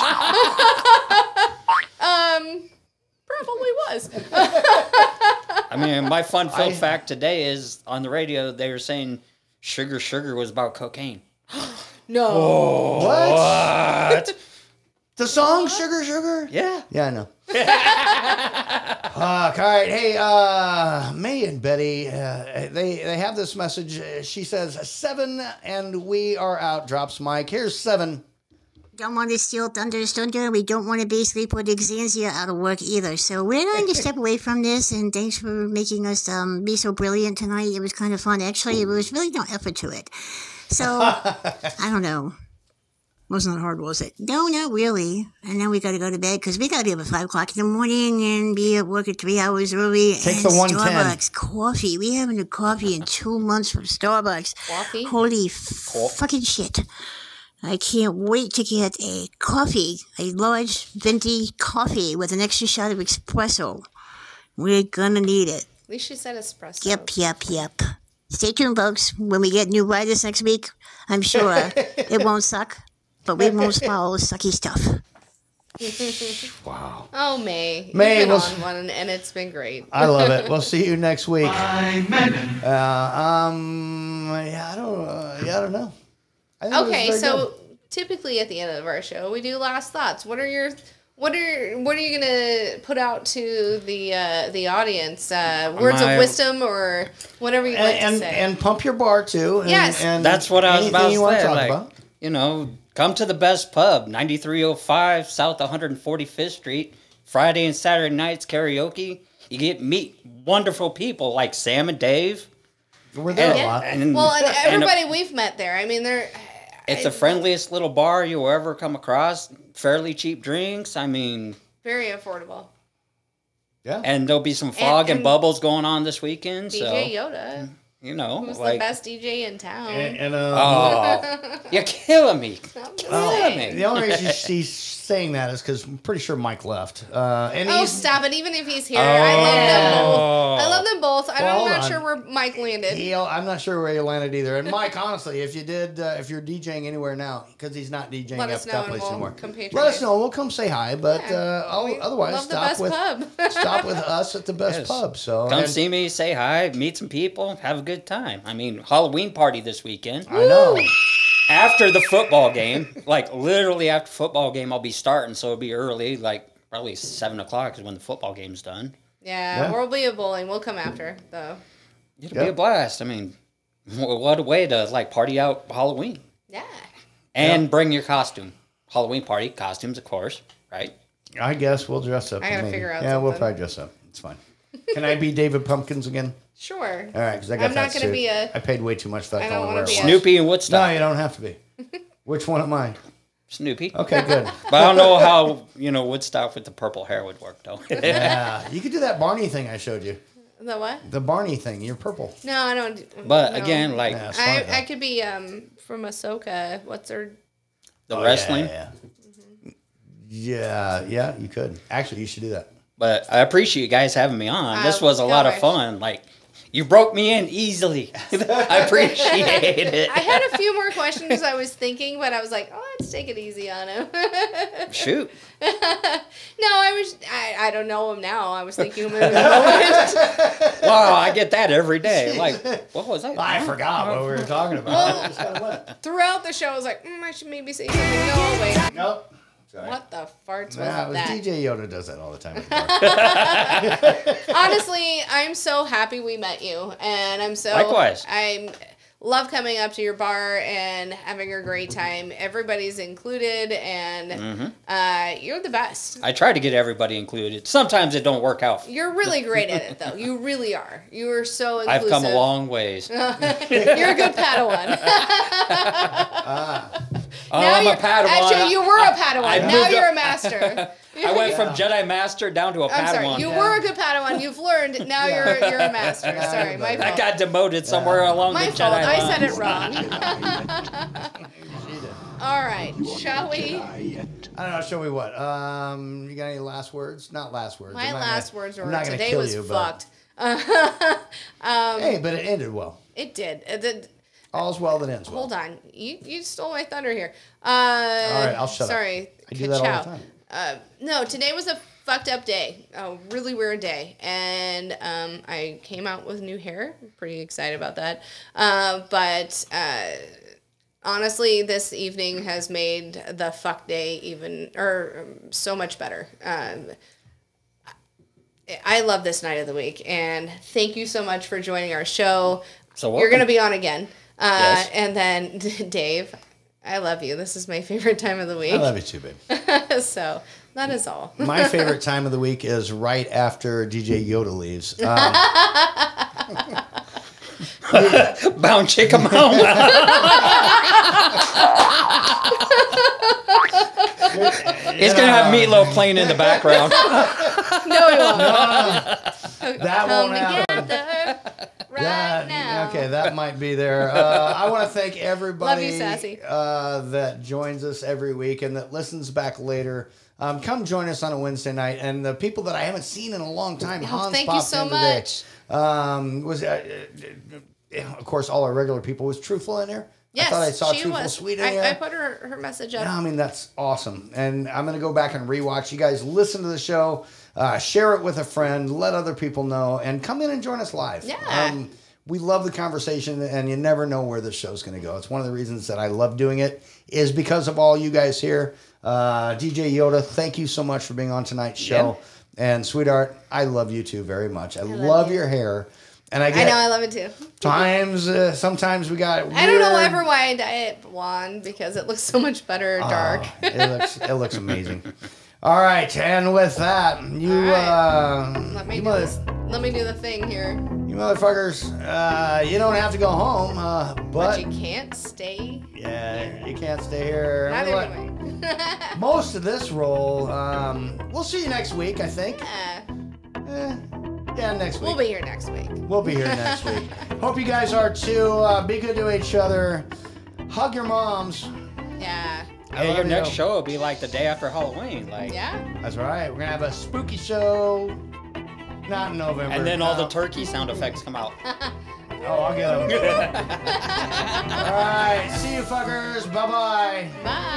S7: um, probably was.
S11: I mean, my fun filled fact today is on the radio they were saying sugar sugar was about cocaine.
S7: No.
S8: Oh. What? The song Sugar Sugar?
S11: Yeah.
S8: Yeah, I know. Fuck. All right. Hey, uh, May and Betty, uh, they, they have this message. Uh, She says, Seven and we are out. Drops Mike. Here's seven.
S5: Don't want to steal Thunder's thunder. We don't want to basically put Xanzia out of work either. So we're going to step away from this. And thanks for making us um, be so brilliant tonight. It was kind of fun. Actually, there was really no effort to it. So I don't know. Wasn't that hard, was it? No, not really. And now we got to go to bed because we got to be up at five o'clock in the morning and be at work at three hours early.
S8: Take
S5: and
S8: the 110.
S5: Starbucks coffee. We haven't had coffee in two months from Starbucks.
S7: Coffee?
S5: Holy fucking shit! I can't wait to get a coffee, a large venti coffee with an extra shot of espresso. We're gonna need it.
S7: At least she said espresso.
S5: Yep, yep, yep. Stay tuned, folks. When we get new writers next week, I'm sure it won't suck, but we won't swallow sucky stuff.
S8: Wow.
S7: Oh, May. You've
S8: May
S7: been
S8: was-
S7: on one, and it's been great.
S8: I love it. We'll see you next week. Uh, um, yeah, I don't, uh, yeah, I don't know. I think it was
S7: okay,
S8: very
S7: so
S8: good.
S7: typically at the end of our show, we do last thoughts. What are your what are what are you gonna put out to the uh, the audience? Uh, words
S8: My-
S7: of wisdom or whatever you
S8: and,
S7: like to
S8: and,
S7: say.
S8: and pump your bar too. And,
S7: Yes.
S8: and
S11: That's what I was
S8: anything
S11: about to
S8: you wanna
S11: say.
S8: talk
S11: Like,
S8: about.
S11: you know, come to the best pub, 9305 South 145th Street, Friday and Saturday nights karaoke. You get meet wonderful people like Sam and Dave.
S8: We're
S7: Yeah. well, and everybody we've met there. I mean, they're
S11: it's the friendliest little bar you'll ever come across. Fairly cheap drinks. I mean,
S7: very affordable.
S8: yeah.
S11: And there'll be some fog and,
S7: and
S11: bubbles going on this weekend. so
S7: DJ Yoda,
S11: you know,
S7: who's
S11: like
S7: the best DJ in town.
S8: And- Oh, and,
S11: oh, you're killing me. Killing me.
S8: The only reason she's saying that is because I'm pretty sure Mike left. Uh, and
S7: oh,
S8: he's,
S7: stop it! Even if he's here, I love them both. I love them both. I don't-
S8: Well, hold
S7: I'm not
S8: on.
S7: sure where Mike landed.
S8: Neil, I'm not sure where he landed either. And Mike, honestly, if you did, uh, if you're DJing anywhere now, because he's not DJing
S7: Let
S8: up
S7: us know
S8: at that
S7: and
S8: place
S7: we'll
S8: anymore.
S7: come
S8: Let us know. We'll come say hi. But
S7: Yeah.
S8: uh,
S7: We
S8: oh, otherwise,
S7: love the
S8: stop
S7: best
S8: with
S7: pub.
S8: stop with us at the best
S11: Yes.
S8: pub. So
S11: Come
S8: Oh, and-
S11: see me, say hi, meet some people, have a good time. I mean, Halloween party this weekend.
S8: I know.
S11: After the football game, like literally after football game, I'll be starting, so it'll be early, like probably seven o'clock is when the football game's done.
S7: Yeah,
S11: Yeah.
S7: we'll be a bowling. We'll come after though.
S11: It'll be a blast. I mean, wh- what a way to like party out Halloween
S7: Yeah.
S11: and bring your costume. Halloween party costumes, of course, right?
S8: I guess we'll dress up.
S11: I gotta
S8: maybe.
S11: figure out
S8: Yeah, we'll
S11: something.
S8: probably dress up. It's fine. Can I be David Pumpkins again?
S7: Sure.
S8: All right, because I got
S7: I'm
S8: that
S7: not gonna
S8: suit.
S7: be a-
S8: I paid way too much for
S7: I
S8: that.
S7: don't
S8: color
S7: wanna
S8: wear it
S7: be a-
S8: once.
S11: Snoopy and Woodstock.
S8: No, you don't have to be. Which one am I?
S11: Snoopy.
S8: Okay, good.
S11: but I don't know how you know Woodstock with the purple hair would work though.
S8: yeah, you could do that Barney thing I showed you.
S7: The what?
S8: The Barney thing. You're purple.
S7: No, I don't.
S11: But
S7: no.
S11: again, like- Yeah, it's
S7: I,
S11: fine,
S7: I could be um from Ahsoka. What's her?
S11: The
S8: Oh, yeah,
S11: wrestling.
S8: Yeah yeah. yeah, yeah, you could. Actually, you should do that.
S11: But I appreciate you guys having me on. this
S7: Um,
S11: was a
S7: no
S11: lot of
S7: worries.
S11: fun. Like you broke me in easily. I appreciate it.
S7: I had a few more questions I was thinking, but I was like, oh, let's take it easy on him.
S11: Shoot.
S7: no, I was. I, I don't know him now. I was thinking of him in the moment.
S11: Wow, I get that every day. Like, what was I?
S8: I forgot what we were talking
S7: Oh.
S8: about.
S7: Throughout the show, I was like, mm, I should maybe say something. No, wait.
S8: Nope. Sorry.
S7: What the farts was
S8: Nah, it was
S7: that?
S8: DJ Yoda does that all the time.
S7: Honestly, I'm so happy we met you, and I'm so
S8: Likewise.
S7: I'm love coming up to your bar and having a great time. Everybody's included, and
S11: Mhm.
S7: uh, you're the best.
S11: I try to get everybody included. Sometimes it don't work out.
S7: You're really great at it, though. You really are. You are so inclusive.
S11: I've come a long ways.
S7: you're a good Padawan.
S11: Oh,
S7: Now
S11: I'm
S7: you're-
S11: a Padawan.
S7: Ah. Actually, you were a Padawan.
S11: I
S7: now
S11: moved
S7: you're
S11: up-
S7: a master.
S11: I went from Jedi Master down to a
S7: I'm
S11: Padawan.
S7: sorry. You were a good Padawan. You've learned. Now you're you're a master. Sorry, my
S11: I
S7: fault.
S11: got demoted somewhere along
S7: My
S11: the
S7: fault.
S11: Jedi
S7: I said
S11: line.
S7: it wrong. All right. Shall we?
S8: I don't know. Show me what. Um, you got any last words? Not last words.
S7: My
S8: I'm not
S7: last
S8: gonna-
S7: words
S8: I'm
S7: were
S8: not gonna
S7: today
S8: kill
S7: was
S8: you, but-
S7: fucked. um,
S8: Hey, but it ended well.
S7: it did. It did.
S8: All's well that ends well.
S7: Hold on. You you stole my thunder here. Uh,
S8: All right, I'll shut up.
S7: sorry.
S8: I do that all the
S7: Ka-chow.
S8: time.
S7: Uh, no, today was a fucked up day. A really weird day. And um, I came out with new hair. Pretty excited about that. Uh, but uh, honestly, this evening has made the fuck day even, or um, so much better. Um, I love this night of the week, and thank you so much for joining our show.
S11: So
S7: You're
S11: welcome.
S7: going to be on again. Uh,
S11: Yes.
S7: And then, Dave, I love you. This is my favorite time of the week.
S8: I love you too, babe.
S7: so that is all.
S8: My favorite time of the week is right after DJ Yoda leaves. Um,
S11: Bound chicka It's gonna have meatloaf playing in the background.
S7: no, it won't.
S8: that
S7: Come
S8: won't happen. that, Okay, that might be there. Uh, I want to thank everybody
S7: Love you, Sassy.
S8: Uh, that joins us every week and that listens back later. Um, come join us on a Wednesday night. And the people that I haven't seen in a long time,
S7: Oh,
S8: Hans
S7: thank you
S8: popped
S7: so
S8: in today.
S7: much.
S8: Um, was uh, uh, uh, of course all our regular people. Was Truthful in there?
S7: Yes,
S8: I thought I saw
S7: she
S8: Truthful
S7: was.
S8: Sweet in there.
S7: I, I put her, her message up.
S8: Yeah, I mean, that's awesome. And I'm going to go back and rewatch. You guys listen to the show, uh, share it with a friend, let other people know, and come in and join us live.
S7: Yeah.
S8: Um, we love the conversation, and you never know where this show's going to go. It's one of the reasons that I love doing it is because of all you guys here. Uh, DJ Yoda, thank you so much for being on tonight's show. And sweetheart, I love you too very much. I, love, your hair, and I
S7: I,
S8: get
S7: know, I love it too.
S8: times. Uh, sometimes we got.
S7: I don't know
S8: weird-
S7: ever
S8: Ah,
S7: why I dye it blonde because it looks so much better dark.
S8: Oh, it looks it looks amazing. All right, and with that, you uh,
S7: Let me
S8: you
S7: do
S8: mother-
S7: this. Let me do the thing here.
S8: you motherfuckers, uh, you don't have to go home, uh,
S7: But,
S8: but
S7: you can't stay.
S8: yeah, you can't stay here.
S7: Neither
S8: We let-
S7: do I.
S8: most of this roll. Um, we'll see you next week, I think. Eh,
S7: Yeah.
S8: yeah, next
S7: We'll be here next week.
S8: We'll be here next week. Hope you guys are too. Uh, be good to each other. Hug your moms.
S7: Yeah.
S11: Yeah,
S8: I
S11: your
S8: love
S11: next
S8: you.
S11: show will be like the day after Halloween. Like
S7: Yeah.
S8: That's right. We're gonna have a spooky show. Not in November.
S11: And then all the
S8: No.
S11: turkey sound effects come out.
S8: Oh, I'll get them. all right. See you fuckers. Bye-bye.
S7: Bye.